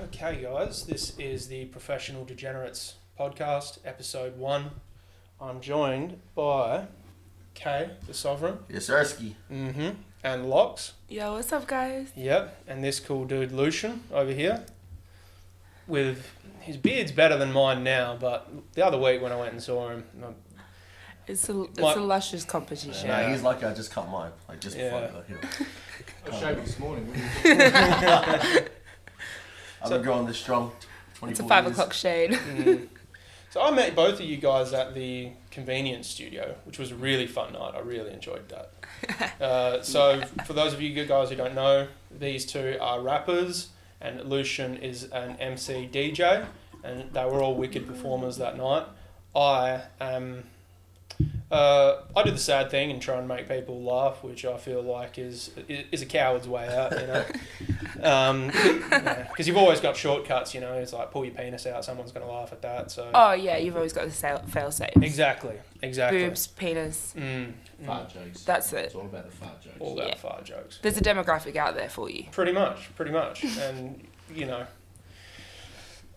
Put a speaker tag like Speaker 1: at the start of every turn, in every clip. Speaker 1: Okay, guys, this is the Professional Degenerates podcast, episode one. I'm joined by Kay, the Sovereign,
Speaker 2: Yes, Ersky.
Speaker 1: mm-hmm. and Locks.
Speaker 3: Yo, what's up, guys?
Speaker 1: Yep, and this cool dude Lucian over here. With his beard's better than mine now, but the other week when I went and saw him, um,
Speaker 3: It's a it's
Speaker 1: What?
Speaker 3: a luscious competition.
Speaker 1: Yeah.
Speaker 2: No, he's lucky I just cut mine. Like, just before
Speaker 1: Yeah.
Speaker 2: I got here.
Speaker 4: I shaved it this morning. wouldn't you?
Speaker 2: I've
Speaker 1: So-
Speaker 2: been growing this strong.
Speaker 3: It's
Speaker 2: 24
Speaker 3: a five
Speaker 2: years.
Speaker 3: o'clock shade.
Speaker 1: mm. so I met both of you guys at the convenience studio, which was a really fun night. I really enjoyed that. Uh, so for those of you guys who don't know, these two are rappers, and Lucian is an MC DJ, and they were all wicked performers that night. I am. Uh, I do the sad thing and try and make people laugh, which I feel like is is a coward's way out, you know. Um, because you've always got shortcuts, you know. It's like pull your penis out, someone's gonna laugh at that. So
Speaker 3: Oh yeah, you've always got to fail, fail safe.
Speaker 1: exactly, exactly.
Speaker 3: Boobs, penis.
Speaker 1: Mm, mm.
Speaker 4: Fart jokes.
Speaker 3: That's
Speaker 4: It's
Speaker 3: it.
Speaker 4: all about the fart jokes.
Speaker 1: All that
Speaker 3: Yeah.
Speaker 1: fart jokes.
Speaker 3: There's a demographic out there for you.
Speaker 1: Pretty much, pretty much, and you know,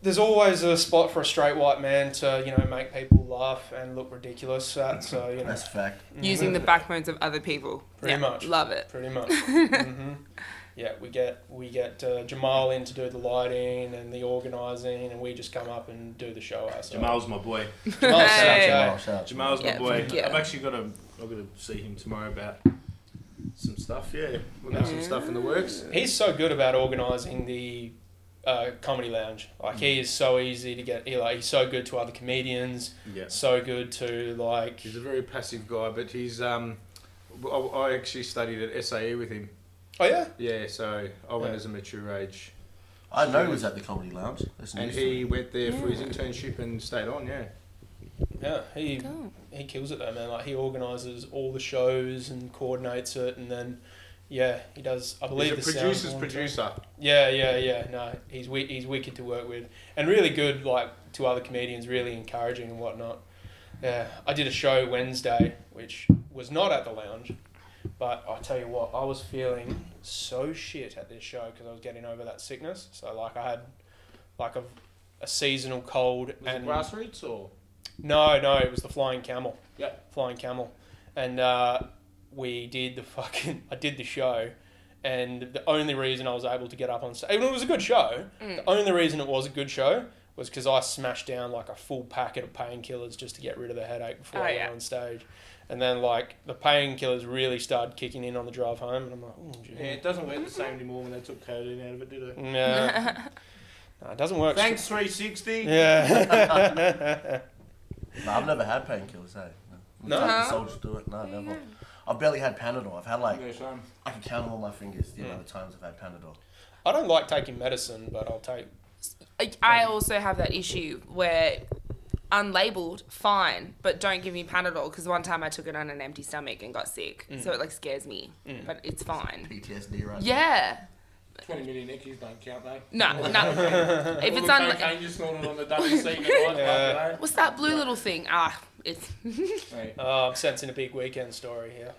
Speaker 1: there's always a spot for a straight white man to you know make people laugh and look ridiculous at. So you know,
Speaker 2: That's a fact.
Speaker 1: mm,
Speaker 3: Using the backbones of other people.
Speaker 1: Pretty
Speaker 3: Yeah,
Speaker 1: much.
Speaker 3: Love it.
Speaker 1: pretty much. hmm Yeah, we get we get uh, Jamal in to do the lighting and the organising, and we just come up and do the show ourselves.
Speaker 5: Jamal's my boy.
Speaker 1: Jamal's
Speaker 2: Shout out
Speaker 1: Sanjay.
Speaker 3: Hey.
Speaker 2: Jamal, shout out Jamal.
Speaker 5: Jamal's
Speaker 3: Yeah,
Speaker 5: my boy.
Speaker 3: fuck yeah.
Speaker 5: I've actually got to. I've got to see him tomorrow about some stuff. Yeah, we have
Speaker 3: Mm.
Speaker 5: some stuff in the works.
Speaker 1: He's so good about organising the uh, comedy lounge. Like he is so easy to get. He, like he's so good to other comedians.
Speaker 5: Yeah,
Speaker 1: So good to like.
Speaker 5: he's a very passive guy, but he's um. I, I actually studied at SAE with him.
Speaker 1: Oh yeah.
Speaker 5: Yeah, so I went
Speaker 1: Yeah.
Speaker 5: as a mature age,
Speaker 2: I know he was at the Comedy Lounge. That's
Speaker 5: and
Speaker 2: news to
Speaker 5: he
Speaker 2: me.
Speaker 5: went there for his
Speaker 3: Yeah.
Speaker 5: internship and stayed on. Yeah,
Speaker 1: Yeah. He
Speaker 3: Cool.
Speaker 1: he kills it though, man. Like he organises all the shows and coordinates it, and then. Yeah, he does. I believe
Speaker 5: he's
Speaker 1: the
Speaker 5: a
Speaker 1: sound
Speaker 5: producer's
Speaker 1: monitor.
Speaker 5: producer.
Speaker 1: Yeah, yeah, yeah. No, he's wi- he's wicked to work with, and really good like to other comedians, really encouraging and whatnot. Yeah, I did a show Wednesday, which was not at the lounge, but I tell you what, I was feeling so shit at this show because I was getting over that sickness. So like I had like a, a seasonal cold
Speaker 5: Was
Speaker 1: and
Speaker 5: it grassroots or?
Speaker 1: no, no, it was the flying camel.
Speaker 5: Yeah.
Speaker 1: Flying camel. And uh, we did the fucking, I did the show. And the only reason I was able to get up on stage, it was a good show.
Speaker 3: Mm.
Speaker 1: The only reason it was a good show was because I smashed down like a full packet of painkillers just to get rid of the headache before
Speaker 3: Oh,
Speaker 1: I
Speaker 3: yeah.
Speaker 1: went on stage. And then like the painkillers really started kicking in on the drive home. And I'm like, oh,
Speaker 5: Yeah, it doesn't work the same anymore when they took codeine out of it, did it?
Speaker 1: Yeah. no, it doesn't work.
Speaker 5: Thanks, 360.
Speaker 1: Yeah.
Speaker 2: No, I've never had painkillers, eh?
Speaker 1: No?
Speaker 2: Like,
Speaker 3: No.
Speaker 2: the soldiers do it. No, never. I've barely had Panadol. I've had like,
Speaker 5: Yeah, same.
Speaker 2: I can count them on my fingers the
Speaker 1: Mm.
Speaker 2: amount of times I've had Panadol.
Speaker 1: I don't like taking medicine, but I'll take.
Speaker 3: I- I also have that issue where unlabeled, fine, but don't give me Panadol because one time I took it on an empty stomach and got sick,
Speaker 1: Mm.
Speaker 3: so it like scares me, but it's fine.
Speaker 2: PTSD, right?
Speaker 3: Yeah.
Speaker 4: 20 million eckies don't count, though.
Speaker 3: No, no. if it's
Speaker 4: on.
Speaker 3: un.
Speaker 4: Cocaine you snorted on the WC tonight,
Speaker 1: Yeah.
Speaker 4: yeah.
Speaker 3: What's that blue little thing? Ah, it's
Speaker 4: Right.
Speaker 1: Uh, I'm sensing a big weekend story here.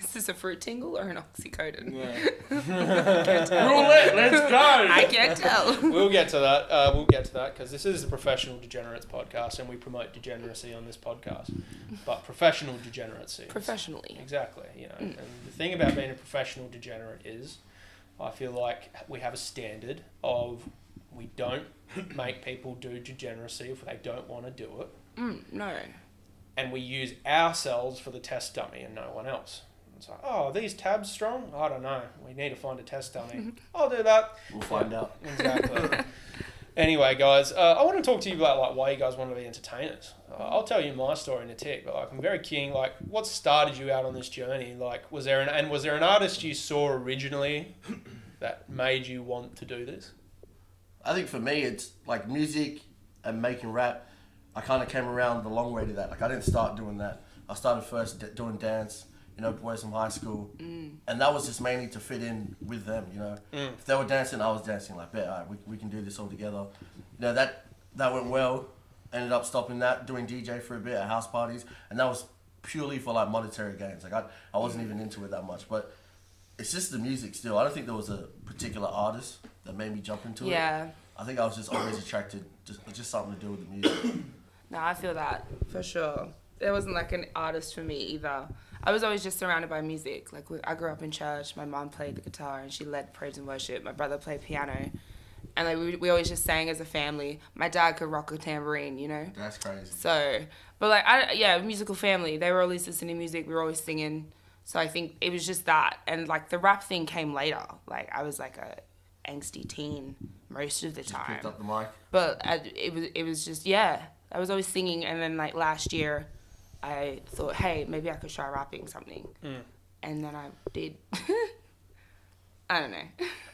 Speaker 3: is this a fruit tingle or an oxycodone?
Speaker 4: Yeah. Roulette, let's
Speaker 3: I
Speaker 4: go!
Speaker 3: can't tell.
Speaker 1: We'll get to that. Uh, we'll get to that because this is the Professional Degenerates podcast, and we promote degeneracy on this podcast. But professional degeneracy,
Speaker 3: Professionally.
Speaker 1: exactly. You know, and the thing about being a professional degenerate is, I feel like we have a standard of we don't make people do degeneracy if they don't want to do it,
Speaker 3: Mm, no.
Speaker 1: and we use ourselves for the test dummy and no one else. It's like, oh, are these tabs strong? I don't know. We need to find a test dummy. I'll do that.
Speaker 2: We'll find out.
Speaker 1: Exactly. anyway, guys, uh, I want to talk to you about like why you guys want to be entertainers. Uh, I'll tell you my story in a tick, but like I'm very keen. Like, what started you out on this journey? Like, was there an and was there an artist you saw originally that made you want to do this?
Speaker 2: I think for me, it's like music and making rap. I kind of came around the long way to that. Like I didn't start doing that. I started first d- doing dance. You know, boys from high school, and that was just mainly to fit in with them. You know, if they were dancing, I was dancing. Like, bet, all right, we, we can do this all together. You know, that that went well. Ended up stopping that, doing DJ for a bit at house parties, and that was purely for like monetary gains. Like I, I wasn't even into it that much, but it's just the music still. I don't think there was a particular artist that made me jump into it.
Speaker 3: Yeah.
Speaker 2: I think I was just always attracted just it's just something to do with the music.
Speaker 3: No, I feel that for sure. There wasn't like an artist for me either. I was always just surrounded by music. Like we- I grew up in church. My mom played the guitar and she led praise and worship. My brother played piano, and like we, we always just sang as a family. My dad could rock a tambourine, you know.
Speaker 2: That's crazy.
Speaker 3: So, but like I yeah, musical family. They were always listening to music. We were always singing. So I think it was just that, and like the rap thing came later. Like I was like a angsty teen most of the
Speaker 2: Just
Speaker 3: time
Speaker 2: picked up the mic.
Speaker 3: but I, it was it was just yeah i was always singing and then like last year i thought hey maybe i could try rapping something
Speaker 1: Hmm.
Speaker 3: and then i did i don't know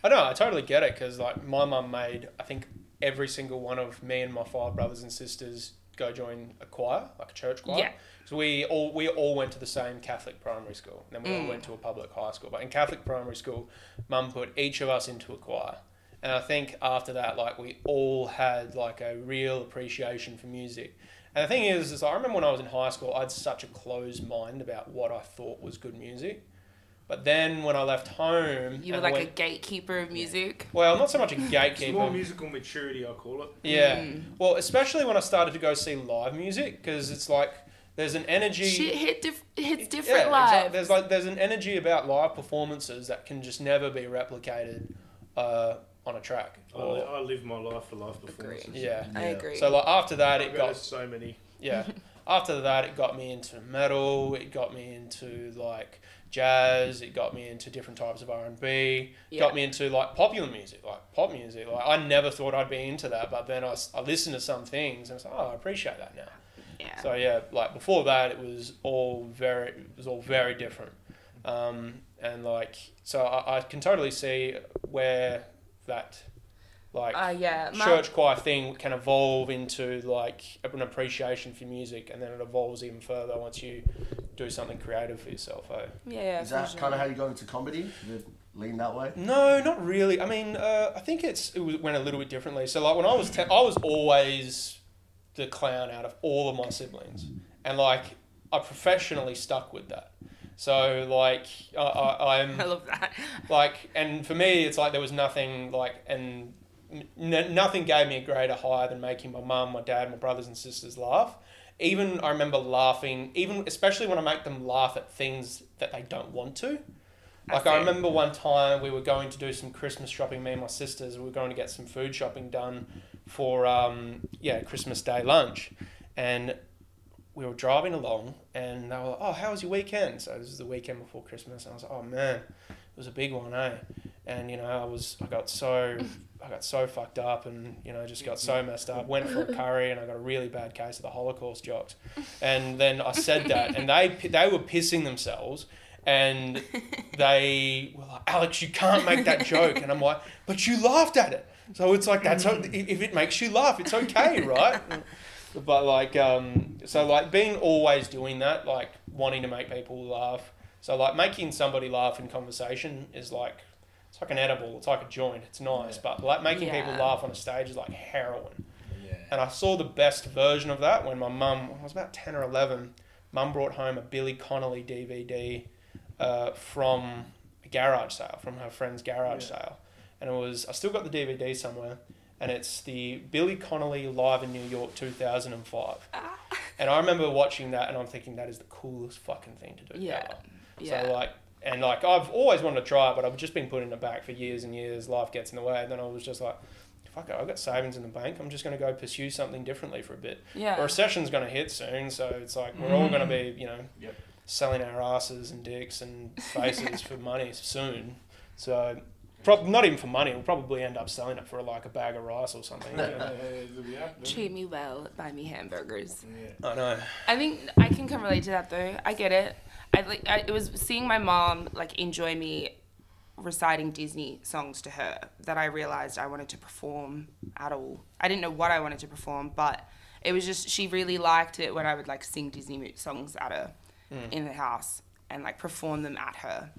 Speaker 1: I know, I totally get it because like my mum made I think every single one of me and my five brothers and sisters go join a choir, like a church choir.
Speaker 3: Yeah.
Speaker 1: So we all we all went to the same Catholic primary school, and
Speaker 3: Mm.
Speaker 1: then we all went to a public high school. But in Catholic primary school, mum put each of us into a choir. And I think after that, like we all had like a real appreciation for music. And the thing is, is I remember when I was in high school, I had such a closed mind about what I thought was good music. But then when I left home,
Speaker 3: you were
Speaker 1: Mm-hmm. and
Speaker 3: like
Speaker 1: went-
Speaker 3: a gatekeeper of music
Speaker 1: well, not so much a
Speaker 5: It's more
Speaker 1: gatekeeper.
Speaker 5: musical maturity, I call it.
Speaker 1: Yeah.
Speaker 3: Hmm.
Speaker 1: Well, especially when I started to go see live music because it's like there's an energy.
Speaker 3: shit hit diff- hits
Speaker 1: Yeah,
Speaker 3: different
Speaker 1: exact-
Speaker 3: live
Speaker 1: There's like there's an energy about live performances that can just never be replicated uh, on a track.
Speaker 5: I,
Speaker 1: Or-
Speaker 5: I live my life for life performances.
Speaker 1: Oh, yeah.
Speaker 3: i
Speaker 2: Yeah.
Speaker 3: agree
Speaker 1: So like after that,
Speaker 5: I
Speaker 1: it
Speaker 5: go to
Speaker 1: got
Speaker 5: so many.
Speaker 1: yeah. After that, it got me into metal. It got me into like jazz. It got me into different types of R and B.
Speaker 3: Yeah.
Speaker 1: Got me into like popular music, like pop music. Like I never thought I'd be into that, but then I, s- I listened to some things and it's like, oh, I appreciate that now.
Speaker 3: yeah
Speaker 1: So yeah, like before that, it was all very it was all very different, um, and like so I, I can totally see where that like
Speaker 3: uh, yeah my-
Speaker 1: church choir thing can evolve into like an appreciation for music, and then it evolves even further once you do something creative for yourself. eh?
Speaker 3: yeah, yeah
Speaker 2: Is that kind
Speaker 3: for sure.
Speaker 2: of how you got into comedy? You lean that way.
Speaker 1: No, not really. I mean, uh, I think it's it was- went a little bit differently. So like when I was ten, I was always the clown out of all of my siblings, and like I professionally stuck with that. So like I, I, I'm
Speaker 3: i love that
Speaker 1: like and for me it's like there was nothing like and n- nothing gave me a greater high than making my mum my dad my brothers and sisters laugh even i remember laughing even especially when i make them laugh at things that they don't want to like
Speaker 3: see.
Speaker 1: i remember one time we were going to do some christmas shopping me and my sisters we were going to get some food shopping done for um, yeah christmas day lunch and we were driving along and they were like, oh, how was your weekend? So this is the weekend before Christmas. And I was like, oh man, it was a big one, eh? And you know, I was, I got so, I got so fucked up and, you know, just got so messed up, went for a curry and I got a really bad case of the Holocaust jocks. And then I said that and they, they were pissing themselves and they were like, Alex, you can't make that joke. And I'm like, but you laughed at it. So it's like, that's, o- if it makes you laugh, it's okay, right? But like, um, so like being always doing that, like wanting to make people laugh. So like making somebody laugh in conversation is like, it's like an edible. It's like a joint. It's nice,
Speaker 2: Yeah.
Speaker 1: but like making people
Speaker 3: Yeah.
Speaker 1: laugh on a stage is like heroin.
Speaker 2: Yeah.
Speaker 1: And I saw the best version of that when my mum, I was about 10 or 11, mum brought home a Billy Connolly DVD uh, from a garage sale, from her friend's garage
Speaker 5: Yeah.
Speaker 1: sale. And it was, I still got the DVD somewhere, and it's the Billy Connolly Live in New York 2005. And I remember watching that, and I'm thinking that is the coolest fucking thing to do.
Speaker 3: Yeah.
Speaker 1: ever.
Speaker 2: uh,
Speaker 3: yeah
Speaker 1: So like, and like I've always wanted to try it, but I've just been putting it back for years and years. Life gets in the way, and then I was just like, fuck it, I've got savings in the bank. I'm just going to go pursue something differently for a bit. A
Speaker 3: yeah Mm.
Speaker 1: recession's going to hit soon, so it's like we're all going to be, you know,
Speaker 5: Yep.
Speaker 1: selling our asses and dicks and faces for money soon. So. Prob- not even for money. We'll probably end up selling it for like a bag of rice or something. you know.
Speaker 3: treat me well buy me hamburgers
Speaker 1: I know.
Speaker 3: I think I can can relate to that though. I get it. I like I, it was seeing my mom like enjoy me reciting Disney songs to her that I realized I wanted to perform at all. I didn't know what I wanted to perform, but it was just she really liked it when I would like sing Disney mo- songs at her in the house and like perform them at her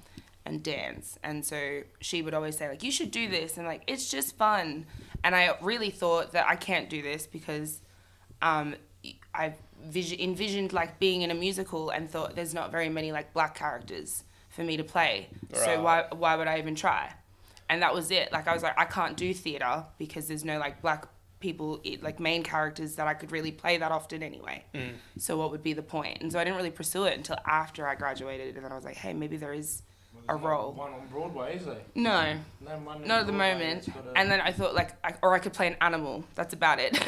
Speaker 3: and dance. And so she would always say like you should do this and like it's just fun. And I really thought that I can't do this because um, I vision, envisioned like being in a musical and thought there's not very many like black characters for me to play. So why
Speaker 1: Right.
Speaker 3: why would I even try? And that was it. Like I was like, I can't do theater because there's no like black people i- like main characters that I could really play that often anyway. So what would be the point? And so I didn't really pursue it until after I graduated, and then I was like, hey, maybe there is a role.
Speaker 4: One on Broadway, is there?
Speaker 3: No,
Speaker 4: No one.
Speaker 3: not at the moment. And then I thought like, I, or I could play an animal. That's about it.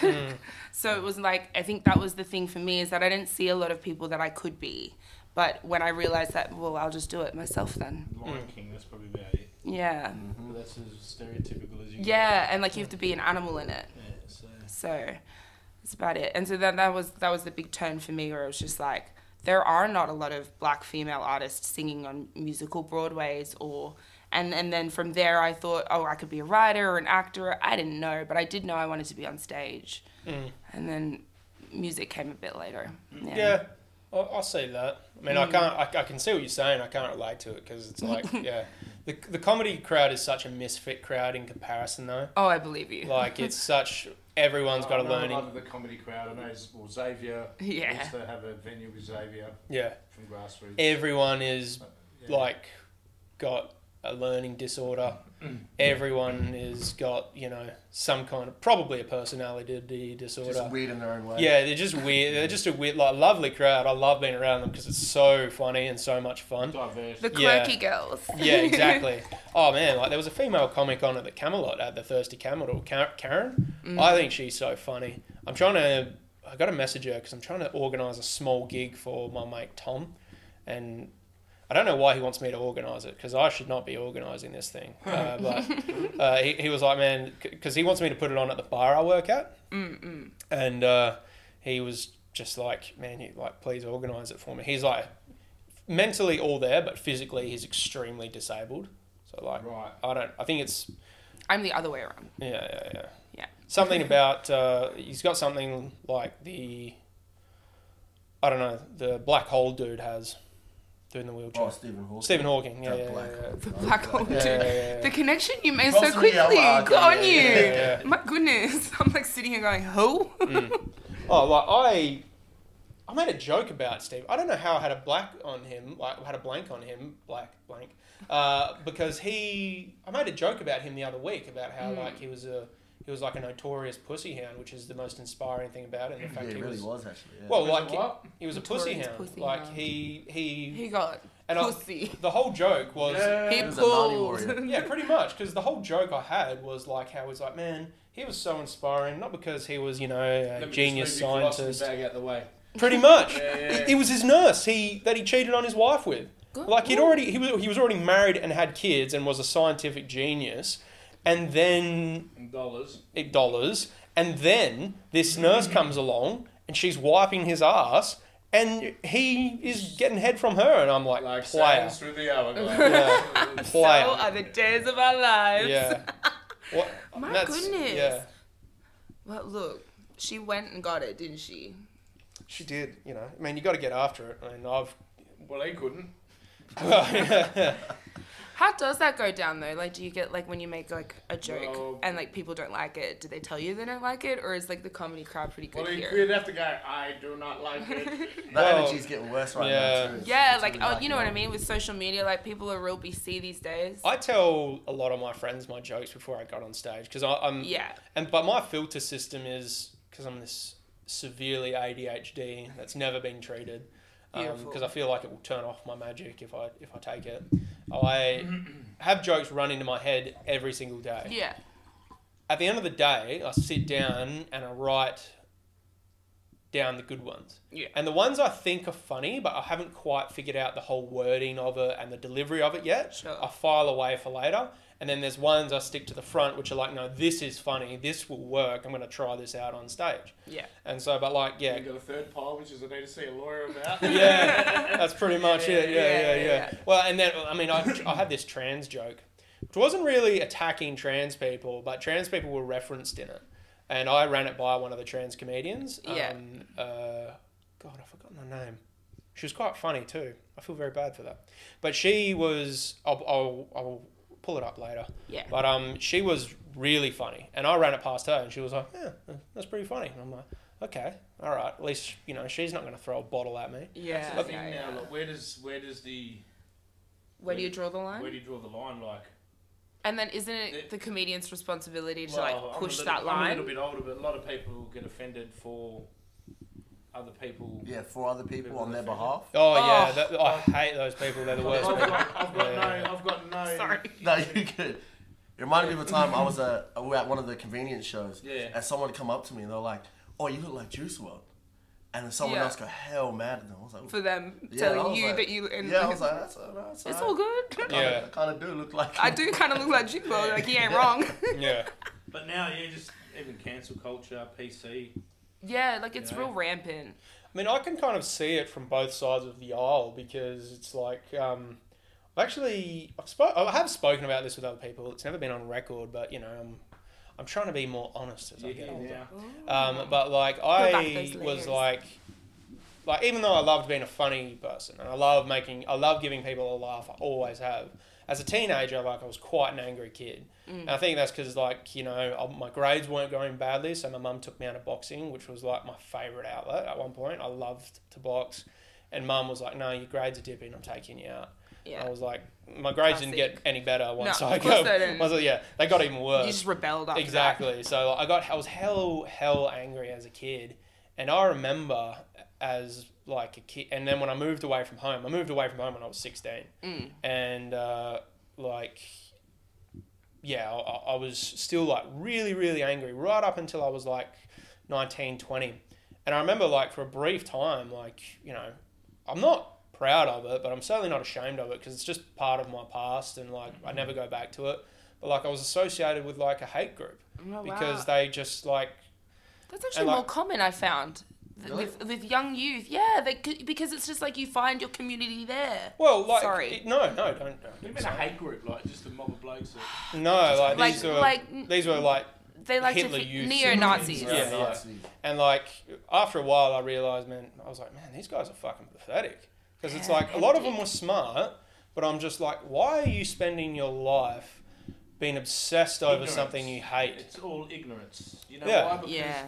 Speaker 3: so it was like, I think that was the thing for me is that I didn't see a lot of people that I could be. But when I realized that, well, I'll just do it myself then.
Speaker 5: Lion King, that's probably about it.
Speaker 3: Yeah.
Speaker 5: But that's as stereotypical as you
Speaker 3: Mm-hmm. Yeah, and like you have to be an animal in it.
Speaker 5: get. Yeah, so.
Speaker 3: So that's about it. And so then that was that was the big turn for me where it was just like there are not a lot of black female artists singing on musical broadways or and and then from there I thought, oh, I could be a writer or an actor. I didn't know, but I did know I wanted to be on stage.
Speaker 1: Mm.
Speaker 3: And then music came a bit later. Yeah.
Speaker 1: Yeah, I'll, I'll say that. I mean, I can't. I, I can see what you're saying. I can't relate to it because it's like, yeah, the the comedy crowd is such a misfit crowd in comparison, though.
Speaker 3: Oh, I believe you.
Speaker 1: Like, it's such everyone's got a learning.
Speaker 4: Love the comedy crowd. I know it's- well, Xavier.
Speaker 3: Yeah.
Speaker 4: Used to have a venue with Xavier
Speaker 1: Yeah,
Speaker 4: from grassroots.
Speaker 1: everyone is
Speaker 4: Yeah.
Speaker 1: like got a learning disorder. Everyone is got you know some kind of probably a personality disorder.
Speaker 2: Just weird in their own way.
Speaker 1: Yeah, they're just weird. They're just a weird, like lovely crowd. I love being around them because it's so funny and so much fun.
Speaker 4: diverse.
Speaker 3: the
Speaker 1: Yeah.
Speaker 3: quirky girls.
Speaker 1: Yeah, exactly. oh man, like there was a female comic on at the Camelot at the Thirsty Camelot, Ka- Karen. I think she's so funny. I'm trying to. I got to message her because I'm trying to organise a small gig for my mate Tom, and I don't know why he wants me to organise it because I should not be organising this thing. Uh, but uh, he, he was like, man, because he wants me to put it on at the bar I work at, and uh, he was just like, man, you like please organise it for me. He's like mentally all there, but physically he's extremely disabled. So like,
Speaker 4: Right.
Speaker 1: I don't. I think it's
Speaker 3: I'm the other way around.
Speaker 1: yeah, yeah, yeah.
Speaker 3: Yeah.
Speaker 1: Something about uh, he's got something like the I don't know the black hole dude has doing the wheelchair.
Speaker 2: Oh, Stephen Hawking.
Speaker 1: Stephen Hawking. Yeah,
Speaker 2: That
Speaker 1: yeah,
Speaker 2: black
Speaker 1: yeah,
Speaker 2: hole.
Speaker 3: The black hole
Speaker 1: yeah,
Speaker 3: dude.
Speaker 1: yeah, yeah,
Speaker 3: The
Speaker 1: yeah.
Speaker 3: connection you made so
Speaker 2: Crossing the
Speaker 3: quickly.
Speaker 2: yellow
Speaker 3: Good on
Speaker 2: line,
Speaker 3: you.
Speaker 2: yeah, yeah,
Speaker 1: yeah.
Speaker 3: My goodness. I'm like sitting here going, who?
Speaker 1: Oh, like I. I made a joke about Steve. I don't know how I had a black on him, like had a blank on him, black blank, uh, because he. I made a joke about him the other week about how
Speaker 4: Hmm.
Speaker 1: like he was a he was like a notorious pussy hound, which is the most inspiring thing about it. And the
Speaker 2: Yeah,
Speaker 1: fact
Speaker 2: it
Speaker 1: he
Speaker 2: really was,
Speaker 1: was,
Speaker 2: actually. Yeah.
Speaker 1: well,
Speaker 4: Was it
Speaker 1: like he,
Speaker 4: what?
Speaker 1: he was a
Speaker 3: Notorious
Speaker 1: pussy hound.
Speaker 3: pussy
Speaker 1: like
Speaker 3: hound.
Speaker 1: he he
Speaker 3: He got
Speaker 1: and I-
Speaker 3: pussy.
Speaker 1: the whole joke was
Speaker 4: Yeah.
Speaker 3: he
Speaker 2: He was a naughty warrior.
Speaker 3: pulled.
Speaker 1: yeah, pretty much. Because the whole joke I had was like how he's like, man, he was so inspiring, not because he was, you know,
Speaker 4: Let
Speaker 1: a
Speaker 4: me just
Speaker 1: genius
Speaker 4: leave your philosophy
Speaker 1: scientist.
Speaker 4: Bag out the way.
Speaker 1: Pretty much.
Speaker 4: Yeah, yeah.
Speaker 1: It, it was his nurse. He that he cheated on his wife with.
Speaker 3: Good
Speaker 1: Like he'd
Speaker 3: lord.
Speaker 1: already he was he was already married and had kids and was a scientific genius, and then
Speaker 4: And dollars.
Speaker 1: eh, dollars, and then this nurse comes along and she's wiping his ass, and he is getting head from her, and I'm like,
Speaker 4: Like
Speaker 1: player,
Speaker 4: sands through the hourglass.
Speaker 1: Yeah.
Speaker 3: So
Speaker 1: player,
Speaker 3: are the days of our lives.
Speaker 1: yeah. What?
Speaker 3: My
Speaker 1: that's-
Speaker 3: goodness.
Speaker 1: Yeah,
Speaker 3: Well, look, she went and got it, didn't she?
Speaker 1: she did. You know, I mean, you got to get after it. I mean, I've.
Speaker 4: Well, he couldn't.
Speaker 3: How does that go down though? Like, do you get like when you make like a joke
Speaker 4: Well-
Speaker 3: and like people don't like it? Do they tell you they don't like it, or is like the comedy crowd pretty good
Speaker 4: Well, he,
Speaker 3: here?
Speaker 4: would have to go. I do not like
Speaker 2: That
Speaker 4: it.
Speaker 1: Well,
Speaker 2: energy's getting worse right
Speaker 1: yeah.
Speaker 2: now, too. It's-
Speaker 3: Yeah,
Speaker 2: it's
Speaker 3: like
Speaker 2: really
Speaker 3: oh, you know what I
Speaker 2: lacking.
Speaker 3: mean with social media, like people are real BC these days.
Speaker 1: I tell a lot of my friends my jokes before I got on stage because I'm
Speaker 3: yeah,
Speaker 1: and but my filter system is because I'm this severely ADHD that's never been treated
Speaker 3: Beautiful.
Speaker 1: because I feel like it will turn off my magic if I if I take it. I have jokes run into my head every single day.
Speaker 3: yeah,
Speaker 1: At the end of the day, I sit down and I write down the good ones.
Speaker 3: yeah.
Speaker 1: And the ones I think are funny, but I haven't quite figured out the whole wording of it and the delivery of it yet,
Speaker 3: Sure.
Speaker 1: I file away for later. And then there's ones I stick to the front, which are like, no, this is funny. This will work. I'm going to try this out on stage.
Speaker 3: Yeah.
Speaker 1: And so, but like, yeah,
Speaker 4: You got a third pile, which is I need to see a lawyer about.
Speaker 1: yeah, that's pretty much it. Yeah,
Speaker 3: Yeah,
Speaker 1: yeah,
Speaker 3: yeah,
Speaker 1: yeah.
Speaker 3: yeah.
Speaker 1: Well, and then I mean, I, I had this trans joke, which wasn't really attacking trans people, but trans people were referenced in it, and I ran it by one of the trans comedians.
Speaker 3: Yeah.
Speaker 1: Um, uh, God, I've forgotten her name. She was quite funny too. I feel very bad for that, but she was. I'll, I'll, I'll pull it up later.
Speaker 3: Yeah.
Speaker 1: But um, she was really funny, and I ran it past her, and she was like, "Yeah, that's pretty funny." And I'm like, "Okay, all right. At least you know she's not going to throw a bottle at me."
Speaker 3: Yeah.
Speaker 4: That's the thing
Speaker 3: yeah,
Speaker 4: now.
Speaker 3: yeah.
Speaker 4: Look, where does where does the
Speaker 3: Where do you draw the
Speaker 4: Where
Speaker 3: line?
Speaker 4: do you draw the line? Like,
Speaker 3: And then isn't it the comedian's responsibility to
Speaker 4: Well,
Speaker 3: like
Speaker 4: I'm a
Speaker 3: push
Speaker 4: little-
Speaker 3: that
Speaker 4: I'm a
Speaker 3: line?
Speaker 4: little bit older, but a lot of people get offended for other people.
Speaker 2: Yeah, for other people
Speaker 4: People
Speaker 2: on their
Speaker 4: offended.
Speaker 2: behalf.
Speaker 1: Oh, yeah,
Speaker 3: Oh.
Speaker 1: that, I hate those people. They're the
Speaker 4: I've
Speaker 1: worst. people.
Speaker 4: got, I've got
Speaker 1: Yeah.
Speaker 4: no. I've got no.
Speaker 3: Sorry.
Speaker 2: No, you could. It reminded me of a time I was uh, we were at one of the convenience shows,
Speaker 4: Yeah.
Speaker 2: and someone come up to me and they're like, "Oh, you look like Juice World," and then someone
Speaker 3: Yeah.
Speaker 2: else got hell mad at them. I was like,
Speaker 3: For them
Speaker 2: Yeah, I
Speaker 3: telling
Speaker 2: was
Speaker 3: you
Speaker 2: like-
Speaker 3: that you and
Speaker 2: "Yeah," I was like, "That's, all right, that's
Speaker 3: it's
Speaker 2: all,
Speaker 3: all
Speaker 2: right.
Speaker 3: good.
Speaker 2: I kinda-
Speaker 1: Yeah.
Speaker 2: I kind of do look like
Speaker 3: I do kind of look like Jigbo. Like he ain't wrong.
Speaker 1: Yeah.
Speaker 4: But now, yeah, just even cancel culture, PC.
Speaker 3: Yeah, like it's
Speaker 4: Yeah.
Speaker 3: real rampant.
Speaker 1: I mean, I can kind of see it from both sides of the aisle because it's like, um, I've actually, I've spo- I have spoken about this with other people. It's never been on record, but you know, I'm, I'm trying to be more honest as I get
Speaker 4: Yeah,
Speaker 1: older.
Speaker 4: yeah.
Speaker 2: Oh.
Speaker 1: Um, but like
Speaker 3: back those
Speaker 1: I
Speaker 3: layers.
Speaker 1: was like, like even though I loved being a funny person and I love making, I love giving people a laugh. I always have. As a teenager, like I was quite an angry kid,
Speaker 3: Mm.
Speaker 1: and I think that's because like you know I, my grades weren't going badly, so my mum took me out of boxing, which was like my favorite outlet at one point. I loved to box, and mum was like, "No, your grades are dipping. I'm taking you out."
Speaker 3: Yeah.
Speaker 1: I was like, my grades didn't get
Speaker 3: Classic.
Speaker 1: any better once
Speaker 3: No,
Speaker 1: I
Speaker 3: of course
Speaker 1: go.
Speaker 3: they didn't.
Speaker 1: once I- yeah, they got even worse.
Speaker 3: You just rebelled after that.
Speaker 1: Exactly. So like, I got I was hell hell angry as a kid, and I remember as like a kid, and then when I moved away from home, I moved away from home when I was sixteen,
Speaker 3: Mm.
Speaker 1: and uh, like yeah, I- I, I was still like really really angry right up until I was like 19, 20. and I remember like for a brief time, like you know, I'm not proud of it, but I'm certainly not ashamed of it because it's just part of my past, and like I never go back to it. But like I was associated with like a hate group
Speaker 3: Oh,
Speaker 1: because
Speaker 3: wow.
Speaker 1: they just like
Speaker 3: That's actually
Speaker 1: And, like-
Speaker 3: more common, I found. th-
Speaker 2: Really?
Speaker 3: With, with young youth, yeah, they, c- because it's just like you find your community there.
Speaker 1: well like
Speaker 3: Sorry.
Speaker 1: it- no no don't, don't
Speaker 4: What do you
Speaker 1: get
Speaker 4: mean a
Speaker 1: excited.
Speaker 4: hate group? Like, just a mob of blokes that
Speaker 1: no like,
Speaker 3: Like-
Speaker 1: these were
Speaker 3: like-
Speaker 1: these were like
Speaker 3: They like
Speaker 1: Hitler
Speaker 3: to
Speaker 1: Youth.
Speaker 3: think neo Nazis.
Speaker 1: Yeah, yeah.
Speaker 2: Nazi.
Speaker 1: and like after a while I realized man I was like man these guys are fucking pathetic because it's
Speaker 3: Yeah,
Speaker 1: like a lot of
Speaker 3: hectic.
Speaker 1: them were smart but I'm just like why are you spending your life being obsessed over
Speaker 4: Ignorance.
Speaker 1: something you hate
Speaker 4: It's all ignorance. You know
Speaker 1: Yeah.
Speaker 4: why? Because
Speaker 3: Yeah.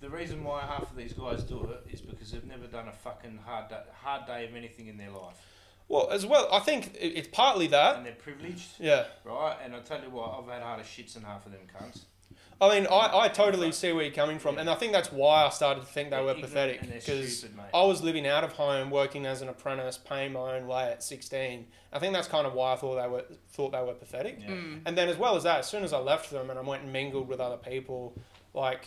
Speaker 4: the reason why half of these guys do it is because they've never done a fucking hard day, hard day of anything in their life,
Speaker 1: well as well I think it- it's partly that
Speaker 4: and they're privileged,
Speaker 1: yeah
Speaker 4: right? And I tell you what, I've had harder shits than half of them cunts.
Speaker 1: I mean, I, I totally see where you're coming from, and I think that's why I started to think they
Speaker 4: They're
Speaker 1: were
Speaker 4: ignorant
Speaker 1: pathetic
Speaker 4: and they're
Speaker 1: because
Speaker 4: stupid, mate.
Speaker 1: I was living out of home, working as an apprentice, paying my own way at 16. I think that's kind of why I thought they were thought they were pathetic.
Speaker 4: Yeah.
Speaker 3: Mm.
Speaker 1: And then as well as that, as soon as I left them and I went and mingled with other people, like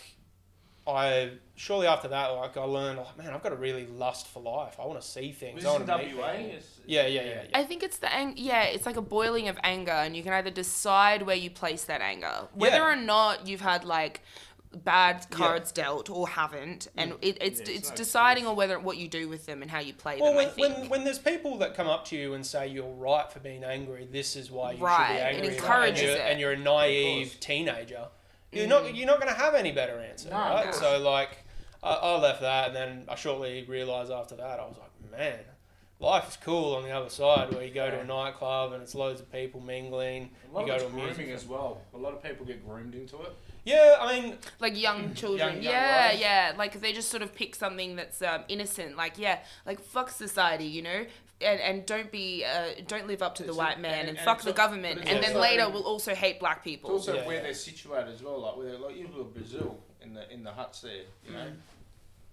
Speaker 1: I shortly after that, like I learned, like, man, I've got to really lust for life. I want to see things.
Speaker 4: This
Speaker 1: I
Speaker 4: is
Speaker 1: want
Speaker 4: in
Speaker 1: to
Speaker 4: WA.
Speaker 1: meet people.
Speaker 4: it's-
Speaker 1: Yeah, yeah, yeah, yeah.
Speaker 3: I think it's the ang- yeah, it's like a boiling of anger, and you can either decide where you place that anger, whether
Speaker 1: Yeah.
Speaker 3: or not you've had like bad cards dealt or
Speaker 1: Mm.
Speaker 3: haven't, and it, it's
Speaker 4: Yeah,
Speaker 3: it's,
Speaker 4: it's no
Speaker 3: deciding
Speaker 4: excuse.
Speaker 3: on whether what you do with them and how you play
Speaker 1: Well,
Speaker 3: them.
Speaker 1: when,
Speaker 3: I think.
Speaker 1: when, when there's people that come up to you and say you're right for being angry, this is why you
Speaker 3: Right,
Speaker 1: should be
Speaker 3: it
Speaker 1: angry,
Speaker 3: encourages
Speaker 1: and, you're,
Speaker 3: it.
Speaker 1: and you're a
Speaker 4: Of
Speaker 1: naive
Speaker 4: course. Mm.
Speaker 1: teenager, you're not you're not going to have any better answer,
Speaker 4: No,
Speaker 1: right?
Speaker 4: no.
Speaker 1: So like, I, I left that, and then I shortly realized after that I was like, man, life is cool on the other side where you go to a
Speaker 4: Yeah.
Speaker 1: nightclub and it's loads of people mingling.
Speaker 4: A lot
Speaker 1: you
Speaker 4: of
Speaker 1: go
Speaker 4: it's
Speaker 1: to a music.
Speaker 4: grooming as well. A lot of people get groomed into it.
Speaker 1: Yeah, I mean,
Speaker 3: like young children,
Speaker 4: young
Speaker 3: yeah,
Speaker 4: lives.
Speaker 3: yeah, like they just sort of pick something that's um, innocent, like yeah, like fuck society, you know. And, and don't be uh, don't live up to the
Speaker 4: It's-
Speaker 3: white man
Speaker 4: and-
Speaker 3: and,
Speaker 4: and
Speaker 3: fuck
Speaker 4: it's
Speaker 3: the
Speaker 4: al-
Speaker 3: government
Speaker 4: but
Speaker 3: and
Speaker 1: it's
Speaker 3: then
Speaker 4: also-
Speaker 3: later we'll also hate black
Speaker 4: It's
Speaker 3: people.
Speaker 4: also
Speaker 1: Yeah,
Speaker 4: where
Speaker 1: yeah.
Speaker 4: they're situated as well, like where they're like you look at Brazil in the in the huts there, you know,
Speaker 1: Mm.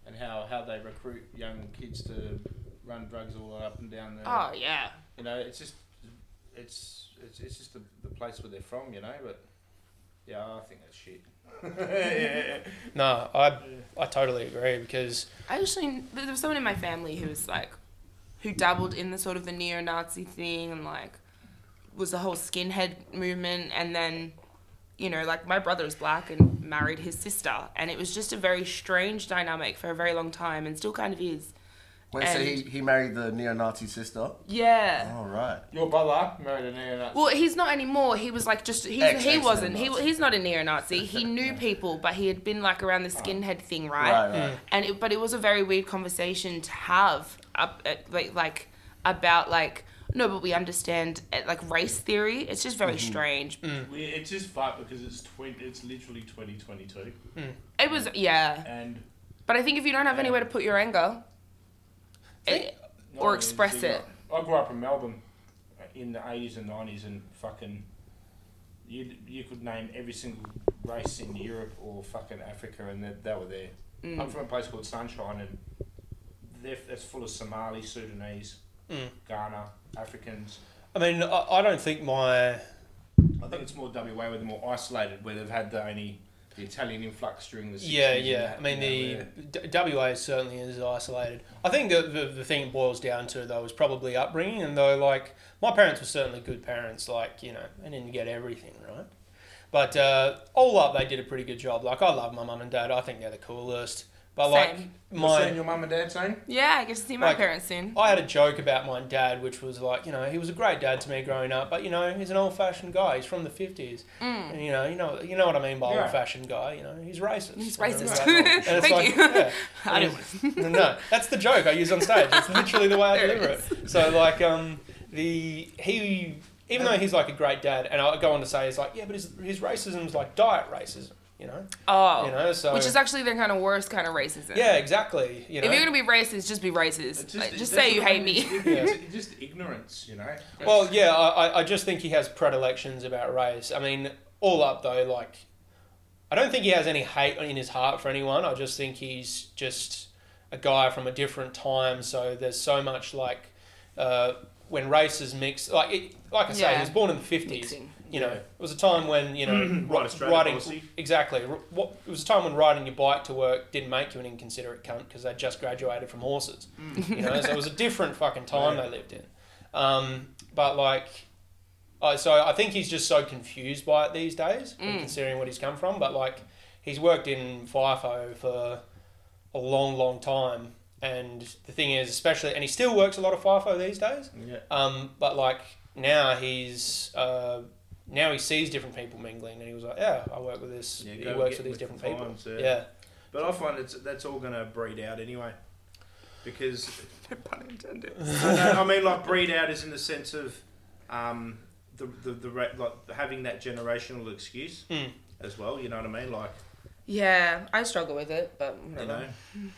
Speaker 4: and how how they recruit young kids to run drugs all up and down the.
Speaker 3: Oh yeah,
Speaker 4: You know, it's just it's it's, it's just the, the place where they're from, you know. But yeah, I think that's shit.
Speaker 1: no, I I totally agree because
Speaker 3: I actually there was someone in my family who was like, who dabbled in the sort of the neo-Nazi thing and like was the whole skinhead movement, and then you know like my brother's black and married his sister, and it was just a very strange dynamic for a very long time, and still kind of is.
Speaker 2: Wait, so he,
Speaker 3: And-
Speaker 2: he married the neo-Nazi sister?
Speaker 3: Yeah.
Speaker 2: All right.
Speaker 4: Your brother married a neo-Nazi.
Speaker 3: Well, he's not anymore. He was like just he's,
Speaker 2: Ex-
Speaker 3: he
Speaker 2: ex
Speaker 3: wasn't. He,
Speaker 2: neo-Nazi.
Speaker 3: he's not a neo-Nazi. He knew people, but he had been like around the skinhead thing, right?
Speaker 2: Right, right.
Speaker 3: And it, but it was a very weird conversation to have up at, like like about like no, but we understand uh, like race theory. It's just
Speaker 1: Mm-hmm.
Speaker 3: very strange.
Speaker 1: Mm.
Speaker 5: We, it's just fucked because it's twen- It's literally 2022,
Speaker 3: It was yeah.
Speaker 5: and
Speaker 3: But I think if you don't have anywhere to put your anger, it,
Speaker 4: Not
Speaker 3: or
Speaker 4: only
Speaker 3: express
Speaker 5: so you're
Speaker 3: it,
Speaker 4: uh, I grew up in Melbourne, uh, in the eighties and nineties and fucking you you could name every single race in Europe or fucking Africa and that they were there.
Speaker 3: Mm.
Speaker 4: I'm from a place called Sunshine and they're, that's full of Somali, Sudanese,
Speaker 1: Mm.
Speaker 4: Ghana, Africans.
Speaker 1: I mean, I, I don't think my
Speaker 4: I think it's more WA where they're more isolated, where they've had the only the Italian influx during the 60s
Speaker 1: Yeah,
Speaker 4: and
Speaker 1: yeah.
Speaker 4: that,
Speaker 1: I mean,
Speaker 4: you know,
Speaker 1: the
Speaker 4: where-
Speaker 1: D- WA certainly is isolated. I think the, the the thing it boils down to though is probably upbringing. And though, like my parents were certainly good parents, like you know, they didn't get everything right. But uh, all up, they did a pretty good job. Like I love my mum and dad. I think they're the coolest. But like
Speaker 3: Same.
Speaker 4: You're seeing
Speaker 1: my,
Speaker 4: your mum and dad saying?
Speaker 3: Yeah, I get to see my
Speaker 1: Like- oh,
Speaker 3: parents soon.
Speaker 1: I had a joke about my dad, which was like, you know, he was a great dad to me growing up, but you know, he's an old-fashioned guy. He's from the fifties,
Speaker 3: Mm.
Speaker 1: and you know, you know, you know what I mean by
Speaker 4: Yeah.
Speaker 1: old-fashioned guy. You know, he's racist.
Speaker 3: He's
Speaker 1: And it's
Speaker 3: racist.
Speaker 1: like- and it's
Speaker 3: Thank
Speaker 1: like,
Speaker 3: you.
Speaker 1: yeah.
Speaker 3: I
Speaker 1: And
Speaker 3: don't
Speaker 1: it's- no, that's the joke I use on stage. It's literally the way I
Speaker 3: There it
Speaker 1: deliver it. So like um the he even though he's like a great dad, and I'll go on to say it's like yeah, but his his racism's like diet racism, you know,
Speaker 3: Oh,
Speaker 1: you know. So
Speaker 3: which is actually the kind of worst kind of racism.
Speaker 1: yeah, exactly. You know,
Speaker 3: If you're gonna be racist, just be racist.
Speaker 4: It's
Speaker 3: Like, just
Speaker 4: that's
Speaker 3: say you
Speaker 4: what I
Speaker 3: hate
Speaker 4: mean,
Speaker 3: me.
Speaker 4: It's, it's just ignorance, you know. That's-
Speaker 1: Well, yeah, I, I- I just think he has predilections about race. I mean, all up though, like, I don't think he has any hate in his heart for anyone. I just think he's just a guy from a different time. So there's so much like uh, when races mix, like, it, like I say,
Speaker 3: Yeah.
Speaker 1: he was born in the fifties.
Speaker 3: Mixing.
Speaker 1: You know,
Speaker 5: Yeah.
Speaker 1: it was a time when you know
Speaker 5: Right, Australia
Speaker 1: riding
Speaker 5: policy.
Speaker 1: exactly. r- What it was a time when riding your bike to work didn't make you an inconsiderate cunt because they just graduated from horses. You know, so it was a different fucking time
Speaker 5: Mm. Yeah.
Speaker 1: they lived in. Um, but like, uh, so I think he's just so confused by it these days,
Speaker 3: Mm.
Speaker 1: considering what he's come from. But like, he's worked in FIFO for a long, long time, and the thing is, especially, and he still works a lot of FIFO these days.
Speaker 4: yeah.
Speaker 1: Um, but like now he's uh, now he sees different people mingling, and he was like, yeah, I work with this.
Speaker 5: Yeah,
Speaker 1: he
Speaker 5: go
Speaker 1: works
Speaker 5: get
Speaker 1: with these
Speaker 5: with
Speaker 1: different
Speaker 5: the
Speaker 1: people.
Speaker 5: times,
Speaker 1: yeah.
Speaker 5: yeah. But I find it's that's all going to breed out anyway, because
Speaker 3: Pun intended.
Speaker 5: No, no, I mean like breed out is in the sense of um, the, the the ra- like having that generational excuse
Speaker 1: Mm.
Speaker 5: as well. You know what I mean? Like
Speaker 3: Yeah, I struggle with it, but
Speaker 5: you
Speaker 3: whatever.
Speaker 5: know, I mean,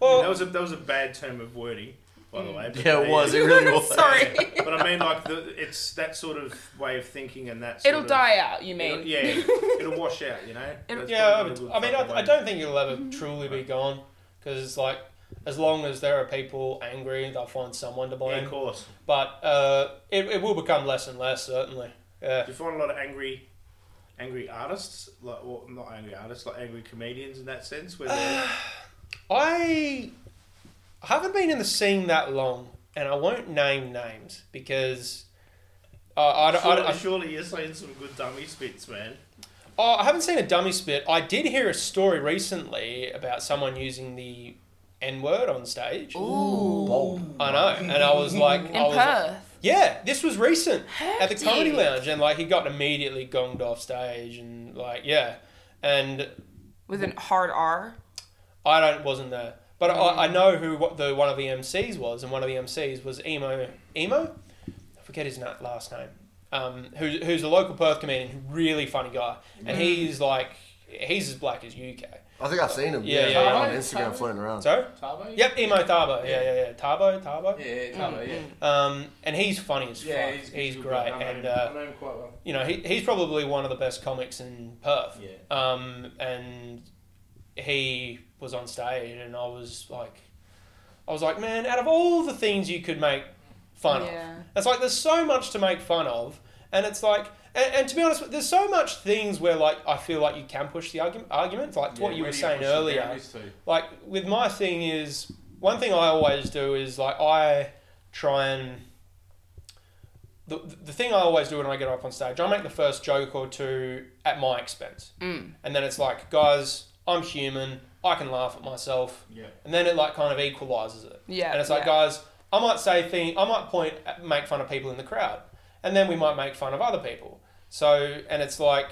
Speaker 1: Well,
Speaker 5: that was a that was a bad term of wording, by the way. but-
Speaker 2: Yeah, it was. It really was.
Speaker 3: Sorry.
Speaker 5: But I mean, like the, it's that sort of way of thinking and that. Sort
Speaker 3: It'll
Speaker 5: of,
Speaker 3: die out. You mean?
Speaker 5: it'll- yeah, it'll wash out. You know.
Speaker 3: It'll-
Speaker 5: That's
Speaker 1: yeah, I
Speaker 5: probably
Speaker 1: would-
Speaker 5: not a
Speaker 1: I mean,
Speaker 5: good fucking
Speaker 1: I, I
Speaker 5: way.
Speaker 1: don't think it'll ever truly be gone because it's like as long as there are people angry, they'll find someone to
Speaker 5: Yeah,
Speaker 1: blame.
Speaker 5: of course.
Speaker 1: But uh, it, it will become less and less, certainly. Yeah.
Speaker 5: Do you find a lot of angry, angry artists, like well, not angry artists, like angry comedians in that sense, where they're
Speaker 1: I haven't been in the scene that long, and I won't name names because uh, I, don't- I,
Speaker 5: surely,
Speaker 1: don't- I,
Speaker 5: surely you're saying some good dummy spits, man.
Speaker 1: Oh, I haven't seen a dummy spit. I did hear a story recently about someone using the N word on stage.
Speaker 2: Bold.
Speaker 1: I know, and I was like,
Speaker 3: In
Speaker 1: I was like-
Speaker 3: Perth.
Speaker 1: yeah, this was recent at the
Speaker 3: Hefty.
Speaker 1: comedy lounge, and like he got immediately gonged off stage, and like yeah, and
Speaker 3: With a hard R.
Speaker 1: I don't wasn't there, but I, I know who what the one of the MCs was, and one of the MCs was emo emo, I forget his na- last name, um, who, who's a local Perth comedian, really funny guy, and
Speaker 3: Mm.
Speaker 1: he's like he's as black as UK.
Speaker 2: I think I've seen him.
Speaker 1: Yeah,
Speaker 2: Yeah,
Speaker 1: yeah,
Speaker 2: on
Speaker 4: yeah.
Speaker 2: Instagram floating around.
Speaker 1: So
Speaker 4: Tabo?
Speaker 1: Yep, Emo Thabo. Yeah, yeah, yeah. Thabo, Thabo.
Speaker 4: Yeah, yeah, Tabo, yeah.
Speaker 1: Um, and he's funny as fuck.
Speaker 4: Yeah,
Speaker 1: he's,
Speaker 4: he's,
Speaker 1: great,
Speaker 4: I know
Speaker 1: and
Speaker 4: him.
Speaker 1: uh,
Speaker 4: I know him quite well.
Speaker 1: you know he, he's probably one of the best comics in Perth.
Speaker 4: Yeah.
Speaker 1: Um, and he was on stage, and I was like, I was like, man, out of all the things you could make fun of,
Speaker 3: Yeah.
Speaker 1: it's like there's so much to make fun of, and it's like, and, and to be honest, there's so much things where like I feel like you can push the argument, arguments, like to what you were saying earlier like with my thing is one thing I always do is like I try and the, the thing I always do when I get up on stage, I make the first joke or two at my expense.
Speaker 3: Mm.
Speaker 1: And then it's like, guys, I'm human. I can laugh at myself.
Speaker 5: Yeah.
Speaker 1: And then it like kind of equalizes it.
Speaker 3: Yeah.
Speaker 1: And it's like,
Speaker 3: yeah.
Speaker 1: guys, I might say thing, I might point, at- make fun of people in the crowd, and then we might make fun of other people. So, and it's like,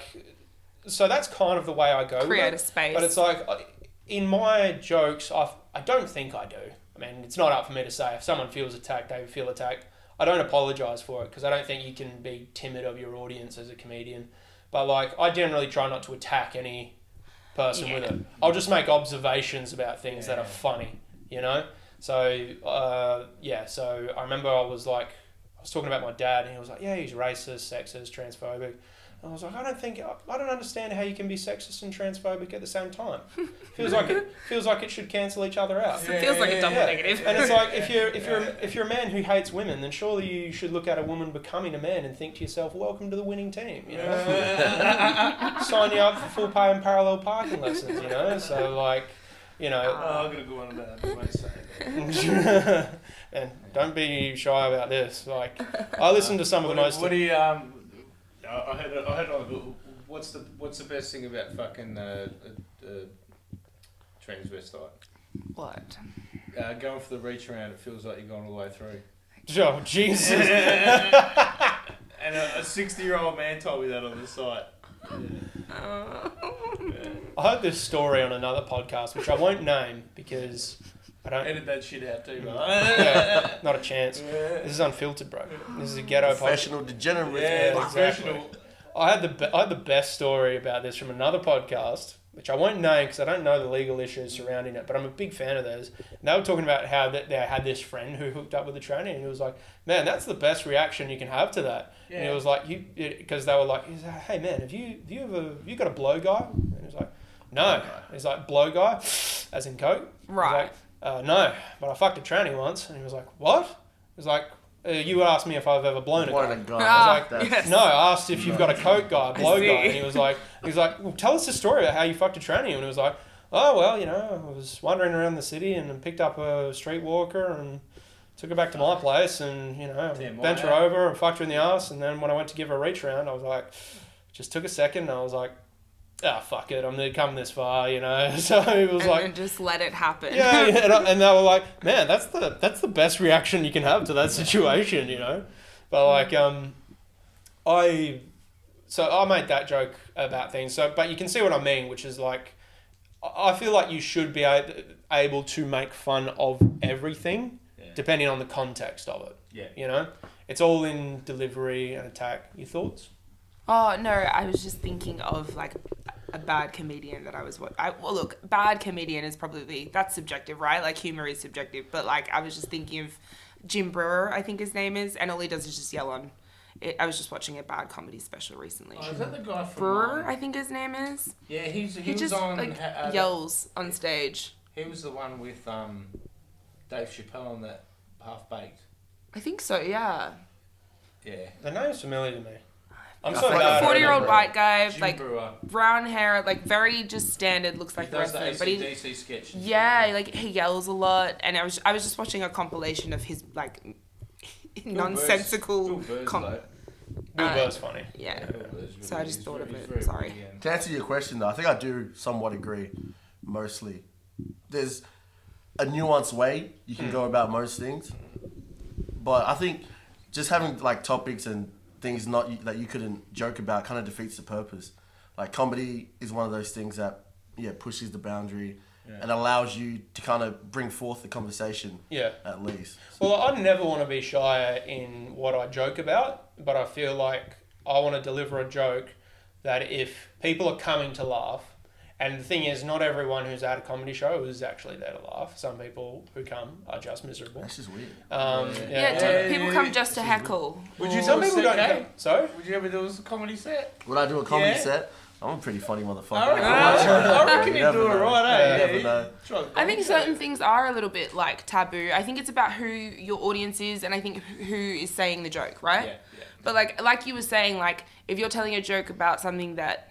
Speaker 1: so that's kind of the way I go. with
Speaker 3: Create
Speaker 1: it.
Speaker 3: a space.
Speaker 1: Oh, But it's like I- in my jokes, I I don't think I do. I mean, it's not up for me to say. If someone feels attacked, they feel attacked. I don't apologize for it because I don't think you can be timid of your audience as a comedian. But like, I generally try not to attack any person with it. I'll just make observations about things that are funny, you know. So uh, yeah, so I remember I was like, I was was talking about my dad, and he was like, "Yeah, he's racist, sexist, transphobic." And I was like, "I don't think I, I don't understand how you can be sexist and transphobic at the same time. feels like it feels like it should cancel each other out."
Speaker 3: It feels like a double
Speaker 1: yeah.
Speaker 3: negative.
Speaker 1: And it's like if you're if you're if you're a man who hates women, then surely you should look at a woman becoming a man and think to yourself, "Welcome to the winning team." You know, sign you up for full pay and parallel parking lessons. You know, so like, you know,
Speaker 4: Oh, I'm gonna go on about that. I won't say it.
Speaker 1: and don't be shy about this. Like, I listen to some of the
Speaker 4: What,
Speaker 1: most.
Speaker 4: do- what do you um? I I heard. it- I heard. it on- What's the What's the best thing about fucking uh, uh, uh, transvestite?
Speaker 3: what?
Speaker 4: Uh, going for the reach around, it feels like you're going all the way through.
Speaker 1: Oh Jesus!
Speaker 4: And a, a 60 year old man told me that on the site.
Speaker 1: I heard this story on another podcast, which I won't name because I don't.
Speaker 4: Edit that shit out too, bro.
Speaker 1: Yeah, not a chance. This is unfiltered, bro. This is a ghetto podcast.
Speaker 2: Professional degenerate.
Speaker 4: Yeah,
Speaker 1: Yeah, exactly.
Speaker 4: professional.
Speaker 1: I had the be- I had the best story about this from another podcast, which I won't name because I don't know the legal issues surrounding it. But I'm a big fan of those. And they were talking about how that they had this friend who hooked up with a trainer, and he was like, "Man, that's the best reaction you can have to that." And
Speaker 4: Yeah.
Speaker 1: he was like, "You," because they were like, he's like, "Hey, man, have you have you ever have you got a blow guy?" And he was like, "No." He's like, "Blow guy," as in coke. He was
Speaker 3: Right.
Speaker 1: like, uh, no, but I fucked a tranny once, and he was like, "What?" He was like, uh, "You asked me if I've ever blown a guy."
Speaker 2: One of the guys.
Speaker 3: Ah,
Speaker 1: like,
Speaker 2: that's-
Speaker 3: yes.
Speaker 1: No, I asked if you've got a coke guy, blow
Speaker 3: see.
Speaker 1: guy, and he was like, he was like, well, tell us the story about how you fucked a tranny, and he was like, oh well, you know, I was wandering around the city and picked up a street walker and took her back to my place and you know
Speaker 4: Damn, why
Speaker 1: bent her
Speaker 4: not?
Speaker 1: over and fucked her in the ass, and then when I went to give her a reach round, I was like, just took a second, and I was like, ah, fuck it, I'm gonna come this far, you know, so it was
Speaker 3: And
Speaker 1: like.
Speaker 3: then just let it happen.
Speaker 1: Yeah, yeah, and, I- and they were like, "Man, that's the that's the best reaction you can have to that situation," you know. But like, um, I so I made that joke about things. So, but you can see what I mean, which is like, I I feel like you should be a- able to make fun of everything,
Speaker 4: Yeah.
Speaker 1: depending on the context of it.
Speaker 4: Yeah.
Speaker 1: You know, it's all in delivery and attack. Your thoughts?
Speaker 3: Oh no, I was just thinking of like a bad comedian that I was what I well look, bad comedian is probably that's subjective, right? Like humor is subjective, but like I was just thinking of Jim Brewer, I think his name is, and all he does is just yell on. It, I was just watching a bad comedy special recently.
Speaker 4: Oh, is that the guy from?
Speaker 3: Brewer,
Speaker 4: um,
Speaker 3: I think his name is.
Speaker 4: yeah, he's he,
Speaker 3: He
Speaker 4: was
Speaker 3: just
Speaker 4: on.
Speaker 3: like
Speaker 4: ha- uh,
Speaker 3: yells on stage.
Speaker 4: He was the one with um, Dave Chappelle on that half baked.
Speaker 3: I think so,
Speaker 4: Uh,
Speaker 3: yeah.
Speaker 4: Yeah.
Speaker 1: The name's familiar to me. I'm
Speaker 2: I
Speaker 1: so
Speaker 2: think-
Speaker 1: bad.
Speaker 3: Like
Speaker 1: at
Speaker 3: a forty-year-old
Speaker 1: remembering.
Speaker 3: white guy,
Speaker 4: Jim
Speaker 3: like
Speaker 4: Brewer.
Speaker 3: brown hair, like very just standard, looks
Speaker 4: He
Speaker 3: like the rest
Speaker 4: does the
Speaker 3: of them. But he
Speaker 4: ACDC sketch. and
Speaker 3: Yeah, like he yells a lot, and I was I was just watching a compilation of his like
Speaker 4: stuff.
Speaker 3: nonsensical.
Speaker 4: Bill Burr's
Speaker 3: com-
Speaker 4: though.
Speaker 1: Bill
Speaker 3: uh,
Speaker 1: Burr's funny.
Speaker 3: yeah,
Speaker 4: Bill Burr's
Speaker 3: So I
Speaker 4: really-
Speaker 3: just
Speaker 4: he's
Speaker 3: thought of
Speaker 4: very-
Speaker 3: it,
Speaker 4: very
Speaker 3: sorry.
Speaker 4: witty and-
Speaker 2: To answer your question, though, I think I do somewhat agree, mostly. There's a nuanced way you can go about most things, but I think just having like topics and things not that you couldn't joke about kind of defeats the purpose. Like comedy is one of those things that yeah pushes the boundary and allows you to kind of bring forth the conversation
Speaker 1: Yeah.
Speaker 2: at least.
Speaker 1: Well, I never want to be shy in what I joke about, but I feel like I want to deliver a joke that if people are coming to laugh, and the thing is, not everyone who's at a comedy show is actually there to laugh. Some people who come are just miserable.
Speaker 2: That's just weird.
Speaker 1: Um, yeah.
Speaker 3: yeah.
Speaker 4: Yeah,
Speaker 3: dude,
Speaker 4: yeah,
Speaker 3: people
Speaker 4: yeah,
Speaker 3: come
Speaker 4: yeah.
Speaker 3: just to heckle.
Speaker 4: Would you
Speaker 3: Oh,
Speaker 1: Some
Speaker 4: do a
Speaker 1: people
Speaker 4: set,
Speaker 1: don't.
Speaker 4: eh?
Speaker 1: Come. So
Speaker 4: Would you ever do a comedy set?
Speaker 2: Would I do a comedy
Speaker 4: Yeah.
Speaker 2: set? I'm a pretty funny motherfucker.
Speaker 4: I reckon, I reckon
Speaker 2: You
Speaker 4: you'd
Speaker 2: never
Speaker 4: do it
Speaker 2: know.
Speaker 4: right, eh?
Speaker 2: You never
Speaker 4: you
Speaker 2: know.
Speaker 4: try a
Speaker 3: Ah. I think
Speaker 4: comedy
Speaker 3: certain
Speaker 4: set.
Speaker 3: things are a little bit like taboo. I think it's about who your audience is, and I think who is saying the joke,
Speaker 4: Yeah,
Speaker 3: right?
Speaker 4: yeah.
Speaker 3: But like like you were saying, like if you're telling a joke about something that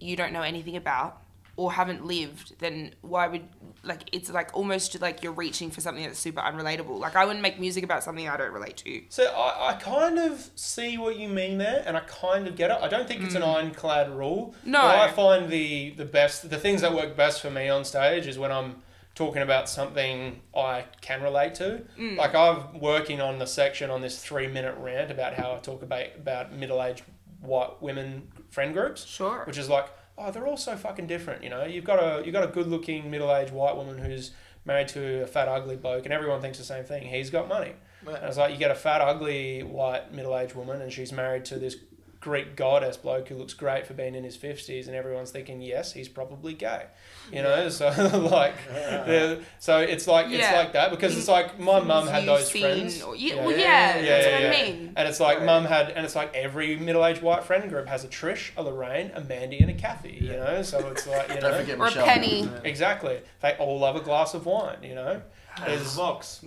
Speaker 3: you don't know anything about or haven't lived, then why would like it's like almost like you're reaching for something that's super unrelatable. Like I wouldn't make music about something I don't relate to.
Speaker 1: So I, I kind of see what you mean there, and I kind of get it. I don't think it's an ironclad rule.
Speaker 3: No.
Speaker 1: But I find the the best the things that work best for me on stage is when I'm talking about something I can relate to. Like I'm working on the section on this three minute rant about how I talk about about middle aged white women friend groups
Speaker 3: Sure.
Speaker 1: which is like, oh, they're all so fucking different. You know, you've got a you've got a good looking middle aged white woman who's married to a fat ugly bloke, and everyone thinks the same thing. He's got money.
Speaker 4: Right.
Speaker 1: And it's like you get a fat ugly white middle aged woman, and she's married to this Greek goddess bloke who looks great for being in his 50s, and everyone's thinking, yes, he's probably gay. You know, so like, they're- so it's like, it's
Speaker 3: Yeah.
Speaker 1: like that because it's like my mum had
Speaker 3: You've
Speaker 1: those
Speaker 3: seen-
Speaker 1: friends.
Speaker 3: or- yeah, Well, yeah, that's what I mean.
Speaker 1: And it's like
Speaker 3: Right.
Speaker 1: mum had, and it's like every middle-aged white friend group has a Trish, a Lorraine, a Mandy, and a Kathy. You know, so it's like you
Speaker 2: Don't
Speaker 1: know
Speaker 2: forget
Speaker 3: Or a
Speaker 2: Michelle.
Speaker 3: penny.
Speaker 1: exactly. They all love a glass of wine. You know,
Speaker 5: There's
Speaker 1: there's
Speaker 5: locks.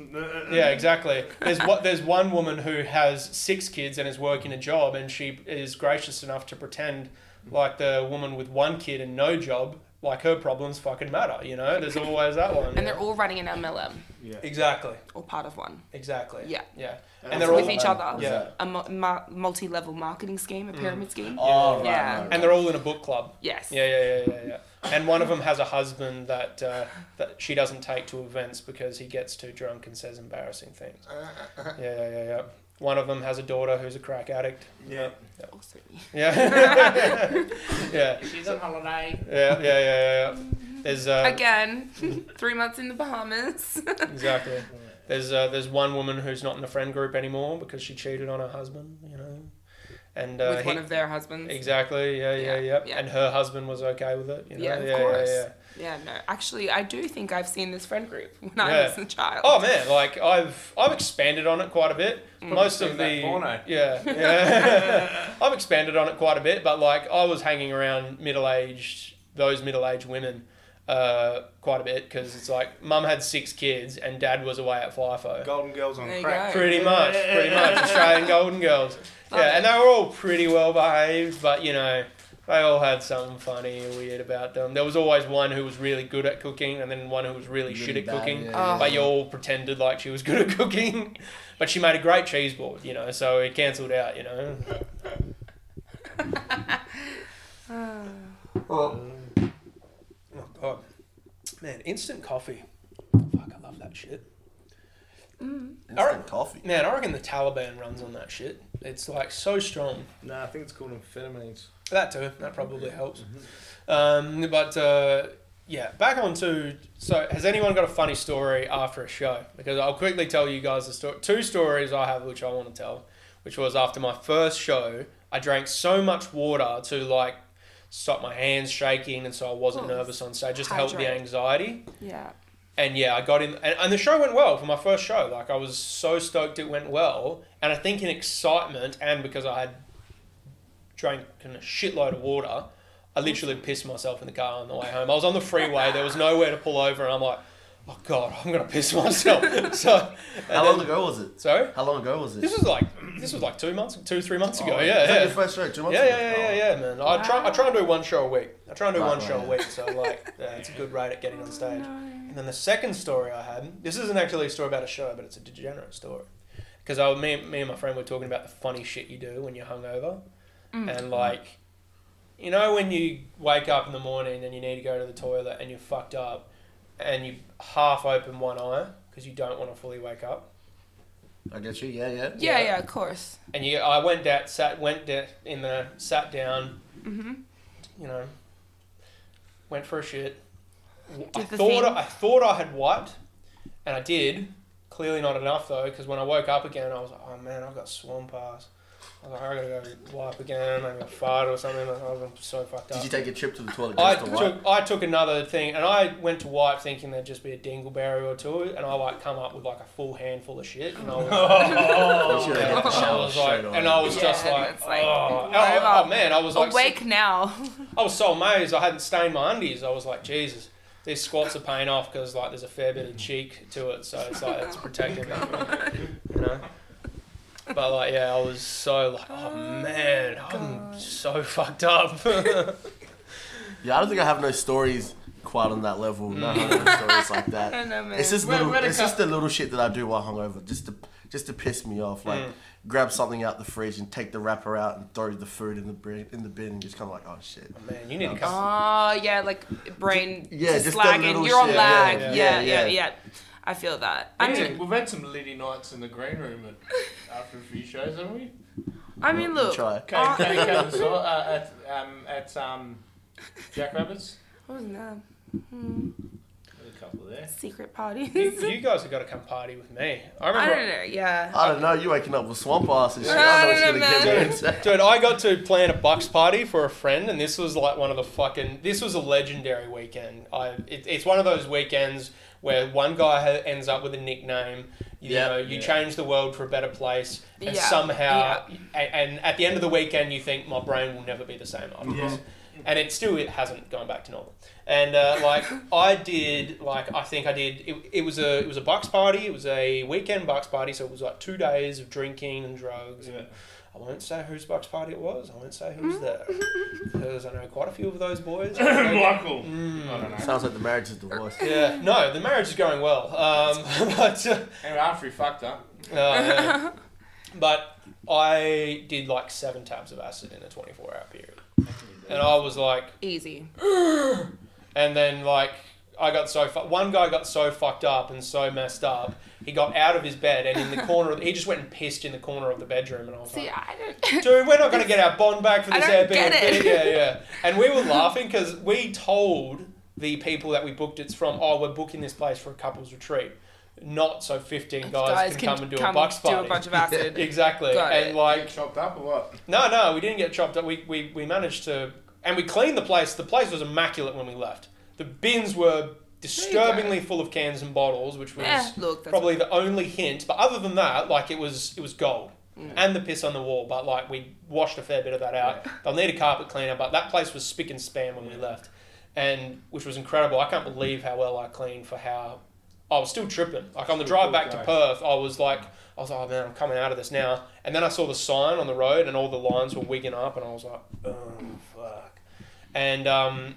Speaker 1: yeah, exactly. There's what there's one woman who has six kids and is working a job, and she is gracious enough to pretend like the woman with one kid and no job, like her problems fucking matter. You know, there's always that one.
Speaker 3: And they're all running in MLM
Speaker 1: exactly,
Speaker 3: or part of one.
Speaker 1: exactly.
Speaker 3: Yeah.
Speaker 1: yeah, and,
Speaker 5: And
Speaker 1: they're
Speaker 3: with
Speaker 1: all
Speaker 3: each other.
Speaker 2: Yeah.
Speaker 1: Yeah.
Speaker 3: A mu- ma- multi-level marketing scheme, a
Speaker 1: Mm.
Speaker 3: pyramid scheme.
Speaker 2: Oh, right,
Speaker 3: Yeah.
Speaker 2: right, right.
Speaker 1: and they're all in a book club.
Speaker 3: Yes.
Speaker 1: Yeah, yeah, yeah, yeah, yeah. And one of them has a husband that uh, that she doesn't take to events because he gets too drunk and says embarrassing things. Yeah, yeah, yeah, yeah. One of them has a daughter who's a crack addict.
Speaker 5: Yeah.
Speaker 3: Also,
Speaker 1: Yeah, yeah,
Speaker 4: She's on holiday.
Speaker 1: yeah, yeah, yeah, yeah. yeah. There's uh,
Speaker 3: Again, three months in the Bahamas.
Speaker 1: exactly. There's uh, there's one woman who's not in the friend group anymore because she cheated on her husband. You know, and uh,
Speaker 3: with one
Speaker 1: he-
Speaker 3: of their husbands.
Speaker 1: exactly. Yeah, yeah,
Speaker 3: Yeah,
Speaker 1: yeah,
Speaker 3: yeah.
Speaker 1: And her husband was okay with it. You know?
Speaker 3: Yeah, of
Speaker 1: yeah,
Speaker 3: course.
Speaker 1: yeah.
Speaker 3: Yeah, no. Actually, I do think I've seen this friend group when I
Speaker 1: Yeah.
Speaker 3: was a child.
Speaker 1: Oh man, like I've I've expanded on it quite a bit. Most of
Speaker 4: Seen that
Speaker 1: the
Speaker 4: porno.
Speaker 1: yeah, yeah. I've expanded on it quite a bit, but like I was hanging around middle aged those middle aged women uh, quite a bit because it's like mum had six kids and dad was away at FIFO.
Speaker 5: Golden Girls on
Speaker 3: There you
Speaker 5: crack.
Speaker 3: go.
Speaker 1: Pretty much, pretty much Australian Golden Girls.
Speaker 3: Love
Speaker 1: yeah,
Speaker 3: it.
Speaker 1: and they were all pretty well behaved, but you know. They all had something funny and weird about them. There was always one who was really good at cooking, and then one who was really, shit
Speaker 2: Really
Speaker 1: at
Speaker 2: bad,
Speaker 1: cooking.
Speaker 2: yeah,
Speaker 3: Oh.
Speaker 2: yeah.
Speaker 1: But you all pretended like she was good at cooking. But she made a great cheese board, you know, so it cancelled out, you know. Oh, God. Man, instant coffee. Fuck, I love that shit.
Speaker 3: mm,
Speaker 2: Instant
Speaker 1: Alright.
Speaker 2: coffee.
Speaker 1: Man, I reckon the Taliban runs on that shit. It's like so strong.
Speaker 5: Nah, I think it's called amphetamines.
Speaker 1: That too. That probably helps. Um, but uh, yeah, back on to so has anyone got a funny story after a show? Because I'll quickly tell you guys the story. Two stories I have which I want to tell, which was after my first show, I drank so much water to like stop my hands shaking, and so I wasn't
Speaker 3: Well,
Speaker 1: nervous on stage, just to help the
Speaker 3: hydrate.
Speaker 1: anxiety.
Speaker 3: Yeah.
Speaker 1: And yeah, I got in, and, and the show went well for my first show. Like I was so stoked it went well, and I think in excitement and because I had drank a shitload of water, I literally pissed myself in the car on the way home. I was on the freeway, there was nowhere to pull over, and I'm like, oh god, I'm gonna piss myself. so,
Speaker 2: How long ago was it?
Speaker 1: so
Speaker 2: How long ago was it?
Speaker 1: this was like this was like two months, two three months ago.
Speaker 2: Oh,
Speaker 1: yeah,
Speaker 2: was that
Speaker 1: yeah.
Speaker 2: your first show? Two months
Speaker 1: Yeah,
Speaker 2: ago?
Speaker 1: yeah, yeah, yeah, yeah, man. I try, I try and do one show a week. I try and do
Speaker 2: Right,
Speaker 1: one
Speaker 2: right,
Speaker 1: show a
Speaker 2: yeah.
Speaker 1: week, so like, yeah, it's a good rate at getting on stage. And then the second story I had, this isn't actually a story about a show, but it's a degenerate story. Because I, me, me and my friend were talking about the funny shit you do when you're hungover, and like, you know, when you wake up in the morning and you need to go to the toilet and you're fucked up, and you half open one eye because you don't want to fully wake up.
Speaker 2: Oh, I get you. Yeah, yeah.
Speaker 3: Yeah,
Speaker 1: Yeah.
Speaker 3: yeah, of course.
Speaker 1: and you, I went down, sat, went down in the, sat down,
Speaker 3: Mm-hmm.
Speaker 1: you know, went for a shit. I
Speaker 3: Did the
Speaker 1: thought
Speaker 3: thing.
Speaker 1: I, thought I had wiped, and I did. Clearly not enough though, because when I woke up again, I was like, oh man, I've got swamp ass. I was like, I gotta go wipe again, maybe a fart or something. Like, I'm so fucked up.
Speaker 2: Did you take a trip to the toilet
Speaker 1: Uh, I
Speaker 2: just to wipe?
Speaker 1: took, I took another thing and I went to wipe thinking there'd just be a dingleberry or two and I like come up with like a full handful of shit and I was
Speaker 2: You should have hit the
Speaker 1: I
Speaker 2: shower
Speaker 1: was like,
Speaker 2: straight on.
Speaker 1: and I was
Speaker 3: Yeah,
Speaker 1: just like,
Speaker 3: that's like,
Speaker 1: oh,
Speaker 3: why
Speaker 1: oh,
Speaker 3: not?
Speaker 1: oh, man, I was like,
Speaker 3: Awake now.
Speaker 1: I was so amazed. I hadn't stained my undies. I was like, Jesus, these squats are paying off because like there's a fair bit of cheek to it, so it's like it's protecting me,
Speaker 3: Oh
Speaker 1: you know. But like, yeah, I was so like, oh man, I'm so fucked up. Oh,
Speaker 2: Yeah, I don't think I have no stories quite on that level. No, no, no stories like that.
Speaker 3: I know, man.
Speaker 2: It's just
Speaker 4: Where-
Speaker 2: little.
Speaker 4: where'd it
Speaker 2: it's
Speaker 4: come-
Speaker 2: just the little shit that I do while hungover, just to just to piss me off. Like
Speaker 1: Mm.
Speaker 2: grab something out the fridge and take the wrapper out and throw the food in the bin, in the bin and just kind of like, oh shit.
Speaker 1: man, you need to come.
Speaker 3: Oh, yeah, like brain
Speaker 2: Yeah,
Speaker 3: just,
Speaker 2: just the
Speaker 3: lagging.
Speaker 2: little
Speaker 3: You're on
Speaker 2: shit,
Speaker 3: lag.
Speaker 2: yeah,
Speaker 3: Yeah
Speaker 2: yeah,
Speaker 3: yeah yeah,
Speaker 2: yeah.
Speaker 3: I feel that.
Speaker 4: I
Speaker 3: I mean,
Speaker 4: we've had some litty nights in the green room at, after a few shows, haven't we?
Speaker 3: I mean, look.
Speaker 2: Try.
Speaker 4: Came,
Speaker 3: Oh.
Speaker 4: came down and saw, uh, at um, at um, Jack Rabbits.
Speaker 3: What was that?
Speaker 4: couple there.
Speaker 3: Hmm. Secret parties.
Speaker 1: You, you guys have got to come party with me. I
Speaker 3: I
Speaker 1: remember.
Speaker 3: don't know. Yeah.
Speaker 2: I don't know. You waking up with swamp ass and shit.
Speaker 3: I
Speaker 2: I know
Speaker 3: don't
Speaker 2: it's
Speaker 3: know,
Speaker 2: gonna get
Speaker 3: man.
Speaker 2: me insane.
Speaker 1: Dude, I got to plan a bucks party for a friend, and this was like one of the fucking. This was a legendary weekend. I it, it's one of those weekends where one guy ha- ends up with a nickname. You
Speaker 2: Yeah.
Speaker 1: know, you
Speaker 4: Yeah.
Speaker 1: change the world for a better place, and
Speaker 3: Yeah.
Speaker 1: somehow, a- and, at the end of the weekend, you think my brain will never be the same after this. And it still it hasn't gone back to normal. And uh, like I did, like I think I did. It, it was a it was a bucks party. It was a weekend bucks party, so it was like two days of drinking and drugs and I won't say whose bucks party it was. I won't say
Speaker 3: Mm-hmm.
Speaker 1: who's there because I know quite a few of those boys.
Speaker 4: Michael. I don't
Speaker 1: Mm.
Speaker 4: know.
Speaker 2: Sounds like the marriage is divorced.
Speaker 1: Yeah, no, the marriage is going well. Um, but uh,
Speaker 4: Anyway, after he fucked up,
Speaker 1: uh, yeah. but I did like seven tabs of acid in a 24 hour period,
Speaker 3: Uh,
Speaker 1: and I was like,
Speaker 3: Easy.
Speaker 1: and then like. I got so fu- one guy got so fucked up and so messed up. He got out of his bed and in the corner, of he just went and pissed in the corner of the bedroom. And I was like,
Speaker 3: See, I don't.
Speaker 1: Dude, we're not going to get our bond back for
Speaker 3: I
Speaker 1: this
Speaker 3: don't
Speaker 1: Airbnb.
Speaker 3: get it.
Speaker 1: Yeah, yeah. And we were laughing because we told the people that we booked it from, oh, we're booking this place for a couples retreat. Not so 15 guys, can, come and do a bucks
Speaker 3: do
Speaker 1: party.
Speaker 3: a bunch of acid.
Speaker 1: exactly.
Speaker 3: Got
Speaker 1: and
Speaker 3: it.
Speaker 4: get
Speaker 1: like,
Speaker 4: chopped up or what?
Speaker 1: no, no, we didn't get chopped up. We, we, we managed to, and we cleaned the place. The place was immaculate when we left. The bins were disturbingly full of cans and bottles, which was
Speaker 3: Eh, look, that's
Speaker 1: probably the only hint. But other than that, like it was, it was gold. And the piss on the wall, but like we washed a fair bit of that out. They'll need a carpet cleaner, but that place was spick and span when we left, and which was incredible. I can't believe how well I cleaned for how I was still tripping. Like on the drive back to
Speaker 4: Okay.
Speaker 1: Perth, I was like, I was like, oh man, I'm coming out of this now. And then I saw the sign on the road, and all the lines were wigging up, and I was like, oh fuck. And um,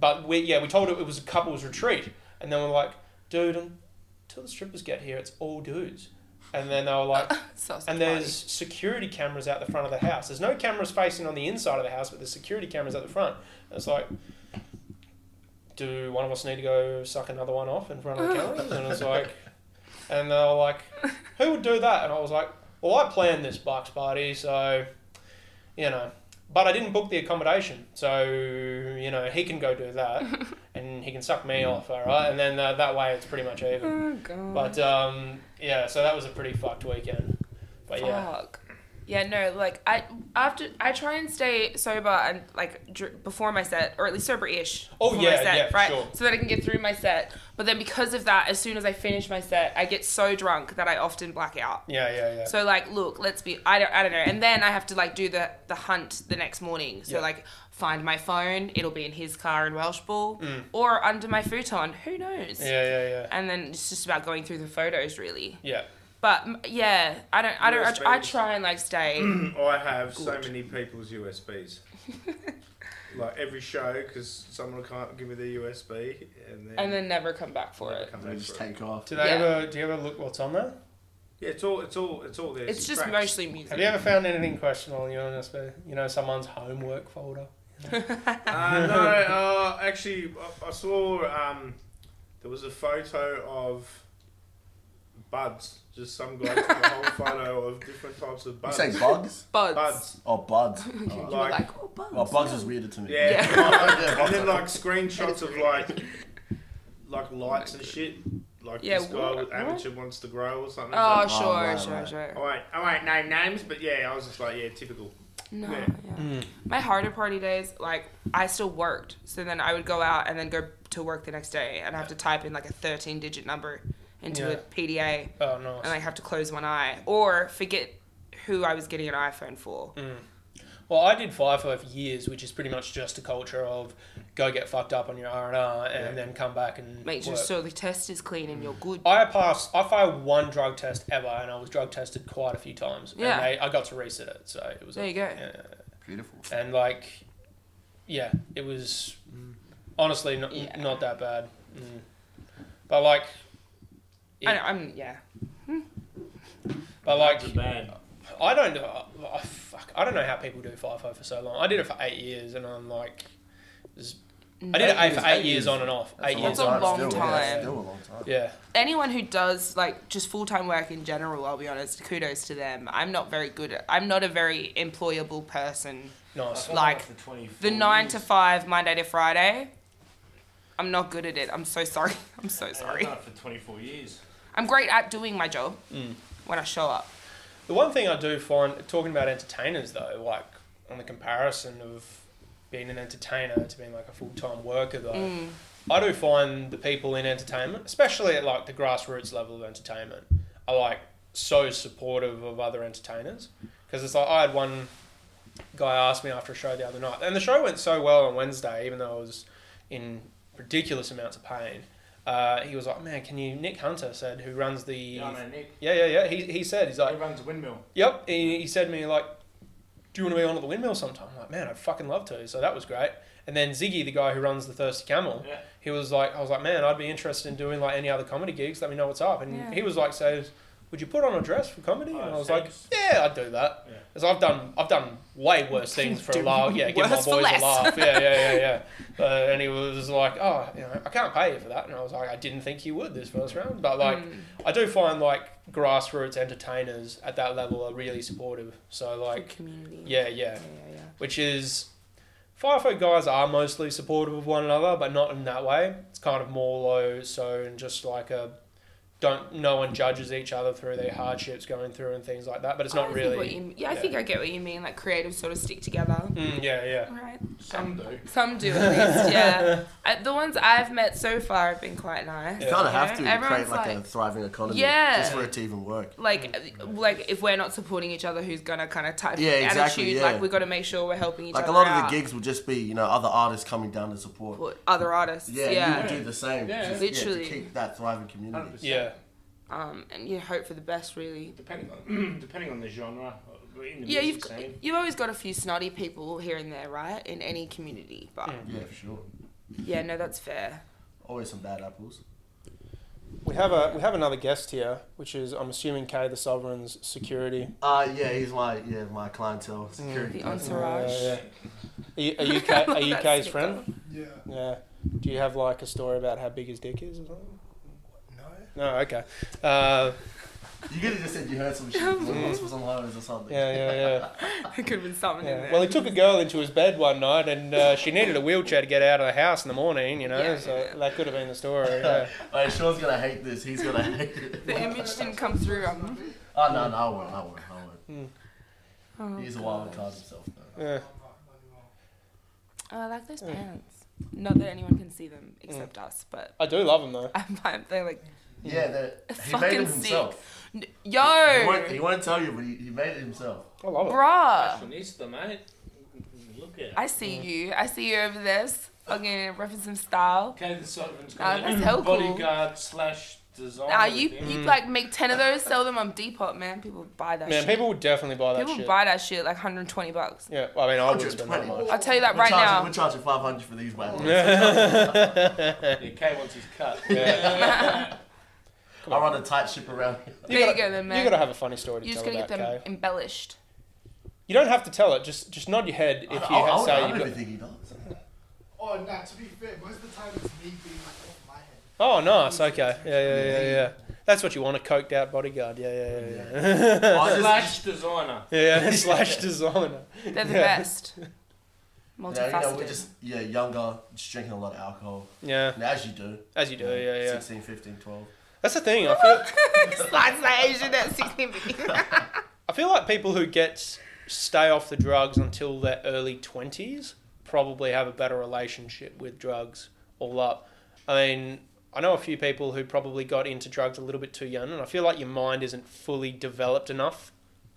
Speaker 1: but we yeah we told it it was a couples retreat, and then we're like, dude, until the strippers get here, it's all dudes. And then they were like,
Speaker 3: Sausage
Speaker 1: and
Speaker 3: party.
Speaker 1: there's security cameras out the front of the house. There's no cameras facing on the inside of the house, but there's security cameras at the front. And it's like, do one of us need to go suck another one off in front of the cameras? And it's like, and they were like, who would do that? And I was like, well, I planned this box party, so, you know. But I didn't book the accommodation, so, you know, he can go do that and he can suck me off, all right? And then uh, that way it's pretty much even.
Speaker 3: Oh god.
Speaker 1: But um, yeah, so that was a pretty fucked weekend. But yeah,
Speaker 3: Fuck. Yeah, no, like I after I try and stay sober and like dr- before my set or at least sober-ish.
Speaker 1: Oh,
Speaker 3: before
Speaker 1: yeah,
Speaker 3: my set,
Speaker 1: yeah,
Speaker 3: right,
Speaker 1: sure.
Speaker 3: so that I can get through my set. But then because of that, as soon as I finish my set, I get so drunk that I often black out.
Speaker 1: yeah, yeah, yeah.
Speaker 3: So like, look, let's be. I don't. I don't know. And then I have to like do the the hunt the next morning. So
Speaker 1: Yeah.
Speaker 3: like, find my phone. It'll be in his car in Welshpool or under my futon. Who knows?
Speaker 1: Mm. yeah, yeah, yeah,
Speaker 3: And then it's just about going through the photos, really.
Speaker 1: yeah.
Speaker 3: But m- yeah, I don't. I don't. I, I
Speaker 5: USBs.
Speaker 3: try and like stay.
Speaker 5: I have so many people's USBs. like every show, because someone can't give me their USB, and then
Speaker 3: and then never come back for
Speaker 5: never
Speaker 3: it.
Speaker 5: come
Speaker 2: They
Speaker 5: back
Speaker 2: just
Speaker 5: for it.
Speaker 2: take off.
Speaker 1: Did I
Speaker 3: Yeah.
Speaker 1: ever? Do you ever look what's on there?
Speaker 5: Yeah, it's all, it's all, it's all there.
Speaker 3: It's just
Speaker 5: tracks.
Speaker 3: mostly music.
Speaker 1: Have you ever found anything questionable? You know, in a sp- you know, someone's homework folder.
Speaker 5: Uh, no, uh, actually, I, I saw um, there was a photo of buds. Just some guy took a whole photo of different types of
Speaker 2: You
Speaker 5: buds.
Speaker 2: say bugs?
Speaker 3: Buds.
Speaker 5: buds.
Speaker 2: Oh, buds.
Speaker 3: You
Speaker 2: Oh,
Speaker 3: were
Speaker 5: Like-
Speaker 3: like, oh, bugs.
Speaker 2: well, bugs is
Speaker 3: no."
Speaker 2: weirder to me.
Speaker 5: Yeah.
Speaker 2: Yeah, bugs
Speaker 5: and then
Speaker 2: are-
Speaker 5: like screenshots of like like lights and shit. Like
Speaker 3: Yeah,
Speaker 5: this guy
Speaker 3: what?
Speaker 5: with amateur wants to grow or something.
Speaker 3: Oh,
Speaker 5: Like,
Speaker 3: sure,
Speaker 2: right,
Speaker 3: sure,
Speaker 2: right.
Speaker 5: I
Speaker 3: sure.
Speaker 5: won't, I won't name names, but yeah, I was just like, yeah, typical.
Speaker 3: No. Yeah.
Speaker 5: Yeah.
Speaker 3: My harder party days, like I still worked, so then I would go out and then go to work the next day, and I have to type in like a thirteen-digit number into
Speaker 1: Yeah.
Speaker 3: a PDA,
Speaker 1: Oh,
Speaker 3: and I
Speaker 1: nice.
Speaker 3: have to close one eye or forget who I was getting an iPhone for.
Speaker 1: Well, I did FIFO for years, which is pretty much just a culture of go get fucked up on your R and R and then come back and
Speaker 3: Make sure
Speaker 1: work.
Speaker 3: so the test is clean and you're good.
Speaker 1: I passed. I failed one drug test ever, and I was drug tested quite a few times.
Speaker 3: Yeah.
Speaker 1: And they, I got to reset it, so it was.
Speaker 3: There you go.
Speaker 1: yeah, yeah.
Speaker 2: Beautiful.
Speaker 1: and like yeah it was honestly not,
Speaker 3: Yeah.
Speaker 1: not that bad mm. but like
Speaker 3: I know, I'm yeah.
Speaker 1: but like
Speaker 4: It's bad.
Speaker 1: i don't know I, fuck, I don't know how people do fifo for so long i did it for eight years and i'm like it was- i did it
Speaker 2: Eight
Speaker 1: for
Speaker 2: years,
Speaker 1: eight, years
Speaker 2: eight years.
Speaker 1: on and off eight years
Speaker 3: That's a
Speaker 1: on
Speaker 3: long
Speaker 2: still, Yeah,
Speaker 3: time.
Speaker 2: it's still a long time.
Speaker 1: yeah
Speaker 3: Anyone who does like just full-time work in general, I'll be honest, kudos to them. I'm not very good at. I'm not a very employable person.
Speaker 1: nice
Speaker 3: Like,
Speaker 4: For 24
Speaker 3: The nine to
Speaker 4: years.
Speaker 3: five Monday to Friday. I'm not good at it. I'm so sorry. I'm so sorry.
Speaker 4: I've done it for 24 years.
Speaker 3: I'm great at doing my job
Speaker 1: Mm.
Speaker 3: when I show up.
Speaker 1: The one thing I do find talking about entertainers though, like on the comparison of being an entertainer to being like a full time worker though, I do find the people in entertainment, especially at like the grassroots level of entertainment, are like so supportive of other entertainers because it's like I had one guy ask me after a show the other night, and the show went so well on Wednesday, even though I was in ridiculous amounts of pain. Uh, he was like, "Man, can you?" Nick Hunter said, who runs the
Speaker 4: Yeah, I know, Nick.
Speaker 1: yeah, yeah, yeah. He, he said he's
Speaker 4: He
Speaker 1: like,
Speaker 4: runs a windmill.
Speaker 1: yep. He, he said to me like, do you want to be on at the windmill sometime? I'm like, man, I'd fucking love to. So that was great. And then Ziggy, the guy who runs the Thirsty Camel,
Speaker 4: Yeah.
Speaker 1: he was like, I was like, man, I'd be interested in doing like any other comedy gigs. Let me know what's up. And
Speaker 3: Yeah.
Speaker 1: he was like, says, would you put on a dress for comedy?
Speaker 4: Oh,
Speaker 1: and I was
Speaker 4: thanks.
Speaker 1: like, yeah, I'd do that.
Speaker 4: Yeah.
Speaker 1: Because I've done, I've done way worse things for a
Speaker 3: Do
Speaker 1: laugh. Yeah, give my
Speaker 3: worse
Speaker 1: boys
Speaker 3: for
Speaker 1: a
Speaker 3: less.
Speaker 1: laugh. Yeah, yeah, yeah, yeah. Uh, and he was like, oh, you know, I can't pay you for that. And I was like, I didn't think you would this first round, but like. I do find like grassroots entertainers at that level are really supportive. So like,
Speaker 3: community.
Speaker 1: yeah, yeah,
Speaker 3: Yeah, yeah, yeah.
Speaker 1: which is firefight guys are mostly supportive of one another, but not in that way. It's kind of more low, so and just like a don't no one judges each other through their hardships going through and things like that. But it's not
Speaker 3: Oh, I think what
Speaker 1: really.
Speaker 3: you- yeah, I
Speaker 1: yeah.
Speaker 3: think I get what you mean. Like creatives sort of stick together.
Speaker 1: Mm, yeah, yeah.
Speaker 3: Right.
Speaker 4: Some do.
Speaker 3: Some do at least. Yeah. I, the ones I've met so far have been quite nice.
Speaker 2: You kind
Speaker 3: you
Speaker 2: of have
Speaker 3: know?
Speaker 2: to to create
Speaker 3: Everyone's
Speaker 2: like, a thriving economy
Speaker 3: Yeah.
Speaker 2: just for it to even work.
Speaker 3: like uh, like if we're not supporting each other who's gonna kind of type
Speaker 2: Yeah, exactly,
Speaker 3: attitude
Speaker 2: yeah.
Speaker 3: like we got to make sure we're helping each
Speaker 2: Like
Speaker 3: other
Speaker 2: a lot
Speaker 3: out.
Speaker 2: of the gigs will just be, you know, other artists coming down to support.
Speaker 3: Or other artists
Speaker 2: Yeah,
Speaker 3: yeah,
Speaker 2: you would do the same.
Speaker 4: Yeah.
Speaker 2: just,
Speaker 3: Literally.
Speaker 2: Yeah, to keep that thriving community.
Speaker 4: 100%.
Speaker 1: Yeah,
Speaker 3: um and you hope for the best really
Speaker 4: Depending on, depending on the genre. uh, In the
Speaker 3: yeah you've
Speaker 4: music scene.
Speaker 3: you've always got a few snotty people here and there right in any community but
Speaker 1: Mm.
Speaker 2: Yeah, for sure.
Speaker 3: yeah no that's fair
Speaker 2: Always some bad apples.
Speaker 1: we have a we have another guest here, which is I'm assuming Kay the Sovereign's security.
Speaker 2: Uh, yeah, he's my yeah my clientele security.
Speaker 3: the entourage
Speaker 1: Yeah, yeah. Are you, are you,
Speaker 3: I
Speaker 1: Kay,
Speaker 3: love
Speaker 1: are you
Speaker 3: that
Speaker 1: Kay's
Speaker 3: snippet.
Speaker 1: friend?
Speaker 5: Yeah.
Speaker 1: Yeah. Do you have like a story about how big his dick is or something?
Speaker 5: No.
Speaker 1: No, okay. Uh,
Speaker 2: You could have just said you heard some shit from Lost for some highways or something.
Speaker 1: yeah, yeah,
Speaker 3: there could have been something
Speaker 1: yeah,
Speaker 3: in
Speaker 1: yeah.
Speaker 3: there
Speaker 1: Well, he took a girl into his bed one night, and uh, she needed a wheelchair to get out of the house in the morning. You know,
Speaker 3: Yeah,
Speaker 1: so
Speaker 3: yeah.
Speaker 1: that could have been the story. Yeah.
Speaker 2: Like Sean's gonna hate this. He's gonna hate it.
Speaker 3: the image didn't come through um,
Speaker 2: Oh no, no, I won't. I won't. I won't.
Speaker 3: oh,
Speaker 2: He's a wild card himself. Though.
Speaker 1: yeah.
Speaker 3: oh i like those
Speaker 1: Mm.
Speaker 3: pants not that anyone can see them except us but
Speaker 1: I do love him though.
Speaker 3: i'm fine they're like
Speaker 2: Yeah, that he made
Speaker 3: Fucking
Speaker 2: it
Speaker 3: sick.
Speaker 2: himself.
Speaker 3: "N-
Speaker 2: He won't, he
Speaker 3: yo
Speaker 2: won't tell you, but he, he made it himself.
Speaker 1: I love him.
Speaker 3: bruh
Speaker 4: Fashionista, mate. Look at it.
Speaker 3: I see you. I see you over there. s- Fucking reference some style.
Speaker 4: Okay, the Sullivan's
Speaker 3: Nah,
Speaker 4: got
Speaker 3: that's
Speaker 4: an
Speaker 3: hell cool.
Speaker 4: bodyguard slash designer.
Speaker 3: Now you
Speaker 4: with him.
Speaker 3: you like make ten of those, sell them on Depop, man. People would buy that.
Speaker 1: mm. Man,
Speaker 3: shit.
Speaker 1: people would definitely buy that
Speaker 3: People
Speaker 1: shit.
Speaker 3: buy that shit like 120 bucks.
Speaker 1: yeah, well, I mean, I would spend that
Speaker 2: 120.
Speaker 1: much.
Speaker 3: I'll tell you that
Speaker 2: We're
Speaker 3: right
Speaker 2: charging,
Speaker 3: now. Oh,
Speaker 2: We're charging 500 for these, by the way.
Speaker 1: Yeah.
Speaker 4: Yeah, Kay wants his cut.
Speaker 2: I run a tight ship around here.
Speaker 1: You
Speaker 3: There
Speaker 1: gotta,
Speaker 3: you go then, man.
Speaker 1: You gotta have a funny story to
Speaker 3: You're just
Speaker 1: tell
Speaker 3: gonna
Speaker 1: about
Speaker 3: get them
Speaker 1: Kay.
Speaker 3: embellished.
Speaker 1: You don't have to tell it. Just just nod your head if
Speaker 2: I,
Speaker 1: you
Speaker 3: Oh,
Speaker 2: I, I,
Speaker 1: have, say
Speaker 2: I
Speaker 1: you've
Speaker 2: don't
Speaker 1: got.
Speaker 2: even think he does.
Speaker 6: Oh, nah, to be fair, most of the time it's me being like off my head.
Speaker 1: Oh, nice. Okay. Yeah, yeah, yeah, yeah. That's what you want—a coked out bodyguard. Yeah, yeah, yeah, yeah.
Speaker 2: I just-
Speaker 4: slash designer.
Speaker 1: Yeah, yeah, slash designer.
Speaker 3: They're the
Speaker 1: Yeah.
Speaker 3: best.
Speaker 2: Yeah,
Speaker 3: Multifaceted.
Speaker 2: you know, we're just yeah younger, just drinking a lot of alcohol.
Speaker 1: Yeah,
Speaker 2: And as you do.
Speaker 1: as you do. Yeah, yeah.
Speaker 2: 16, 15, 12.
Speaker 1: That's the thing. I feel
Speaker 3: Slides like Asian at 16.
Speaker 1: I feel like people who get stay off the drugs until their early twenties probably have a better relationship with drugs all up. I mean, I know a few people who probably got into drugs a little bit too young, and I feel like your mind isn't fully developed enough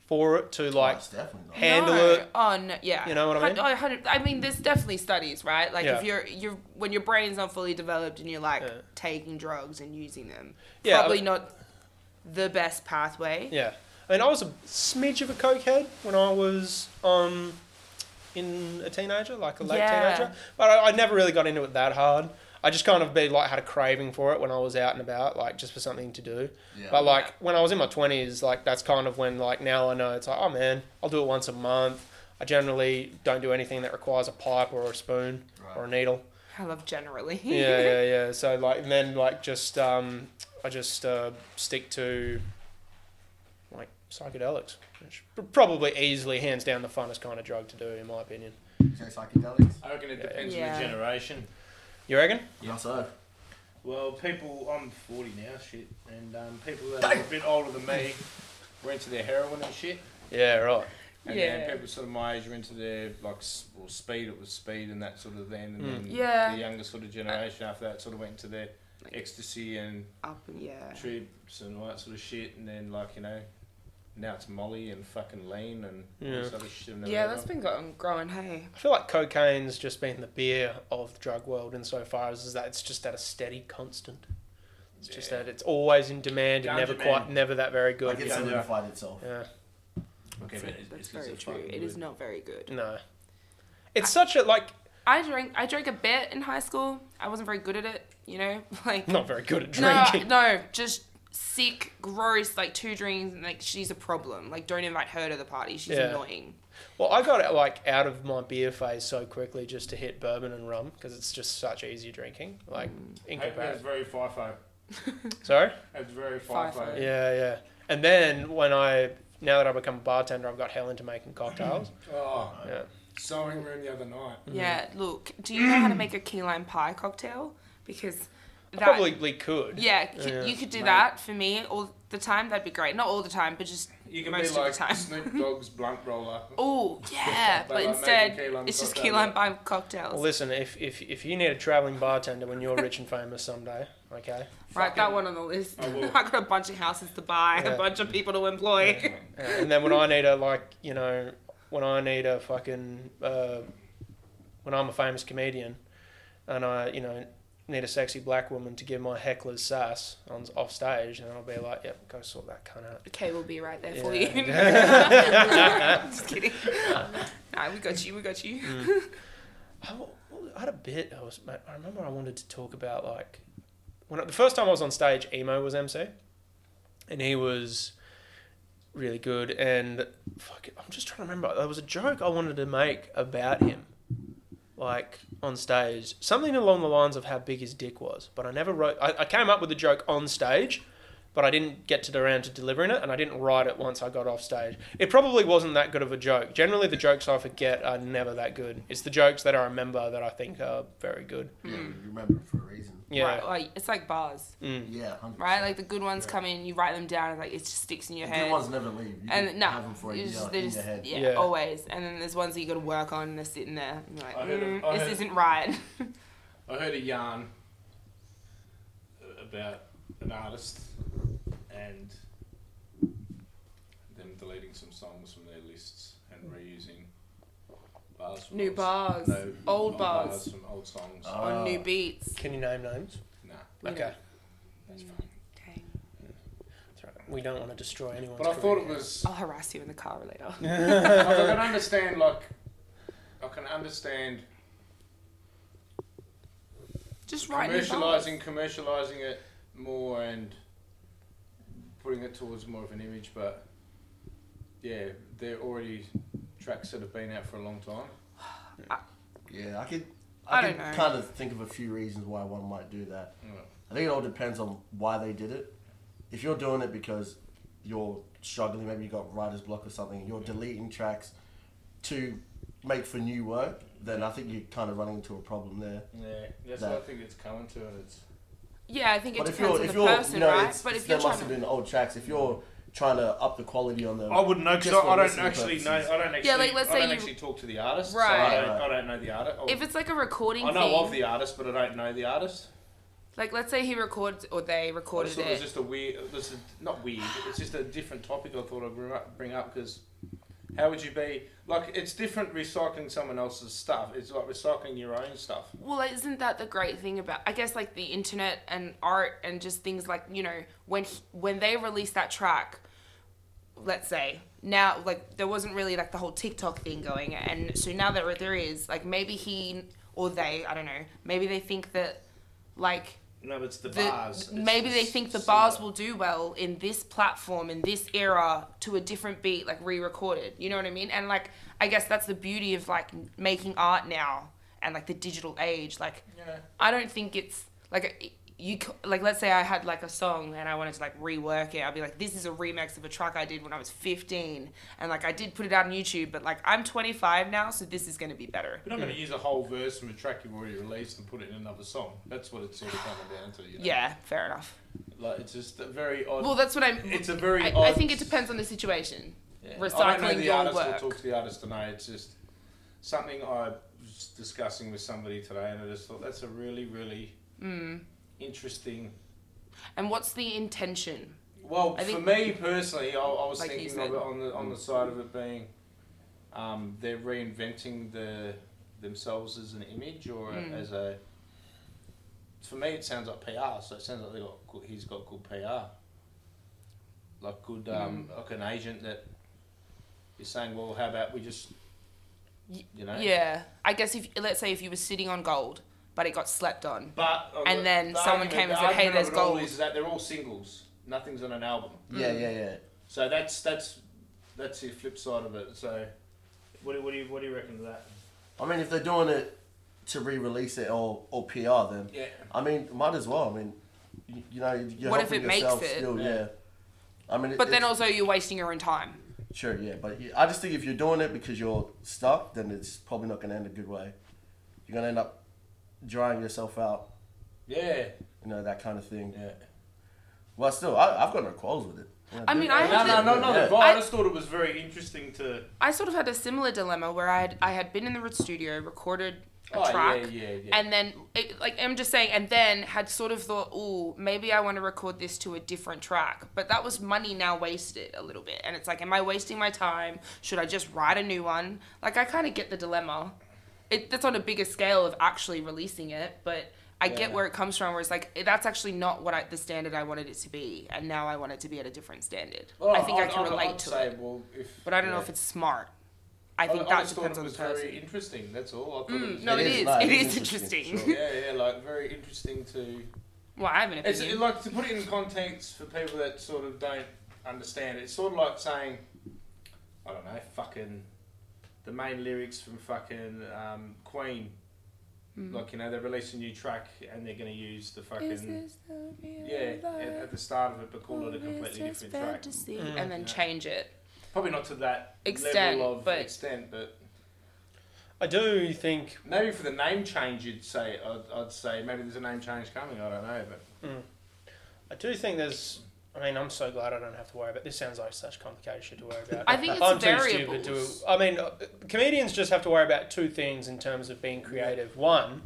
Speaker 1: for it to like.
Speaker 2: Oh, it's definitely not.
Speaker 1: Handle
Speaker 3: no.
Speaker 1: it.
Speaker 3: Oh no, yeah.
Speaker 1: You know what I
Speaker 3: Hun-
Speaker 1: mean?
Speaker 3: oh, hundred- I mean, there's definitely studies, right? Like
Speaker 1: Yeah.
Speaker 3: if you're you're when your brain's not fully developed and you're like
Speaker 1: Yeah.
Speaker 3: taking drugs and using them,
Speaker 1: Yeah, uh, I-
Speaker 3: probably not the best pathway.
Speaker 1: Yeah. I mean, I was a smidge of a cokehead when I was um, in a teenager, like a late
Speaker 3: Yeah.
Speaker 1: teenager. But I, I never really got into it that hard. I just kind of be like had a craving for it when I was out and about, like just for something to do.
Speaker 2: Yeah.
Speaker 1: But like when I was in my twenties, like that's kind of when like now I know it's like oh man, I'll do it once a month. I generally don't do anything that requires a pipe or a spoon or a
Speaker 2: Right.
Speaker 1: needle
Speaker 3: I love generally.
Speaker 1: yeah, yeah, yeah. So like, and then like, just um, I just uh, stick to like psychedelics, which p- probably easily, hands down, the funnest kind of drug to do, in my opinion.
Speaker 2: Say psychedelics.
Speaker 4: I reckon it
Speaker 1: Yeah.
Speaker 4: depends on
Speaker 3: Yeah.
Speaker 4: the generation.
Speaker 1: You reckon?
Speaker 2: Yeah. So,
Speaker 4: Well, people, I'm 40 now, shit, and um, people that are a bit older than me were into their heroin and shit.
Speaker 1: Yeah, right.
Speaker 4: And
Speaker 3: Yeah.
Speaker 4: then people sort of my age were into their like s- well, speed. It was speed and that sort of then, and
Speaker 1: Mm.
Speaker 4: then
Speaker 3: Yeah.
Speaker 4: the younger sort of generation after that sort of went into their ecstasy and
Speaker 3: Up and yeah.
Speaker 4: trips and all that sort of shit. And then like you know, now it's Molly and fucking lean and all
Speaker 1: Yeah.
Speaker 4: this other shit. and
Speaker 3: Yeah,
Speaker 4: whatever.
Speaker 3: that's been going, growing. Hey,
Speaker 1: I feel like cocaine's just been the beer of the drug world insofar as is that it's just at a steady constant. It's just
Speaker 4: Yeah.
Speaker 1: that it's always in demand and
Speaker 4: Ganja
Speaker 1: never
Speaker 4: man.
Speaker 1: quite, never that very good.
Speaker 2: like it
Speaker 4: yeah.
Speaker 2: solidified itself.
Speaker 1: yeah.
Speaker 4: okay,
Speaker 3: that's,
Speaker 4: but
Speaker 3: it.
Speaker 4: it's,
Speaker 3: that's
Speaker 4: it's
Speaker 3: very
Speaker 4: a
Speaker 3: true.
Speaker 4: fucking
Speaker 3: It is
Speaker 4: good-
Speaker 3: not very good.
Speaker 1: No. It's such a, like,
Speaker 3: I drank. I drank a bit in high school. I wasn't very good at it. You know, like
Speaker 1: not very good at
Speaker 3: no,
Speaker 1: drinking.
Speaker 3: no, just sick, gross. Like two drinks, and like she's a problem. Like don't invite her to the party. She's
Speaker 1: Yeah.
Speaker 3: annoying.
Speaker 1: Well, I got like out of my beer phase so quickly just to hit bourbon and rum because it's just such easy drinking. Like, in
Speaker 4: Hey, That's
Speaker 1: comparison.
Speaker 4: very FIFO.
Speaker 1: Sorry?
Speaker 4: That's very
Speaker 3: FIFO.
Speaker 4: FIFO.
Speaker 1: Yeah, yeah. And then when I, now that I've become a bartender, I've got hell into making cocktails.
Speaker 4: Oh,
Speaker 1: Yeah.
Speaker 4: sewing room the other night.
Speaker 1: Mm-hmm.
Speaker 3: Yeah. Look, do you know how to make a key lime pie cocktail? Because
Speaker 1: I
Speaker 3: that.
Speaker 1: probably could.
Speaker 3: Yeah, c-
Speaker 1: Oh, Yeah.
Speaker 3: you could do
Speaker 4: Mate.
Speaker 3: that for me all the time. That'd be great. Not all the time, but just
Speaker 4: You can
Speaker 3: Most
Speaker 4: be
Speaker 3: of the
Speaker 4: like
Speaker 3: time.
Speaker 4: Snoop Dogg's blunt roller.
Speaker 3: oh yeah.
Speaker 4: But
Speaker 3: but
Speaker 4: like
Speaker 3: instead,
Speaker 4: making key lime
Speaker 3: it's just
Speaker 4: cocktail,
Speaker 3: key lime
Speaker 4: yeah.
Speaker 3: pie cocktails.
Speaker 1: Well, listen, if, if, if you need a traveling bartender when you're rich and famous someday, okay?
Speaker 3: Write that one on the list.
Speaker 4: I will.
Speaker 3: I've got a bunch of houses to buy,
Speaker 1: Yeah.
Speaker 3: a bunch of people to employ.
Speaker 1: Uh, and then when I need a, like, you know, when I need a fucking, uh, when I'm a famous comedian and I, you know, need a sexy black woman to give my hecklers sass on off stage, and I'll be like, yep, go sort that cunt out.
Speaker 3: Okay, we'll be right there for you.
Speaker 1: Yeah.
Speaker 3: just kidding. Nah, we got you. We got you.
Speaker 1: I, wa- I had a bit, I was, mate, I remember I wanted to talk about, like, when I, the first time I was on stage, Emo was MC. and he was really good. And fuck, it, I'm just trying to remember. There was a joke I wanted to make about him, like on stage, something along the lines of how big his dick was. But I never wrote. I, I came up with a joke on stage, but I didn't get to the round to delivering it, and I didn't write it once I got off stage. It probably wasn't that good of a joke. Generally, the jokes I forget are never that good. It's the jokes that I remember that I think are very good.
Speaker 3: Hmm.
Speaker 2: Yeah, you remember it for a reason.
Speaker 1: Yeah.
Speaker 3: Right, like, it's like bars,
Speaker 1: Mm.
Speaker 2: Yeah, 100%.
Speaker 3: right? Like the good ones come in, you write them down, and like it just sticks in your
Speaker 2: The
Speaker 3: head.
Speaker 2: good ones never leave. You
Speaker 3: and
Speaker 2: can
Speaker 3: no,
Speaker 2: have them for a year
Speaker 3: it's just,
Speaker 2: in
Speaker 3: they're just
Speaker 2: your head.
Speaker 3: Yeah,
Speaker 1: Yeah.
Speaker 3: always. And then there's ones that you got to work on, and they're sitting there, and you're like,
Speaker 4: I heard of-
Speaker 3: mm,
Speaker 4: I
Speaker 3: this
Speaker 4: heard-
Speaker 3: isn't right.
Speaker 4: I heard a yarn about an artist and them deleting some songs from their lists and reusing bars from
Speaker 3: New
Speaker 4: old-
Speaker 3: bars,
Speaker 4: no,
Speaker 3: old
Speaker 4: not
Speaker 3: bars,
Speaker 4: from old songs.
Speaker 2: Oh.
Speaker 3: on new beats.
Speaker 1: Can you name names?
Speaker 4: Nah,
Speaker 3: We
Speaker 1: Okay.
Speaker 4: that's fine.
Speaker 3: Okay.
Speaker 1: That's right. We don't want to destroy anyone's.
Speaker 4: But I thought it
Speaker 1: career.
Speaker 4: was
Speaker 3: I'll harass you in the car later.
Speaker 4: I can understand like I can understand
Speaker 3: Just write new bars.
Speaker 4: commercializing commercializing it more and putting it towards more of an image but yeah they're already tracks that have been out for a long time
Speaker 2: Yeah, I could.
Speaker 3: I
Speaker 2: I,
Speaker 3: don't
Speaker 2: could
Speaker 3: know.
Speaker 2: kind of think of a few reasons why one might do that.
Speaker 4: Mm.
Speaker 2: I think it all depends on why they did it. If you're doing it because you're struggling, maybe you got writer's block or something, and you're deleting tracks to make for new work, then I think you're kind of running into a problem there.
Speaker 4: yeah that's
Speaker 2: That-
Speaker 4: what i think it's coming to and it's
Speaker 3: Yeah, I think it
Speaker 2: but if
Speaker 3: depends
Speaker 2: you're,
Speaker 3: on
Speaker 2: if
Speaker 3: the
Speaker 2: you're,
Speaker 3: person,
Speaker 2: you know,
Speaker 3: right?
Speaker 2: it's,
Speaker 3: but
Speaker 2: it's-
Speaker 3: if you're
Speaker 2: there must
Speaker 3: trying
Speaker 2: have
Speaker 3: to,
Speaker 2: been old tracks. If you're trying to up the quality on them,
Speaker 3: Mm.
Speaker 5: I wouldn't know
Speaker 2: Just
Speaker 5: because I,
Speaker 2: for
Speaker 5: I don't
Speaker 2: listening
Speaker 5: actually know.
Speaker 2: purposes.
Speaker 5: I don't actually.
Speaker 3: Yeah, like, let's
Speaker 4: i don't
Speaker 3: say you-
Speaker 4: actually talk to the artist
Speaker 3: Right.
Speaker 4: so I, don't,
Speaker 2: Right.
Speaker 4: I don't know the artist
Speaker 3: if it's like a recording
Speaker 4: i know
Speaker 3: thing,
Speaker 4: of the artist but i don't know the artist
Speaker 3: like let's say he records or they
Speaker 4: I just
Speaker 3: recorded
Speaker 4: thought it was
Speaker 3: it.
Speaker 4: just a weird it was a- not weird it's just a different topic i thought i'd bring up- bring up because how would you be like it's different recycling someone else's stuff it's like recycling your own stuff
Speaker 3: Well, isn't that the great thing about I guess like the internet and art and just things like you know when he- when they released that track, let's say now like there wasn't really like the whole TikTok thing going, and so now that there is like maybe he or they I don't know maybe they think that like
Speaker 4: No, but it's the,
Speaker 3: the-
Speaker 4: bars.
Speaker 3: maybe they think the bars will do well in this platform in this era to a different beat like re-recorded you know what i mean and like i guess that's the beauty of like making art now and like the digital age like
Speaker 4: Yeah.
Speaker 3: i don't think it's like it- you c- like let's say I had like a song and I wanted to like rework it. I'd be like, this is a remix of a track I did when I was 15, and like I did put it out on YouTube, but like I'm 25 now, so this is gonna be better.
Speaker 4: You're not going to use a whole verse from a track you've already released and put it in another song. That's what it's sort of coming down to. You know?
Speaker 3: Yeah, fair enough.
Speaker 4: Like, it's just a very odd.
Speaker 3: Well, that's what I'm.
Speaker 4: it's a very
Speaker 3: I,
Speaker 4: odd.
Speaker 3: I think it depends on the situation.
Speaker 4: Yeah. I don't know
Speaker 3: Recycling
Speaker 4: the
Speaker 3: your
Speaker 4: artist
Speaker 3: work.
Speaker 4: will talk to the artist tonight. It's just something I was discussing with somebody today, and I just thought that's a really, really
Speaker 3: Hmm.
Speaker 4: interesting.
Speaker 3: And what's the intention?
Speaker 4: Well,
Speaker 3: I
Speaker 4: for
Speaker 3: think-
Speaker 4: me personally, I, I was
Speaker 3: Like you
Speaker 4: thinking
Speaker 3: said.
Speaker 4: of it on the on the side of it being um, they're reinventing the themselves as an image or
Speaker 3: Mm.
Speaker 4: as a. For me, it sounds like PR. So it sounds like they got good, he's got good PR, like good
Speaker 3: Mm.
Speaker 4: um, like an agent that is saying, well, how about we just,
Speaker 3: Y-
Speaker 4: you know,
Speaker 3: Yeah, I guess if let's say if you were sitting on gold, but it got slept on.
Speaker 4: But on
Speaker 3: And then someone came and
Speaker 4: the
Speaker 3: said, "Hey,
Speaker 4: argument
Speaker 3: there's
Speaker 4: of it all
Speaker 3: gold."
Speaker 4: Is that they're all singles? Nothing's on an album.
Speaker 2: Yeah, yeah, yeah.
Speaker 4: So that's that's that's the flip side of it. So what do, what do you what do you reckon to that?
Speaker 2: I mean, if they're doing it to re-release it or, or PR, then
Speaker 4: Yeah.
Speaker 2: I mean, might as well. I mean, you, you know, you're
Speaker 3: What if
Speaker 2: helping
Speaker 3: it makes
Speaker 2: yourself
Speaker 3: it?
Speaker 2: still.
Speaker 4: Yeah.
Speaker 2: Yeah. I mean, it,
Speaker 3: But then
Speaker 2: it's-
Speaker 3: also you're wasting your own time.
Speaker 2: sure, yeah. But you- I just think if you're doing it because you're stuck, then it's probably not going to end a good way. You're going to end up drying yourself out,
Speaker 4: Yeah.
Speaker 2: you know, that kind of thing.
Speaker 4: Yeah.
Speaker 2: Well, still, I, I've got no quarrels with it. Yeah,
Speaker 3: I
Speaker 2: do
Speaker 3: mean,
Speaker 2: that.
Speaker 3: I
Speaker 4: No,
Speaker 3: had
Speaker 4: no,
Speaker 3: to-
Speaker 4: no, no.
Speaker 2: Yeah.
Speaker 4: but I just thought it was very interesting to.
Speaker 3: I sort of had a similar dilemma where I had I had been in the studio, recorded a
Speaker 4: Oh,
Speaker 3: track,
Speaker 4: yeah, yeah, yeah.
Speaker 3: and then it, like I'm just saying, and then had sort of thought, oh, maybe I want to record this to a different track, but that was money now wasted a little bit, and it's like, am I wasting my time? Should I just write a new one? Like I kind of get the dilemma. It, that's on a bigger scale of actually releasing it, but I
Speaker 4: Yeah.
Speaker 3: get where it comes from. Where it's like eh, that's actually not what I, the standard I wanted it to be, and now I want it to be at a different standard. I think i can
Speaker 4: I'd-
Speaker 3: relate
Speaker 4: I'd
Speaker 3: to it.
Speaker 4: say, Well, if,
Speaker 3: But I don't know
Speaker 4: yeah.
Speaker 3: if it's smart. I
Speaker 4: I,
Speaker 3: think
Speaker 4: I
Speaker 3: that
Speaker 4: just thought
Speaker 3: depends
Speaker 4: it
Speaker 3: on the
Speaker 4: was
Speaker 3: person. Mm,
Speaker 4: very interesting. That's all. I thought it was
Speaker 3: no,
Speaker 2: It
Speaker 3: it
Speaker 2: is,
Speaker 3: is.
Speaker 2: no,
Speaker 3: it is interesting.
Speaker 2: sure.
Speaker 4: yeah, yeah, like very interesting to.
Speaker 3: Well, I have an
Speaker 4: It's
Speaker 3: opinion.
Speaker 4: it- like to put it in context for people that sort of don't understand. It's sort of like saying, I don't know, fucking the main lyrics from fucking um, Queen. Like you know, they release a new track and they're gonna use the fucking yeah at, at the start of it, but call it a completely different track.
Speaker 1: Mm,
Speaker 3: and then
Speaker 4: Yeah.
Speaker 3: change it.
Speaker 4: Probably not to that
Speaker 3: Extent,
Speaker 4: level of
Speaker 3: but-
Speaker 4: extent, but
Speaker 1: I do think
Speaker 4: maybe for the name change, you'd say I'd, I'd say maybe there's a name change coming. I don't know, but
Speaker 1: I do think there's. I mean, I'm so glad I don't have to worry about this. Sounds like such complicated shit to worry about.
Speaker 3: I think it's
Speaker 1: I'm too stupid
Speaker 3: variables.
Speaker 1: to. I mean, uh, comedians just have to worry about two things in terms of being creative. One,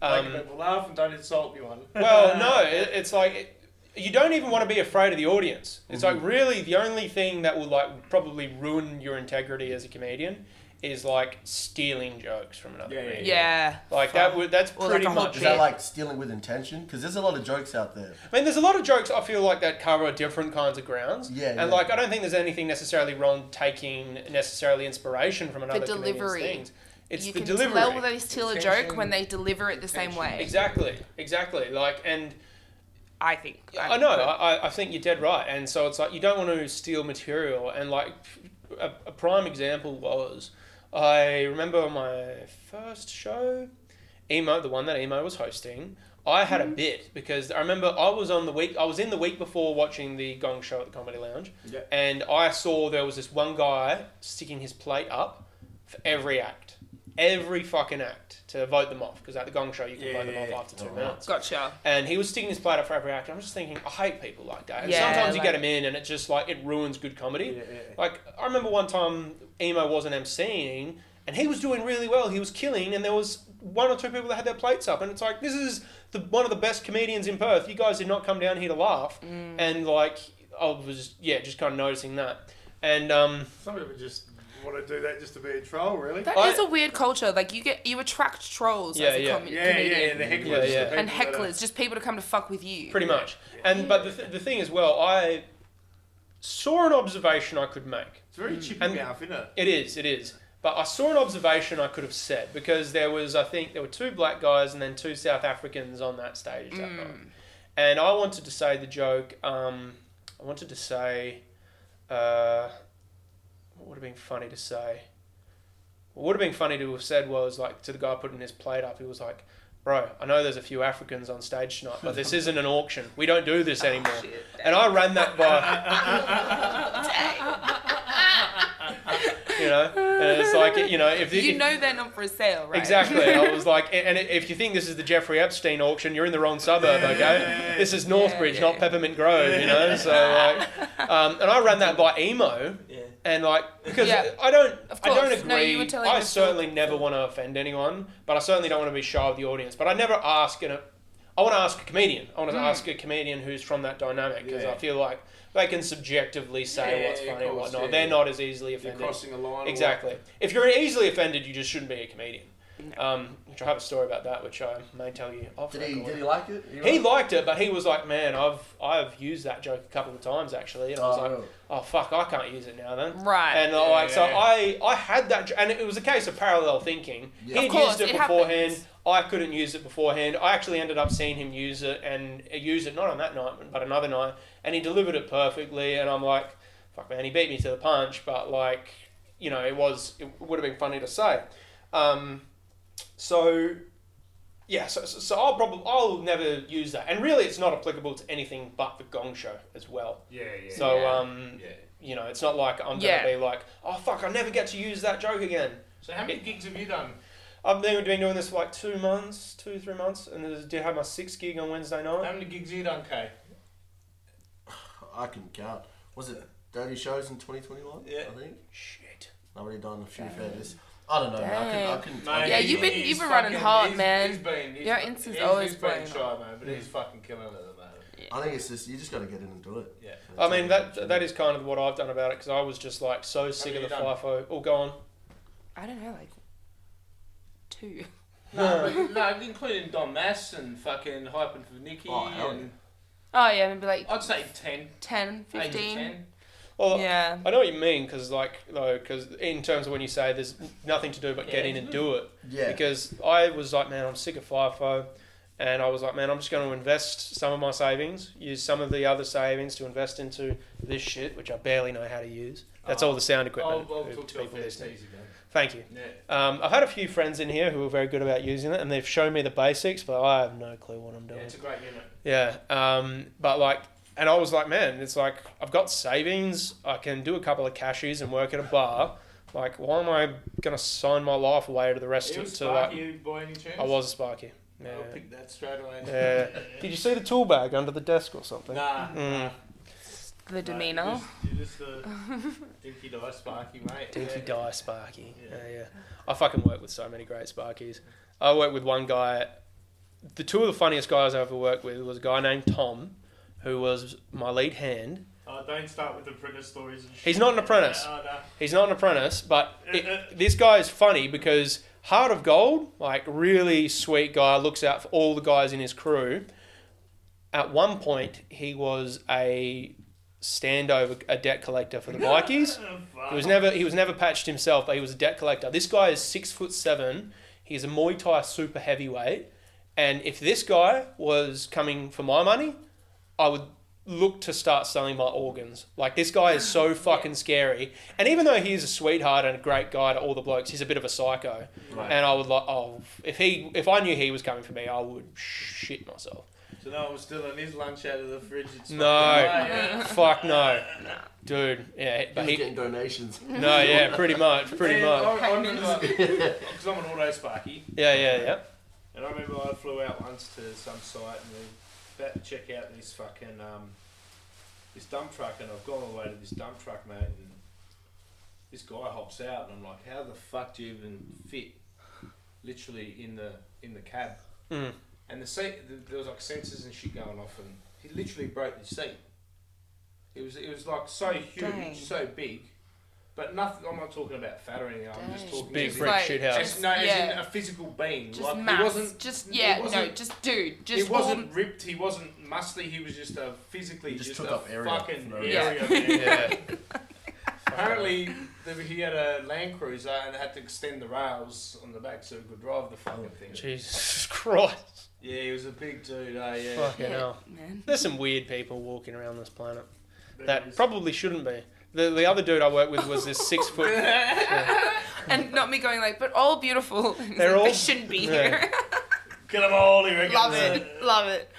Speaker 4: Make
Speaker 1: um,
Speaker 4: people laugh and don't insult me on.
Speaker 1: well, no, it, it's like it, you don't even want to be afraid of the audience. It's like really the only thing that will like probably ruin your integrity as a comedian is like stealing jokes from another
Speaker 4: Yeah, yeah,
Speaker 1: comedian.
Speaker 3: Yeah.
Speaker 1: Like that would that's
Speaker 3: Or like
Speaker 1: pretty
Speaker 3: a whole
Speaker 1: much
Speaker 2: Is
Speaker 1: it.
Speaker 2: that like stealing with intention? Because there's a lot of jokes out there.
Speaker 1: I mean, there's a lot of jokes I feel like that cover different kinds of grounds.
Speaker 2: Yeah,
Speaker 1: And
Speaker 2: yeah.
Speaker 1: like, I don't think there's anything necessarily wrong taking necessarily inspiration from another comedian's
Speaker 3: delivery.
Speaker 1: things. It's
Speaker 3: you
Speaker 1: the
Speaker 3: can
Speaker 1: delivery.
Speaker 3: tell they steal a joke
Speaker 4: Intention.
Speaker 3: when they deliver it the same way.
Speaker 1: exactly, exactly. Like, and
Speaker 3: I think.
Speaker 1: I know, I, I- I think you're dead right. And so it's like you don't want to steal material. And like, a, a prime example was I remember my first show, Emo, the one that Emo was hosting. I had
Speaker 4: Mm-hmm.
Speaker 1: a bit because I remember I was on the week I was in the week before watching the Gong Show at the Comedy Lounge,
Speaker 4: Yeah.
Speaker 1: and I saw there was this one guy sticking his plate up for every act, every fucking act to vote them off because at the Gong Show you can
Speaker 4: Yeah,
Speaker 1: vote them
Speaker 4: yeah, yeah.
Speaker 1: off after two
Speaker 2: Oh, wow.
Speaker 1: minutes
Speaker 3: Gotcha.
Speaker 1: and he was sticking his plate up for every act. I'm just thinking, I hate people like that. And
Speaker 3: Yeah,
Speaker 1: sometimes you
Speaker 3: like-
Speaker 1: get them in, and it just like it ruins good comedy.
Speaker 4: Yeah, yeah, yeah.
Speaker 1: Like I remember one time, emo wasn't emceeing, and he was doing really well. He was killing, and there was one or two people that had their plates up, and it's like this is the one of the best comedians in Perth. You guys did not come down here to laugh,
Speaker 3: Mm.
Speaker 1: and like I was yeah, just kind of noticing that. And um,
Speaker 5: Some people just want to do that just to be a troll, really.
Speaker 3: That is
Speaker 1: I-
Speaker 3: a weird culture. Like you get you attract trolls
Speaker 1: Yeah,
Speaker 3: as a
Speaker 1: yeah.
Speaker 3: Com-
Speaker 5: yeah,
Speaker 3: comedian.
Speaker 5: yeah, yeah, the hecklers.
Speaker 1: Yeah, yeah.
Speaker 5: the
Speaker 3: And
Speaker 5: people that are-
Speaker 3: hecklers, just people to come to fuck with you.
Speaker 1: pretty much. And but the, th- the thing as well, I saw an observation I could make.
Speaker 5: It's very
Speaker 4: Mm.
Speaker 5: chippy
Speaker 1: And-
Speaker 5: mouth, isn't it?
Speaker 1: It is, it is. But I saw an observation I could have said because there was, I think, there were two black guys and then two South Africans on that stage that
Speaker 3: Mm.
Speaker 1: night. And I wanted to say the joke. Um, I wanted to say, uh, what would have been funny to say? What would have been funny to have said was like to the guy putting his plate up. He was like, bro, I know there's a few Africans on stage tonight, but this isn't an auction. We don't do this anymore.
Speaker 3: Oh, Shit.
Speaker 1: and I ran that by, you know, and it's like, you know, if
Speaker 3: you
Speaker 1: if-
Speaker 3: know they're not for sale, right?
Speaker 1: Exactly. I was like, and and if you think this is the Jeffrey Epstein auction, you're in the wrong suburb,
Speaker 5: Yeah,
Speaker 1: okay?
Speaker 5: yeah, yeah.
Speaker 1: This is Northbridge,
Speaker 3: Yeah,
Speaker 1: not
Speaker 3: yeah.
Speaker 1: Peppermint Grove, you know? So, like, um, and I ran that by emo,
Speaker 4: Yeah.
Speaker 1: and like, because
Speaker 3: Yeah.
Speaker 1: I don't,
Speaker 3: Of
Speaker 1: I don't
Speaker 3: course.
Speaker 1: agree.
Speaker 3: No, you were telling
Speaker 1: I
Speaker 3: us-
Speaker 1: certainly never want to offend anyone, but I certainly don't want to be shy of the audience. But I never ask, and I want to ask a comedian. I want
Speaker 3: Hmm.
Speaker 1: to ask a comedian who's from that dynamic because
Speaker 4: Yeah.
Speaker 1: I feel like they can subjectively say
Speaker 4: Yeah,
Speaker 1: what's
Speaker 4: yeah, of
Speaker 1: funny and
Speaker 4: course,
Speaker 1: whatnot.
Speaker 4: yeah,
Speaker 1: They're
Speaker 4: yeah.
Speaker 1: not as easily
Speaker 4: If you're
Speaker 1: offended.
Speaker 4: crossing a line. or
Speaker 1: Exactly. If you're easily offended, you just shouldn't be a comedian.
Speaker 3: No.
Speaker 1: Um, which I have a story about that, which I may tell you off
Speaker 2: Did he,
Speaker 1: record.
Speaker 2: did he like it?
Speaker 1: he, liked it, but he was like, "Man, I've I've used that joke a couple of times actually," and I was
Speaker 2: Oh,
Speaker 1: like,
Speaker 2: really?
Speaker 1: "Oh fuck, I can't use it now then."
Speaker 3: Right.
Speaker 1: And like, so
Speaker 4: Yeah.
Speaker 1: I I had that, and it was a case of parallel thinking.
Speaker 2: Yeah.
Speaker 1: He'd
Speaker 3: Of course,
Speaker 1: used it,
Speaker 3: it
Speaker 1: beforehand.
Speaker 3: happens.
Speaker 1: I couldn't use it beforehand. I actually ended up seeing him use it and uh, use it not on that night, but another night, and he delivered it perfectly. And I'm like, fuck man, he beat me to the punch, but like, you know, it was it would have been funny to say. Um, so yeah, so, so, so I'll probably I'll never use that, and really, it's not applicable to anything but the Gong Show as well.
Speaker 4: Yeah, yeah.
Speaker 1: So
Speaker 3: Yeah.
Speaker 1: um,
Speaker 4: yeah.
Speaker 1: you know, it's not like I'm
Speaker 3: Yeah.
Speaker 1: gonna be like, oh fuck, I never get to use that joke again.
Speaker 4: So how many gigs have you done?
Speaker 1: I've been been doing this for like two months, two three months, and I did have my sixth gig on Wednesday
Speaker 4: How
Speaker 1: night.
Speaker 4: many gigs have you done, Kay?
Speaker 2: I can count. Was it 30 shows in 2021?
Speaker 4: Yeah.
Speaker 2: I think.
Speaker 1: Shit.
Speaker 2: I've already done a few fair this. I don't know. man. I couldn't. I
Speaker 3: Dang.
Speaker 2: couldn't
Speaker 3: Yeah,
Speaker 4: Mate,
Speaker 2: I couldn't
Speaker 3: you've been-
Speaker 2: tell.
Speaker 4: he's
Speaker 3: you've been running
Speaker 4: fucking-
Speaker 3: hard,
Speaker 4: he's-
Speaker 3: man.
Speaker 4: He's been, he's,
Speaker 3: Your Insta's
Speaker 4: he's,
Speaker 3: always Hmm.
Speaker 4: he's been
Speaker 3: blowing
Speaker 4: shy, man, but he's fucking killing it at the moment.
Speaker 2: I think it's just you just got to get in and do it.
Speaker 4: Yeah.
Speaker 1: I mean that that is kind of what I've done about it because I was just like so sick of
Speaker 4: many
Speaker 1: the
Speaker 4: you done?
Speaker 1: FIFO. Oh, go on.
Speaker 3: I don't know, like two.
Speaker 4: No, but, no, including Don Mass and fucking hyping for Nikki.
Speaker 2: Oh, hell
Speaker 4: and
Speaker 3: Oh yeah, maybe like
Speaker 4: I'd say 10,
Speaker 3: 10,
Speaker 4: 8 to
Speaker 3: 15.
Speaker 4: 10.
Speaker 1: Well,
Speaker 3: Yeah.
Speaker 1: I know what you mean because like though because in terms of when you say there's nothing to do but get
Speaker 4: Yeah.
Speaker 1: in and do it.
Speaker 2: Yeah.
Speaker 1: Because I was like, man, I'm sick of FIFO. And I was like, man, I'm just going to invest some of my savings, use some of the other savings to invest into this shit, which I barely know how to use. That's all the sound
Speaker 4: I'll, I'll
Speaker 1: equipment. uh,
Speaker 4: talk
Speaker 1: to
Speaker 4: to you
Speaker 1: people
Speaker 4: off air, it's
Speaker 1: listening.
Speaker 4: easy, man.
Speaker 1: Thank you.
Speaker 4: Yeah.
Speaker 1: Um, I've had a few friends in here who are very good about using it, and they've shown me the basics, but I have no clue what I'm
Speaker 4: Yeah,
Speaker 1: doing.
Speaker 4: it's a great unit.
Speaker 1: Yeah. Um, but like, and I was like, man, it's like I've got savings. I can do a couple of cashies and work at a bar. Like, why am I gonna sign my life away to the rest
Speaker 4: It
Speaker 1: of
Speaker 4: was
Speaker 1: to like?
Speaker 4: Sparky by any chance?
Speaker 1: I was a sparky. Yeah.
Speaker 4: I'll pick that straight away.
Speaker 1: Yeah. Did you see the tool bag under the desk or something?
Speaker 4: Nah.
Speaker 1: Mm.
Speaker 3: The demeanor.
Speaker 4: You're just, you're just a dinky die Sparky, mate.
Speaker 1: Dinky
Speaker 4: yeah.
Speaker 1: die Sparky.
Speaker 4: Yeah.
Speaker 1: Yeah. yeah, I fucking work with so many great Sparkies. I worked with one guy. The two of the funniest guys I ever worked with was a guy named Tom, who was my lead hand.
Speaker 5: Uh, don't start with apprentice stories and shit.
Speaker 1: He's not an apprentice.
Speaker 5: Yeah, oh,
Speaker 1: He's not an apprentice, but it, this guy is funny because Heart of Gold, like really sweet guy, looks out for all the guys in his crew. At one point, he was a standover, a debt collector for the Vikings.
Speaker 4: Oh,
Speaker 5: no.
Speaker 1: He was never he was never patched himself, but he was a debt collector. This guy is six foot seven. He's a Muay Thai super heavyweight, and if this guy was coming for my money, I would look to start selling my organs. Like this guy is so fucking scary. And even though he is a sweetheart and a great guy to all the blokes, he's a bit of a psycho.
Speaker 2: Right.
Speaker 1: And I would like, oh, if he if I knew he was coming for me, I would shit myself.
Speaker 4: So no, I'm still on his lunch out of the fridge. It's
Speaker 1: No.
Speaker 4: fucking right, yeah.
Speaker 1: Fuck no, dude. Yeah,
Speaker 2: He
Speaker 1: but
Speaker 2: was
Speaker 1: he.
Speaker 2: getting donations.
Speaker 1: No, yeah, pretty much, pretty
Speaker 4: Yeah,
Speaker 1: much.
Speaker 4: I- I remember- Because I'm an auto Sparky.
Speaker 1: Yeah, yeah, yeah.
Speaker 4: And I remember I flew out once to some site and we were about to check out this fucking um, this dump truck and I've gone all the way to this dump truck mate and this guy hops out and I'm like, How the fuck do you even fit literally in the in the cab?
Speaker 1: Mm.
Speaker 4: And the seat th- there was like sensors and shit going off and he literally broke the seat. It was it was like so huge,
Speaker 3: Oh, Dang.
Speaker 4: so big. But nothing I'm not talking about fat or anything, I'm just
Speaker 3: Dang.
Speaker 4: talking
Speaker 1: Big
Speaker 4: as in-
Speaker 1: French
Speaker 3: like,
Speaker 1: shithouse.
Speaker 4: as,
Speaker 3: Just,
Speaker 4: no, as in
Speaker 3: yeah.
Speaker 4: a physical being.
Speaker 3: Just
Speaker 4: like,
Speaker 3: mass.
Speaker 4: He wasn't,
Speaker 3: just
Speaker 4: it
Speaker 3: yeah. No,
Speaker 4: wasn't-
Speaker 3: just dude. Just
Speaker 4: he
Speaker 3: all-
Speaker 4: wasn't ripped. He wasn't muscly. He was just a physically
Speaker 2: He just
Speaker 4: just,
Speaker 2: took
Speaker 4: a
Speaker 2: up area for
Speaker 4: fucking
Speaker 2: no
Speaker 4: area. man.
Speaker 1: Yeah.
Speaker 4: Apparently, the, he had a Land Cruiser and had to extend the rails on the back so he could drive the fucking
Speaker 2: Oh,
Speaker 4: thing.
Speaker 1: Jesus Christ.
Speaker 4: Yeah, he was a big dude. Oh yeah.
Speaker 1: Fucking
Speaker 3: yeah,
Speaker 1: hell.
Speaker 3: man.
Speaker 1: There's some weird people walking around this planet
Speaker 4: There
Speaker 1: that
Speaker 4: is-
Speaker 1: probably shouldn't be. The, the other dude I worked with was this six foot.
Speaker 3: and not me going like, but all beautiful.
Speaker 1: They're all-
Speaker 3: they shouldn't be
Speaker 1: Yeah.
Speaker 3: here.
Speaker 4: Get them all, he reckons.
Speaker 3: Love it. Love it.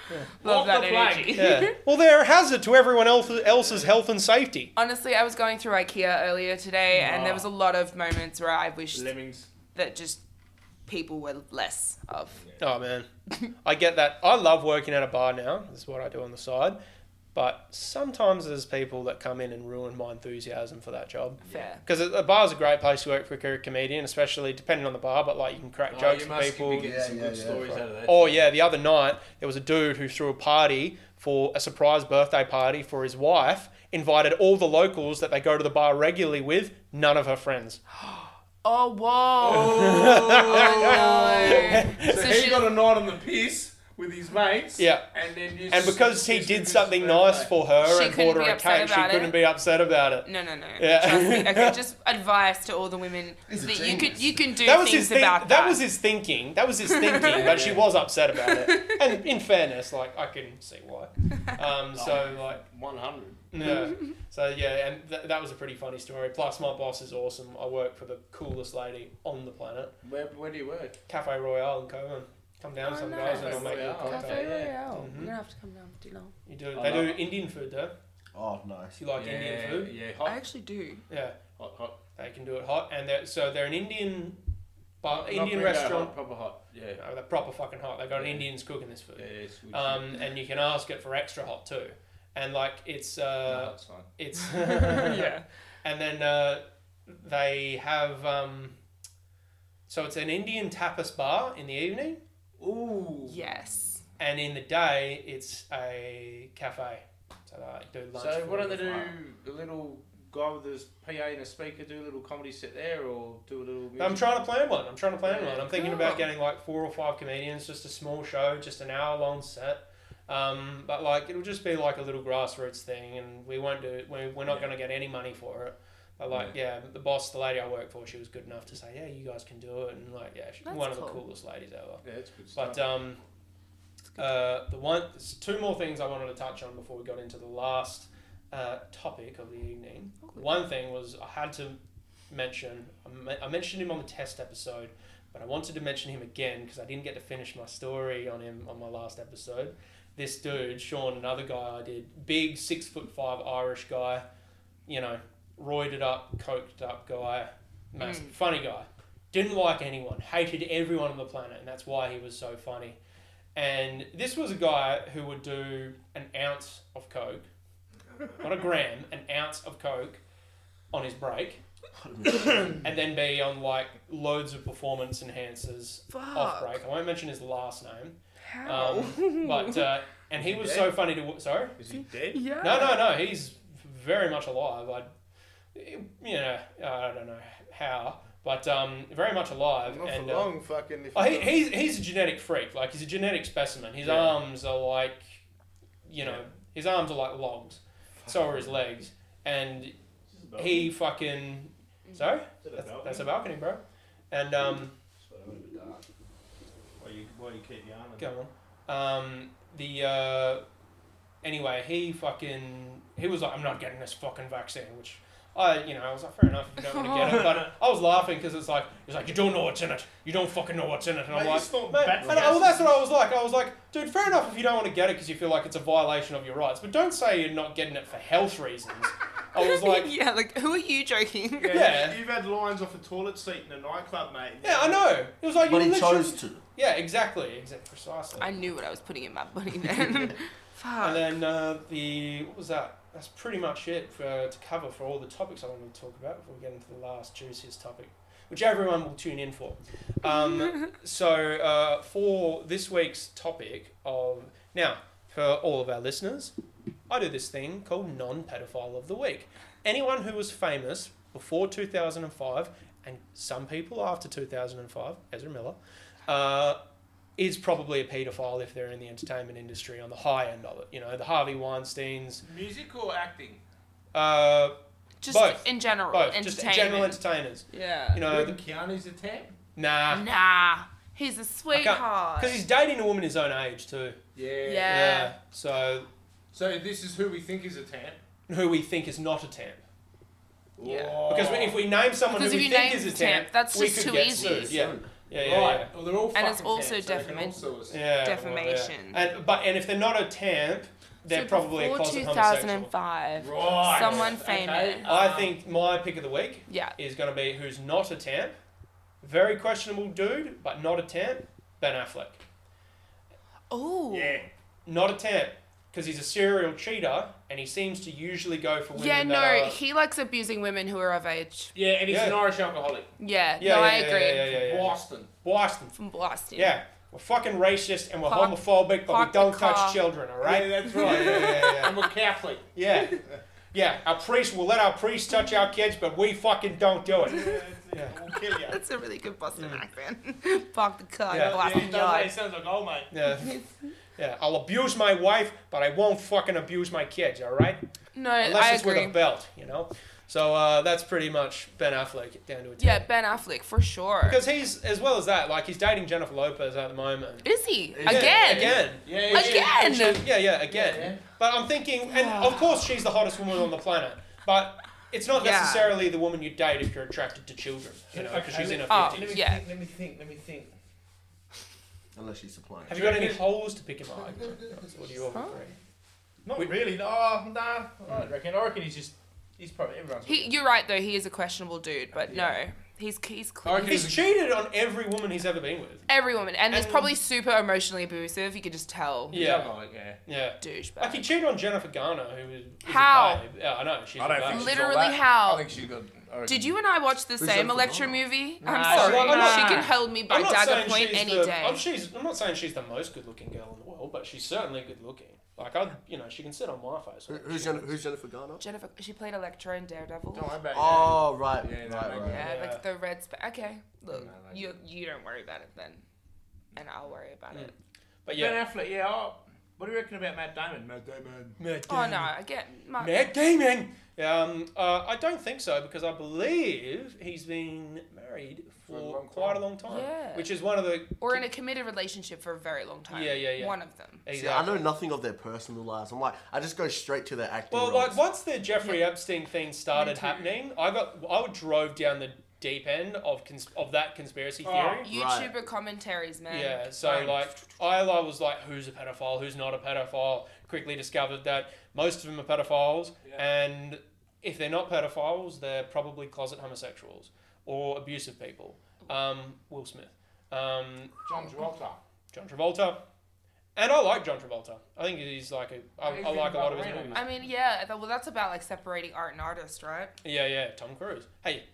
Speaker 3: Love
Speaker 4: Walk
Speaker 3: that
Speaker 4: the plank.
Speaker 3: energy.
Speaker 1: Yeah. Well, they're a hazard to everyone else, else's health and safety.
Speaker 3: Honestly, I was going through IKEA earlier today, and there was a lot of moments where I wished
Speaker 4: Ah. Lemmings.
Speaker 3: that just people were less of.
Speaker 1: Oh man, I get that. I love working at a bar now. This is what I do on the side. But sometimes there's people that come in and ruin my enthusiasm for that job.
Speaker 3: Fair.
Speaker 1: Because a a bar's a great place to work for a co- comedian, especially depending on the bar. But like you can crack
Speaker 4: Oh,
Speaker 1: jokes
Speaker 4: you
Speaker 1: with
Speaker 4: must
Speaker 1: people.
Speaker 4: be getting
Speaker 2: Yeah,
Speaker 4: some
Speaker 2: yeah,
Speaker 4: good
Speaker 2: yeah.
Speaker 4: stories out of that.
Speaker 1: Oh yeah, the other night there was a dude who threw a party for a surprise birthday party for his wife. Invited all the locals that they go to the bar regularly with. None of her friends.
Speaker 3: Oh whoa! no.
Speaker 4: So,
Speaker 3: So
Speaker 4: he
Speaker 3: she-
Speaker 4: got a night on the piss with with his mates.
Speaker 1: Yeah.
Speaker 4: And then you
Speaker 1: And
Speaker 4: just-
Speaker 1: because he
Speaker 4: just
Speaker 1: did
Speaker 4: because
Speaker 1: something
Speaker 4: of
Speaker 1: nice
Speaker 4: that.
Speaker 1: for her
Speaker 3: She
Speaker 1: and
Speaker 3: couldn't
Speaker 1: bought her
Speaker 3: be
Speaker 1: a
Speaker 3: upset
Speaker 1: cake, she
Speaker 3: about it.
Speaker 1: couldn't be upset about it.
Speaker 3: No, no, no.
Speaker 1: Yeah.
Speaker 3: Trust me. Okay, just advice to all the women
Speaker 2: He's a
Speaker 3: that you
Speaker 2: genius.
Speaker 3: could you can do
Speaker 1: That was
Speaker 3: things
Speaker 1: his think- that.
Speaker 3: about that.
Speaker 1: was his thinking. That was his thinking, but she was upset about it. And in fairness, like I can see why. Um, so like
Speaker 4: 100.
Speaker 1: yeah. So yeah, and th- that was a pretty funny story. Plus, my boss is awesome. I work for the coolest lady on the planet,
Speaker 4: Where, where do you work?
Speaker 1: Cafe Royale in Coburn. Come down,
Speaker 3: Oh,
Speaker 1: some
Speaker 3: nice.
Speaker 1: guys, and I'll make you a
Speaker 4: Cafe
Speaker 1: cocktail.
Speaker 4: Royale.
Speaker 1: Mhm.
Speaker 3: You're gonna have to come down for dinner.
Speaker 1: You do.
Speaker 4: I
Speaker 1: They do
Speaker 4: love-
Speaker 1: Indian food though.
Speaker 2: Oh, nice.
Speaker 1: If you like
Speaker 4: yeah,
Speaker 1: Indian food,
Speaker 4: Yeah,
Speaker 3: I
Speaker 4: hot,
Speaker 3: actually do.
Speaker 1: yeah,
Speaker 4: hot, hot.
Speaker 1: they can do it hot. And they're, so they're an Indian, bar,
Speaker 4: Not
Speaker 1: Indian
Speaker 4: Bringo,
Speaker 1: restaurant.
Speaker 4: hot, proper hot. Yeah.
Speaker 1: No, they're proper fucking hot. They got
Speaker 4: Yeah.
Speaker 1: Indians cooking this food.
Speaker 4: Yeah, it's good.
Speaker 1: um, and you can ask it for extra hot too. And like it's uh,
Speaker 4: no, it's fine.
Speaker 1: it's yeah, and then uh, they have um, so it's an Indian tapas bar in the evening,
Speaker 4: Ooh.
Speaker 3: Yes.
Speaker 1: and in the day it's a cafe. So they like, do lunch.
Speaker 4: So
Speaker 1: for
Speaker 4: why don't
Speaker 1: you.
Speaker 4: they do a little guy with his PA and a speaker do a little comedy set there or do a little music?
Speaker 1: I'm trying to plan one. I'm trying to plan
Speaker 4: Yeah.
Speaker 1: one. I'm thinking
Speaker 3: Cool.
Speaker 1: about getting like four or five comedians, just a small show, just an hour long set. Um, but like it'll just be like a little grassroots thing, and we won't do. We're, we're not
Speaker 4: Yeah.
Speaker 1: going to get any money for it. But like, yeah. the boss, the lady I work for, she was good enough to say, yeah, you guys can do it, and like, yeah, she's
Speaker 3: That's
Speaker 1: one of the
Speaker 3: cool.
Speaker 1: coolest ladies ever.
Speaker 4: Yeah, that's good stuff.
Speaker 1: But um, uh, the one, there's two more things I wanted to touch on before we got into the last uh, topic of the evening. One thing was I had to mention. I me- I mentioned him on the test episode, but I wanted to mention him again because I didn't get to finish my story on him on my last episode. This dude, Sean, another guy I did, big six foot five Irish guy, you know, roided up, coked up guy, massive, funny guy didn't like anyone, hated everyone on the planet, and that's why he was so funny. And this was a guy who would do an ounce of coke, not a gram, an ounce of coke on his break, and then be on like loads of performance enhancers off break. I won't mention his last name,
Speaker 3: How?
Speaker 1: um, but uh, and he was so funny to wa- sorry.
Speaker 5: Is he dead?
Speaker 3: yeah.
Speaker 1: No, no, no. He's very much alive. I, you know, I don't know how, but um, very much alive.
Speaker 5: Not
Speaker 1: and
Speaker 5: for
Speaker 1: uh,
Speaker 5: long, fucking. If
Speaker 1: oh, he,
Speaker 5: you-
Speaker 1: he's he's a genetic freak. Like he's a genetic specimen. His
Speaker 5: Yeah.
Speaker 1: arms are like, you know, his arms are like logs. So are his legs, and he fucking.
Speaker 5: Mm.
Speaker 1: Sorry, that's, that's a balcony, bro. And um,
Speaker 4: Why you, why you keep yarning?
Speaker 1: go on. Um, the uh, anyway, he fucking he was like, I'm not getting this fucking vaccine, which I, you know, I was like, fair enough, if you don't want to get it. But I was laughing because it's like, he's like, you don't know what's in it. You don't fucking know what's in it. And I'm
Speaker 4: Mate,
Speaker 1: like,
Speaker 4: it's not
Speaker 1: mate,
Speaker 4: bat-
Speaker 1: and I- well, that's what I was like. I was like, dude, fair enough if you don't want to get it because you feel like it's a violation of your rights, but don't say you're not getting it for health reasons. I was like,
Speaker 3: yeah, like who are you joking?
Speaker 5: Yeah,
Speaker 1: yeah.
Speaker 5: You've had lines off a toilet seat in a nightclub, mate.
Speaker 1: yeah, I know. It was like,
Speaker 2: But
Speaker 1: you
Speaker 2: he
Speaker 1: literally-
Speaker 2: chose to.
Speaker 1: Yeah, exactly, exactly, precisely.
Speaker 3: I knew what I was putting in my body then.
Speaker 1: And
Speaker 3: Fuck.
Speaker 1: then uh, the what was that? That's pretty much it for to cover for all the topics I wanted to talk about before we get into the last juiciest topic, which everyone will tune in for. Um, so uh, for this week's topic of now for all of our listeners, I do this thing called non-pedophile of the week. Anyone who was famous before two thousand and five, and some people after two thousand and five, Ezra Miller. Uh, is probably a paedophile if they're in the entertainment industry on the high end of it. You know, the Harvey Weinsteins,
Speaker 4: Music or acting?
Speaker 1: uh,
Speaker 3: Just
Speaker 1: both.
Speaker 3: in general.
Speaker 1: both, just
Speaker 3: entertainment.
Speaker 1: general entertainers.
Speaker 3: yeah.
Speaker 1: You know, ah. the,
Speaker 4: Keanu's a tap?
Speaker 1: nah,
Speaker 3: nah. He's a sweetheart.
Speaker 1: because he's dating a woman his own age too.
Speaker 4: Yeah.
Speaker 3: Yeah.
Speaker 1: Yeah, so
Speaker 4: So this is who we think is a tap?
Speaker 1: who we think is not a temp.
Speaker 3: Yeah.
Speaker 1: Because if we name someone
Speaker 3: Because
Speaker 1: who
Speaker 3: if
Speaker 1: we
Speaker 3: you
Speaker 1: think
Speaker 3: name
Speaker 1: is a
Speaker 3: the temp,
Speaker 1: temp,
Speaker 3: that's
Speaker 1: we
Speaker 3: just
Speaker 1: could
Speaker 3: too
Speaker 1: get
Speaker 3: easy.
Speaker 1: sued. Yeah, Yeah, yeah,
Speaker 4: right.
Speaker 1: yeah.
Speaker 4: Well, they're all
Speaker 3: And it's
Speaker 4: fucking
Speaker 3: also
Speaker 4: camps, so they can
Speaker 3: defamation.
Speaker 4: also assume-
Speaker 1: Yeah,
Speaker 3: Defamation.
Speaker 1: Well, yeah. And, but and if they're not a tamp, they're
Speaker 3: so
Speaker 1: probably a
Speaker 3: before
Speaker 1: closet homosexual.
Speaker 3: 2005,
Speaker 4: Right.
Speaker 3: someone
Speaker 4: Okay.
Speaker 3: famous.
Speaker 1: I think my pick of the week
Speaker 3: Yeah.
Speaker 1: is going to be who's not a tamp, very questionable dude, but not a tamp, Ben Affleck.
Speaker 3: Oh.
Speaker 5: Yeah.
Speaker 1: Not a tamp because he's a serial cheater and he seems to usually go for women
Speaker 3: Yeah,
Speaker 1: that
Speaker 3: no,
Speaker 1: are-
Speaker 3: he likes abusing women who are of age.
Speaker 4: Yeah, and he's
Speaker 1: Yeah.
Speaker 4: an Irish alcoholic.
Speaker 3: Yeah,
Speaker 1: yeah,
Speaker 3: no,
Speaker 1: yeah,
Speaker 3: I
Speaker 1: yeah,
Speaker 3: agree.
Speaker 1: Yeah, yeah, yeah, yeah.
Speaker 4: Boston.
Speaker 1: Boston.
Speaker 3: From Boston.
Speaker 1: Yeah. We're fucking racist and we're
Speaker 3: Park-
Speaker 1: homophobic, but
Speaker 3: park
Speaker 1: we
Speaker 3: the
Speaker 1: don't touch
Speaker 3: car.
Speaker 1: children, all right? Oh,
Speaker 4: Yeah, that's
Speaker 1: Yeah, yeah,
Speaker 4: right.
Speaker 1: yeah, yeah.
Speaker 4: I'm a Catholic.
Speaker 1: Yeah. Yeah. Our priests will let our priests touch our kids, but we fucking don't do it. Yeah.
Speaker 4: We'll kill you.
Speaker 3: That's a really good Boston
Speaker 1: Mm.
Speaker 3: accent. Park the car,
Speaker 1: Yeah.
Speaker 3: yeah, Boston yard.
Speaker 4: It sounds like old mate.
Speaker 1: Yeah. Yeah. I'll abuse my wife, but I won't fucking abuse my kids, all right?
Speaker 3: No,
Speaker 1: Unless
Speaker 3: I
Speaker 1: it's
Speaker 3: agree.
Speaker 1: with a belt, you know? So uh, that's pretty much Ben Affleck down to a 10.
Speaker 3: yeah, Ben Affleck for sure.
Speaker 1: Because he's, as well as that, like he's dating Jennifer Lopez at the moment.
Speaker 3: Is he
Speaker 2: Yeah,
Speaker 1: Yeah,
Speaker 3: again?
Speaker 1: again.
Speaker 4: Yeah, yeah, yeah.
Speaker 3: Again.
Speaker 1: Yeah, yeah, again. But I'm thinking, and of course she's the hottest woman on the planet, but it's not
Speaker 3: Yeah.
Speaker 1: necessarily the woman you date if you're attracted to children, you know, because
Speaker 4: Okay,
Speaker 1: she's in her
Speaker 3: oh,
Speaker 1: 50s.
Speaker 4: Let me
Speaker 3: Yeah.
Speaker 4: think, let me think, let me think.
Speaker 2: Unless she's supplying.
Speaker 1: Have you got any holes to pick him up? Or do you all agree?
Speaker 4: Not
Speaker 1: We-
Speaker 4: really. No, nah. Oh, I don't reckon. I reckon he's just. He's probably everyone's.
Speaker 3: He, you're right though. He is a questionable dude, but no, he's he's clear.
Speaker 1: He's cheated on every woman he's ever been with.
Speaker 3: Every woman, and, he's
Speaker 1: And-
Speaker 3: probably super emotionally abusive. You could just tell,
Speaker 4: He's
Speaker 1: Yeah.
Speaker 4: alcoholic, yeah.
Speaker 1: Yeah. Like he
Speaker 3: douchebag.
Speaker 1: cheated on Jennifer Garner, who is, is
Speaker 3: How?
Speaker 1: A babe. Yeah, I know. She's
Speaker 5: I don't
Speaker 1: a
Speaker 5: think
Speaker 1: babe.
Speaker 5: she's all
Speaker 3: Literally
Speaker 5: that.
Speaker 3: how?
Speaker 4: I think she's good. I reckon.
Speaker 3: Oh. Did you and I watch the
Speaker 2: Who's
Speaker 3: same
Speaker 2: that
Speaker 3: Electra
Speaker 2: phenomenal?
Speaker 3: movie?
Speaker 4: Nah,
Speaker 3: I'm
Speaker 4: she's
Speaker 3: sorry,
Speaker 1: not- I'm not-
Speaker 3: she can hold me by
Speaker 1: I'm not
Speaker 3: dagger
Speaker 1: saying
Speaker 3: point
Speaker 1: she's
Speaker 3: any
Speaker 1: the,
Speaker 3: day.
Speaker 1: I'm, she's, I'm not saying she's the most good-looking girl in the world, but she's certainly good-looking. Like I, you know, she can sit on my face.
Speaker 2: Who, who's, Jennifer, who's Jennifer Garner?
Speaker 3: Jennifer, she played Electra in Daredevil.
Speaker 4: Don't worry about it.
Speaker 2: Oh, right.
Speaker 4: Yeah, no,
Speaker 2: right,
Speaker 4: no,
Speaker 2: right.
Speaker 3: yeah,
Speaker 1: Yeah.
Speaker 3: like the red sp Okay, look,
Speaker 4: No, like-
Speaker 3: you you don't worry about it then, and I'll worry about
Speaker 1: Mm.
Speaker 3: it.
Speaker 1: But
Speaker 4: Ben
Speaker 1: yeah.
Speaker 4: Affleck, yeah. Oh, what do you reckon about Matt Damon? Matt Damon.
Speaker 1: Matt
Speaker 3: Oh no, I get my.
Speaker 1: Matt Damon. Um, uh, I don't think so because I believe he's been married
Speaker 4: For a
Speaker 1: for
Speaker 4: long
Speaker 1: quite a
Speaker 4: time.
Speaker 1: long time,
Speaker 3: Yeah.
Speaker 1: which is one of the
Speaker 3: or in a committed relationship for a very long time.
Speaker 1: Yeah, yeah, yeah.
Speaker 3: One of them.
Speaker 1: exactly.
Speaker 2: See, I know nothing of their personal lives. I'm like, I just go straight to their acting.
Speaker 1: Well,
Speaker 2: roles.
Speaker 1: like once the Jeffrey Epstein thing started
Speaker 3: too.
Speaker 1: happening, I got I drove down the deep end of cons- of that conspiracy
Speaker 4: Oh.
Speaker 1: theory.
Speaker 3: YouTuber commentaries, man.
Speaker 1: Yeah, so
Speaker 4: Right.
Speaker 1: like I like, was like, who's a pedophile? Who's not a pedophile? Quickly discovered that most of them are pedophiles,
Speaker 4: Yeah.
Speaker 1: and if they're not pedophiles, they're probably closet homosexuals or abusive people. Um, Will Smith, um,
Speaker 4: John Travolta.
Speaker 1: John Travolta, and I like John Travolta. I think he's like a I,
Speaker 4: He's
Speaker 1: I like a
Speaker 4: been
Speaker 1: lot of his
Speaker 4: underrated.
Speaker 1: movies.
Speaker 3: I mean, yeah. th- Well, that's about like separating art and artist, right?
Speaker 1: Yeah, yeah, Tom Cruise. Hey,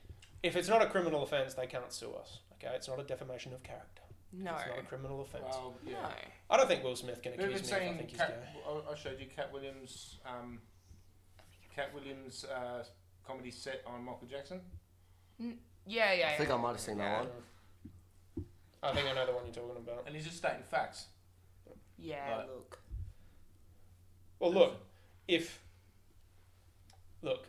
Speaker 1: if it's not a criminal offence, they can't sue us. Okay, it's not a defamation of character.
Speaker 3: No.
Speaker 1: It's not a criminal offence.
Speaker 4: Well, yeah.
Speaker 3: No.
Speaker 1: I don't think Will Smith can
Speaker 4: Who
Speaker 1: accuse me
Speaker 4: was
Speaker 1: if I
Speaker 4: saying
Speaker 1: think he's
Speaker 4: Cat,
Speaker 1: gay.
Speaker 4: I- I showed you Cat Williams, um, Cat Williams uh, comedy set on Michael Jackson.
Speaker 3: Yeah, yeah.
Speaker 2: I think
Speaker 3: yeah.
Speaker 2: I might have seen that one.
Speaker 1: I think I know the one you're talking about.
Speaker 4: And he's just stating facts.
Speaker 3: Yeah,
Speaker 4: Right.
Speaker 3: look.
Speaker 1: Well, look, if look,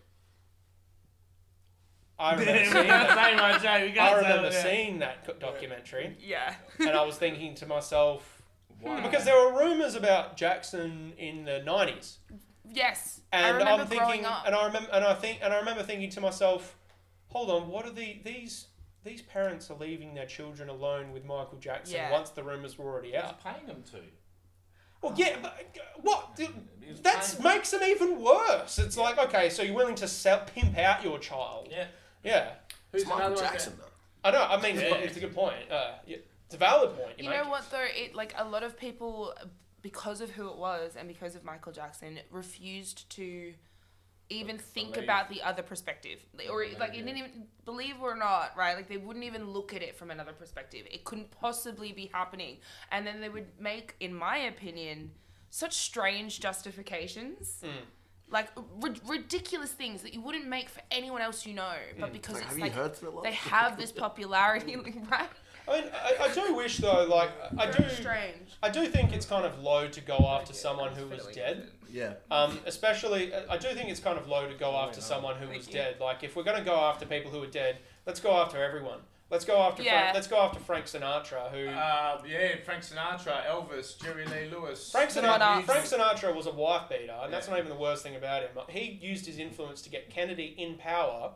Speaker 1: I remember seeing that. I remember seeing that co- documentary,
Speaker 3: Yeah.
Speaker 1: and I was thinking to myself
Speaker 5: Hmm.
Speaker 4: Wow.
Speaker 1: because there were rumours about Jackson in the '90s.
Speaker 3: Yes. I
Speaker 1: and
Speaker 3: remember
Speaker 1: I'm
Speaker 3: growing
Speaker 1: thinking,
Speaker 3: up.
Speaker 1: and I remember, and I think, and I remember thinking to myself, "Hold on, what are the these these parents are leaving their children alone with Michael Jackson
Speaker 3: Yeah.
Speaker 1: once the rumors were already
Speaker 4: He's
Speaker 1: out?"
Speaker 4: paying them to.
Speaker 1: Well, yeah, but uh, what
Speaker 4: He was
Speaker 1: that
Speaker 4: paying-
Speaker 1: makes it even worse. It's like, okay, so you're willing to sell, pimp out your child?
Speaker 4: Yeah.
Speaker 1: Yeah,
Speaker 2: It's
Speaker 4: Who's
Speaker 2: Michael
Speaker 4: another one
Speaker 2: Jackson, though.
Speaker 1: I know. I mean, it's, it's a good point. Uh, yeah, it's a valid point. You,
Speaker 3: You
Speaker 1: make.
Speaker 3: know what though? It like a lot of people, because of who it was and because of Michael Jackson, refused to even think
Speaker 4: Believe.
Speaker 3: about the other perspective, Like, or like it
Speaker 4: yeah.
Speaker 3: didn't even believe or not, right? Like they wouldn't even look at it from another perspective. It couldn't possibly be happening, and then they would make, in my opinion, such strange justifications. Like ri- ridiculous things that you wouldn't make for anyone else you know, but because
Speaker 2: Like,
Speaker 3: it's
Speaker 2: have
Speaker 3: like
Speaker 2: you heard Thriller?
Speaker 3: they have this popularity, like, right?
Speaker 1: I mean, I, I do wish though, like, I do,
Speaker 3: Very strange.
Speaker 1: I do think it's kind of low to go after someone who was dead.
Speaker 2: Yeah.
Speaker 1: Um, especially, I I do think it's kind of low to go after someone who
Speaker 3: Thank
Speaker 1: was
Speaker 3: you.
Speaker 1: dead. Like, if we're going to go after people who are dead, let's go after everyone. Let's go after
Speaker 3: Yeah.
Speaker 1: Frank, let's go after Frank Sinatra, who
Speaker 4: Uh, yeah, Frank Sinatra, Elvis, Jerry Lee Lewis.
Speaker 1: Frank
Speaker 3: What
Speaker 1: Sinatra,
Speaker 3: up?
Speaker 1: Frank Sinatra was a wife beater, and that's not even the worst thing about him. He used his influence to get Kennedy in power,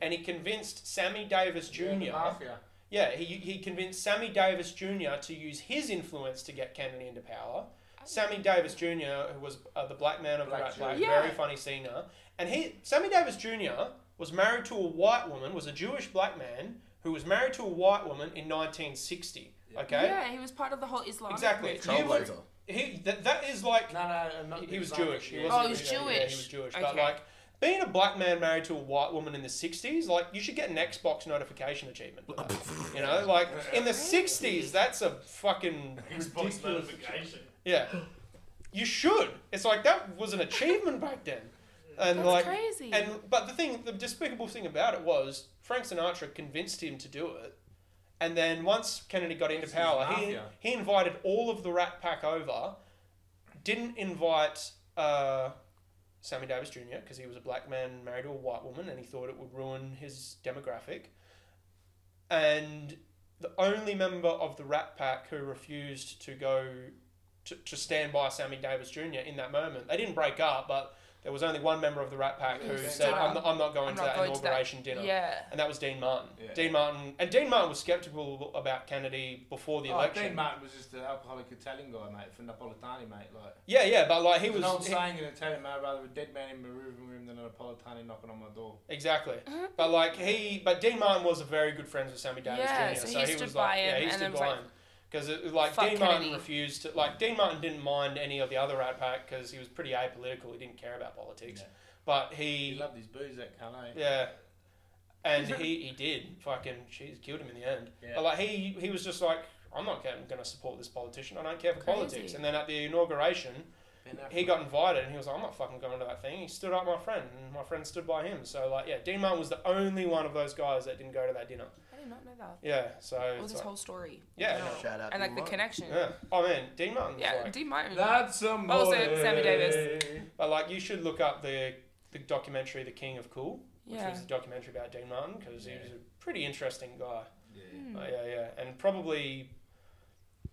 Speaker 1: and he convinced Sammy Davis Jr.
Speaker 4: Junior. Mafia.
Speaker 1: Yeah, he, he convinced Sammy Davis Jr. to use his influence to get Kennedy into power.
Speaker 3: Oh.
Speaker 1: Sammy Davis Jr., who was uh, the black man of
Speaker 4: Black
Speaker 1: Rat
Speaker 4: Jew.
Speaker 1: Black,
Speaker 3: Yeah.
Speaker 1: very funny singer, and he Sammy Davis Jr. was married to a white woman, was a Jewish black man who was married to a white woman in 1960. Okay,
Speaker 3: Yeah, he was part of the whole Islamic
Speaker 1: exactly.
Speaker 3: movement.
Speaker 1: You would-
Speaker 2: Trailblazer.
Speaker 1: he that, that is like
Speaker 4: No, no, no, not
Speaker 1: he was
Speaker 4: Islamic,
Speaker 1: Jewish. He
Speaker 4: yeah.
Speaker 1: wasn't
Speaker 3: Oh, he was
Speaker 1: yeah, yeah, he was
Speaker 3: Jewish.
Speaker 1: Jewish. But
Speaker 3: Okay.
Speaker 1: like being a black man married to a white woman in the '60s, like you should get an Xbox notification achievement. For that. you know, like in the '60s, that's a fucking
Speaker 5: Xbox notification.
Speaker 1: yeah. You should. It's like that was an achievement back then, and
Speaker 3: That's
Speaker 1: like
Speaker 3: crazy.
Speaker 1: and but the thing, the despicable thing about it was Frank Sinatra convinced him to do it, and then once Kennedy got into
Speaker 4: He's
Speaker 1: power, he
Speaker 4: mafia.
Speaker 1: he invited all of the Rat Pack over, didn't invite uh, Sammy Davis Jr. because he was a black man married to a white woman, and he thought it would ruin his demographic, and the only member of the Rat Pack who refused to go to, to stand by Sammy Davis Jr. in that moment. They didn't break up, but there was only one member of the Rat Pack who
Speaker 3: Yeah,
Speaker 1: said,
Speaker 3: yeah.
Speaker 1: I'm, not- I'm not going
Speaker 3: I'm
Speaker 1: to
Speaker 3: not
Speaker 1: that
Speaker 3: going to that."
Speaker 1: inauguration dinner.
Speaker 3: Yeah.
Speaker 1: And that was Dean Martin.
Speaker 4: Yeah.
Speaker 1: Dean Martin, and Dean Martin was skeptical about Kennedy before the
Speaker 4: Oh,
Speaker 1: election.
Speaker 4: Dean Martin was just an alcoholic Italian guy, mate, from Napolitani, mate. Like
Speaker 1: Yeah, yeah, but like he
Speaker 4: There's an old
Speaker 1: was he-
Speaker 4: saying in Italian, mate, I'd rather a dead man in my living room than a Napolitani knocking on my door.
Speaker 1: exactly,
Speaker 3: Uh-huh.
Speaker 1: but like he, but Dean Martin was a very good friend with Sammy Davis
Speaker 3: Yeah,
Speaker 1: Jr.
Speaker 3: so
Speaker 1: So,
Speaker 3: he
Speaker 1: he,
Speaker 3: stood
Speaker 1: was
Speaker 3: by
Speaker 1: like,
Speaker 3: him
Speaker 1: yeah, he
Speaker 3: and
Speaker 1: stood
Speaker 3: then was
Speaker 1: by
Speaker 3: like,
Speaker 1: him because like
Speaker 3: "Fuck
Speaker 1: Dean Martin
Speaker 3: Kennedy."
Speaker 1: refused to like Dean Martin didn't mind any of the other Rat Pack because he was pretty apolitical. He didn't care about politics,
Speaker 4: Yeah.
Speaker 1: but
Speaker 4: He loved his booze, that cunt, eh?
Speaker 1: Yeah. And he, he did fucking she's killed him in the end.
Speaker 4: Yeah.
Speaker 1: But like he he was just like I'm not going to support this politician. I don't care for
Speaker 3: Crazy.
Speaker 1: politics. And then at the inauguration,
Speaker 4: Ben Affleck.
Speaker 1: he got invited, and he was like, "I'm not fucking going to that thing." He stood up my friend, and my friend stood by him. So like, yeah, Dean Martin was the only one of those guys that didn't go to that dinner.
Speaker 3: I did not know that.
Speaker 1: Yeah. So
Speaker 3: Or
Speaker 1: it's
Speaker 3: this
Speaker 1: like-
Speaker 3: whole story.
Speaker 1: yeah,
Speaker 3: Wow.
Speaker 2: Shout out to
Speaker 3: And like the
Speaker 2: Mark.
Speaker 3: connection. Yeah,
Speaker 1: yeah. Oh man, Dean Martin. Was like,
Speaker 3: Dean Martin.
Speaker 4: That's a
Speaker 3: Also, Sammy Davis.
Speaker 4: boy.
Speaker 1: but like, you should look up the the documentary, The King of Cool, which
Speaker 3: Yeah.
Speaker 1: was a documentary about Dean Martin because
Speaker 4: Yeah.
Speaker 1: he was a pretty interesting guy.
Speaker 4: Yeah.
Speaker 3: Hmm.
Speaker 1: Oh, yeah, yeah, and probably,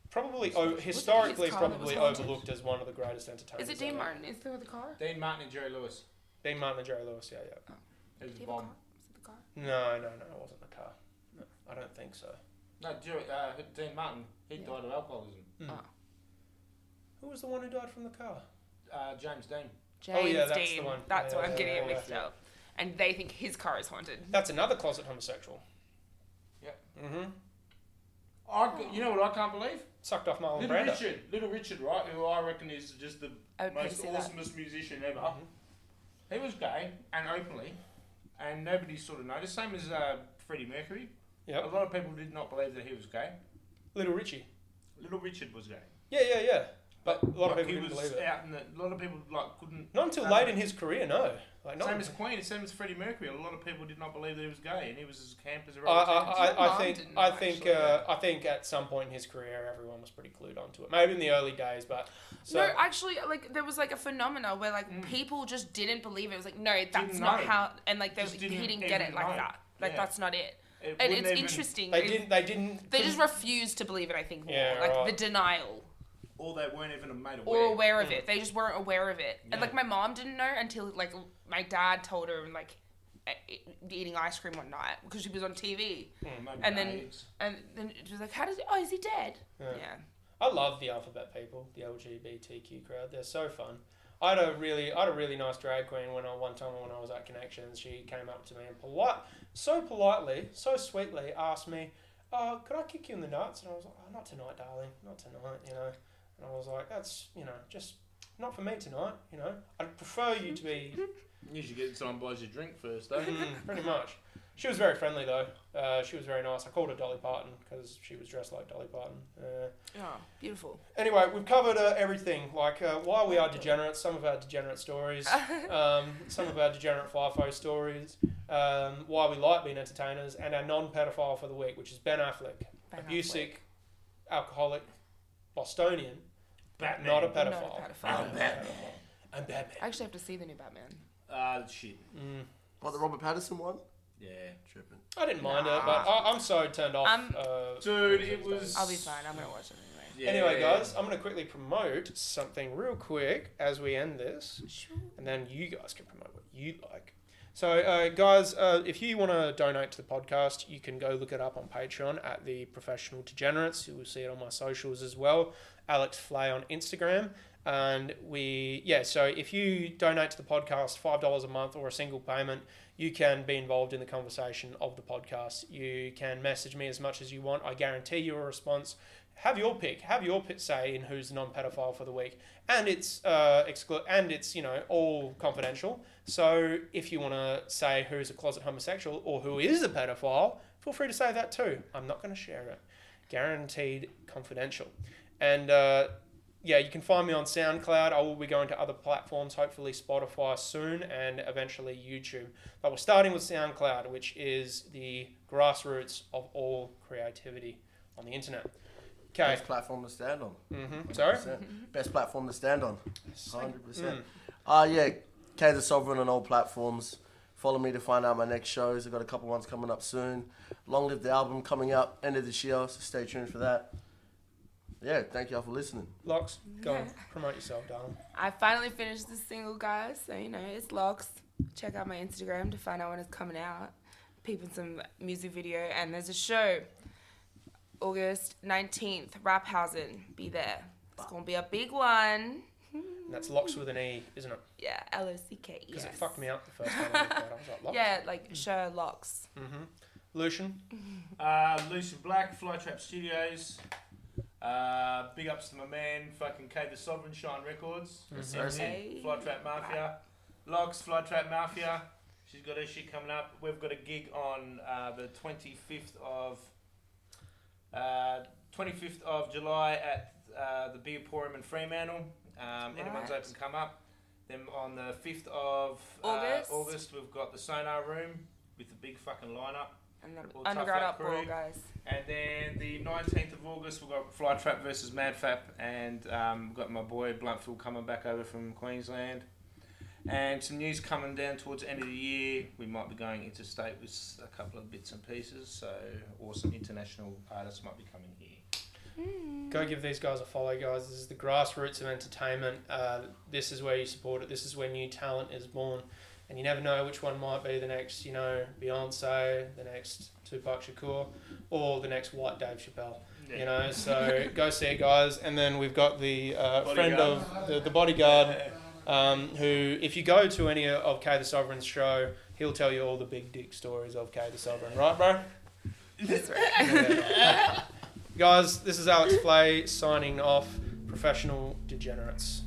Speaker 1: probably
Speaker 4: Look
Speaker 1: o-
Speaker 4: at
Speaker 1: historically,
Speaker 3: his car that
Speaker 1: probably
Speaker 3: was haunted.
Speaker 1: overlooked as one of the greatest entertainers.
Speaker 3: Is it Dean
Speaker 1: ever.
Speaker 3: Martin? Is there the car?
Speaker 4: Dean Martin and Jerry Lewis.
Speaker 1: Dean Martin and Jerry Lewis. Yeah, yeah.
Speaker 4: It
Speaker 3: Did
Speaker 4: was a
Speaker 3: he have a
Speaker 4: bomb.
Speaker 3: car? Was it the car?
Speaker 1: No, no, no, it wasn't the car. No, I don't think so.
Speaker 4: No, Jerry, uh, Dean Martin, he
Speaker 3: Yeah.
Speaker 4: died of alcoholism.
Speaker 1: Who was the one who died from the car?
Speaker 4: Uh, James Dean.
Speaker 3: James
Speaker 1: Oh, yeah, that's the
Speaker 3: Dean.
Speaker 1: one.
Speaker 3: That's
Speaker 1: Yeah,
Speaker 3: what I'm
Speaker 1: yeah,
Speaker 3: getting
Speaker 1: yeah,
Speaker 3: it mixed
Speaker 1: yeah.
Speaker 3: up. And they think his car is haunted.
Speaker 1: That's another closet homosexual.
Speaker 4: Yeah.
Speaker 1: Mm-hmm.
Speaker 4: I, c- you know what I can't believe?
Speaker 1: Sucked off Marlon
Speaker 4: Little
Speaker 1: Brando.
Speaker 4: Richard, Little Richard, right? Who I reckon is just the
Speaker 3: I would pay to
Speaker 4: most
Speaker 3: Oh, see that.
Speaker 4: awesomest musician ever.
Speaker 1: Mhm.
Speaker 4: He was gay and openly, and nobody sort of noticed. Same as uh, Freddie Mercury. A
Speaker 1: Yep.
Speaker 4: lot of people did not believe that he was gay.
Speaker 1: Little Richie.
Speaker 4: Little Richard was gay.
Speaker 1: Yeah, yeah, yeah. But a lot of people
Speaker 4: Like, he
Speaker 1: didn't
Speaker 4: was
Speaker 1: believe it.
Speaker 4: out, and a lot of people like couldn't.
Speaker 1: Not until
Speaker 4: Uh,
Speaker 1: late in his career, no. Like, not.
Speaker 4: Same as Queen, same as Freddie Mercury. A lot of people did not believe that he was gay, and he was as camp as a
Speaker 1: I,
Speaker 4: rubber
Speaker 1: I,
Speaker 4: tent.
Speaker 3: My
Speaker 1: I, I
Speaker 3: mum
Speaker 1: think
Speaker 3: didn't
Speaker 1: I
Speaker 3: know,
Speaker 1: think
Speaker 3: actually.
Speaker 1: uh, I think at some point in his career everyone was pretty clued onto it. Maybe in the early days, but so Hmm.
Speaker 3: no, actually, like there was like a phenomena where like people just didn't believe it. It was like, no, that's
Speaker 4: Didn't
Speaker 3: not
Speaker 4: know.
Speaker 3: how, and like they,
Speaker 4: Just
Speaker 3: he
Speaker 4: didn't
Speaker 3: didn't get it
Speaker 4: even
Speaker 3: like
Speaker 4: know.
Speaker 3: that. Like
Speaker 4: Yeah.
Speaker 3: that's not it.
Speaker 4: It
Speaker 3: And
Speaker 4: wouldn't
Speaker 3: it's
Speaker 4: even-
Speaker 3: interesting.
Speaker 1: they
Speaker 3: It-
Speaker 1: didn't. They didn't.
Speaker 3: They just refused to believe it. I think more
Speaker 1: Yeah,
Speaker 3: like
Speaker 1: right.
Speaker 3: the denial
Speaker 4: Or they weren't even made aware.
Speaker 3: or aware of it. They just weren't aware of it.
Speaker 4: Yeah.
Speaker 3: And like my mom didn't know until like my dad told her like e- eating ice cream one night because she was on TV.
Speaker 4: Maybe
Speaker 3: And then-
Speaker 4: AIDS.
Speaker 3: And then she was like, "How does he? Oh, is he dead?"
Speaker 1: Yeah.
Speaker 3: Yeah.
Speaker 1: I love the alphabet people, the LGBTQ crowd. They're so fun. I had a really, I had a really nice drag queen when I one time when I was at Connections. She came up to me and polite, so politely, so sweetly asked me, "Oh, could I kick you in the nuts?" And I was like, oh, "Not tonight, darling. Not tonight." You know. And I was like, "That's you know just." Not for me tonight, you know. I'd prefer you to be
Speaker 4: You should get someone buys you a drink first, though.
Speaker 1: Mm, pretty much. She was very friendly though. Uh, she was very nice. I called her Dolly Parton because she was dressed like Dolly Parton. Uh,
Speaker 3: Oh, beautiful.
Speaker 1: anyway, we've covered uh, everything. Like uh, why we are degenerates, some of our degenerate stories, um, some of our degenerate FIFO stories, um, why we like being entertainers, and our non-pedophile for the week, which is Ben Affleck,
Speaker 3: Ben
Speaker 1: abusive, alcoholic, Bostonian,
Speaker 4: Batman.
Speaker 1: not a
Speaker 3: Affleck. Not a
Speaker 1: pedophile.
Speaker 3: pedophile.
Speaker 1: I'm Batman.
Speaker 3: I actually have to see the new Batman.
Speaker 4: Ah, shit.
Speaker 1: Mm.
Speaker 2: What the Robert Patterson one?
Speaker 4: Yeah.
Speaker 2: Tripping.
Speaker 1: I didn't mind it,
Speaker 3: Nah.
Speaker 1: but I, I'm so turned off.
Speaker 3: Um,
Speaker 1: uh,
Speaker 4: Dude, it was.
Speaker 3: I'll be fine. I'm gonna watch it anyway.
Speaker 4: Yeah.
Speaker 1: Anyway, guys, I'm going to quickly promote something real quick as we end this,
Speaker 3: Sure.
Speaker 1: and then you guys can promote what you like. So, uh, guys, uh, if you want to donate to the podcast, you can go look it up on Patreon at the Professional Degenerates. You will see it on my socials as well, Alex Flay on Instagram. And we, yeah, so if you donate to the podcast $5 a month or a single payment, you can be involved in the conversation of the podcast. You can message me as much as you want. I guarantee you a response. Have your pick. Have your pick say in who's non-pedophile for the week, and it's uh, exclu- and it's you know all confidential. So if you want to say who's a closet homosexual or who is a pedophile, feel free to say that too. I'm not going to share it. Guaranteed confidential. And uh, yeah, you can find me on SoundCloud. I will be going to other platforms, hopefully Spotify soon, and eventually YouTube. But we're starting with SoundCloud, which is the grassroots of all creativity on the internet. Okay.
Speaker 2: Best platform to stand on.
Speaker 1: Mm-hmm. Sorry.
Speaker 2: 100%. Best platform to stand on. 100%.
Speaker 1: Mm.
Speaker 2: Uh, yeah, Kansas Sovereign on all platforms. Follow me to find out my next shows. I've got a couple ones coming up soon. Long Live the Album coming out end of this year, so stay tuned for that. Yeah, thank y'all for listening.
Speaker 1: Locks, go on.
Speaker 3: Yeah.
Speaker 1: Promote yourself, darling.
Speaker 3: I finally finished the single, guys. So you know, it's locks. Check out my Instagram to find out when it's coming out. Peeping some music video, and there's a show August nineteenth, Raphausen. Be there. It's gonna be a big one.
Speaker 1: And that's locks with an E, isn't it?
Speaker 3: Yeah, L O C K E.
Speaker 1: Because
Speaker 3: S.
Speaker 1: it fucked me up the first time I looked at it. I was like, locks.
Speaker 3: Yeah, like show locks.
Speaker 1: Mm-hmm. Lucian,
Speaker 5: Uh, Lucy Black, Flytrap Studios. Uh, big ups to my man, fucking K the Sovereign Shine Records.
Speaker 2: Yes,
Speaker 1: Mm-hmm.
Speaker 5: That's
Speaker 2: sir.
Speaker 5: it. Flytrap Mafia. Logs, Flytrap Mafia. She's got her shit coming up. We've got a gig on uh, the 25th of uh, 25th of July at uh, the Beer Emporium in Fremantle. Um, Anyone's
Speaker 3: Right.
Speaker 5: open, come up. Then on the 5th of uh,
Speaker 3: August.
Speaker 5: August, we've got the Sonar Room with the big fucking lineup.
Speaker 3: And then
Speaker 5: Well, tough
Speaker 3: underground
Speaker 5: luck,
Speaker 3: uproar,
Speaker 5: crew.
Speaker 3: guys.
Speaker 5: And then the 19th of August, we've got Flytrap versus Madfap, and um, we've got my boy Bluntfield coming back over from Queensland. And some news coming down towards the end of the year. We might be going interstate with a couple of bits and pieces, so or some international artists might be coming here.
Speaker 3: Hmm.
Speaker 1: go give these guys a follow, guys. This is the grassroots of entertainment. Uh, this is where you support it. This is where new talent is born. And you never know which one might be the next, you know, Beyonce, the next Tupac Shakur, or the next white Dave Chappelle. you know. So go see it, guys. And then we've got the uh, friend of the, the bodyguard, um, who, if you go to any of K the Sovereign's show, he'll tell you all the big dick stories of K the Sovereign, right, bro?
Speaker 3: That's right.
Speaker 1: Yeah. guys, this is Alex Flay signing off. Professional degenerates.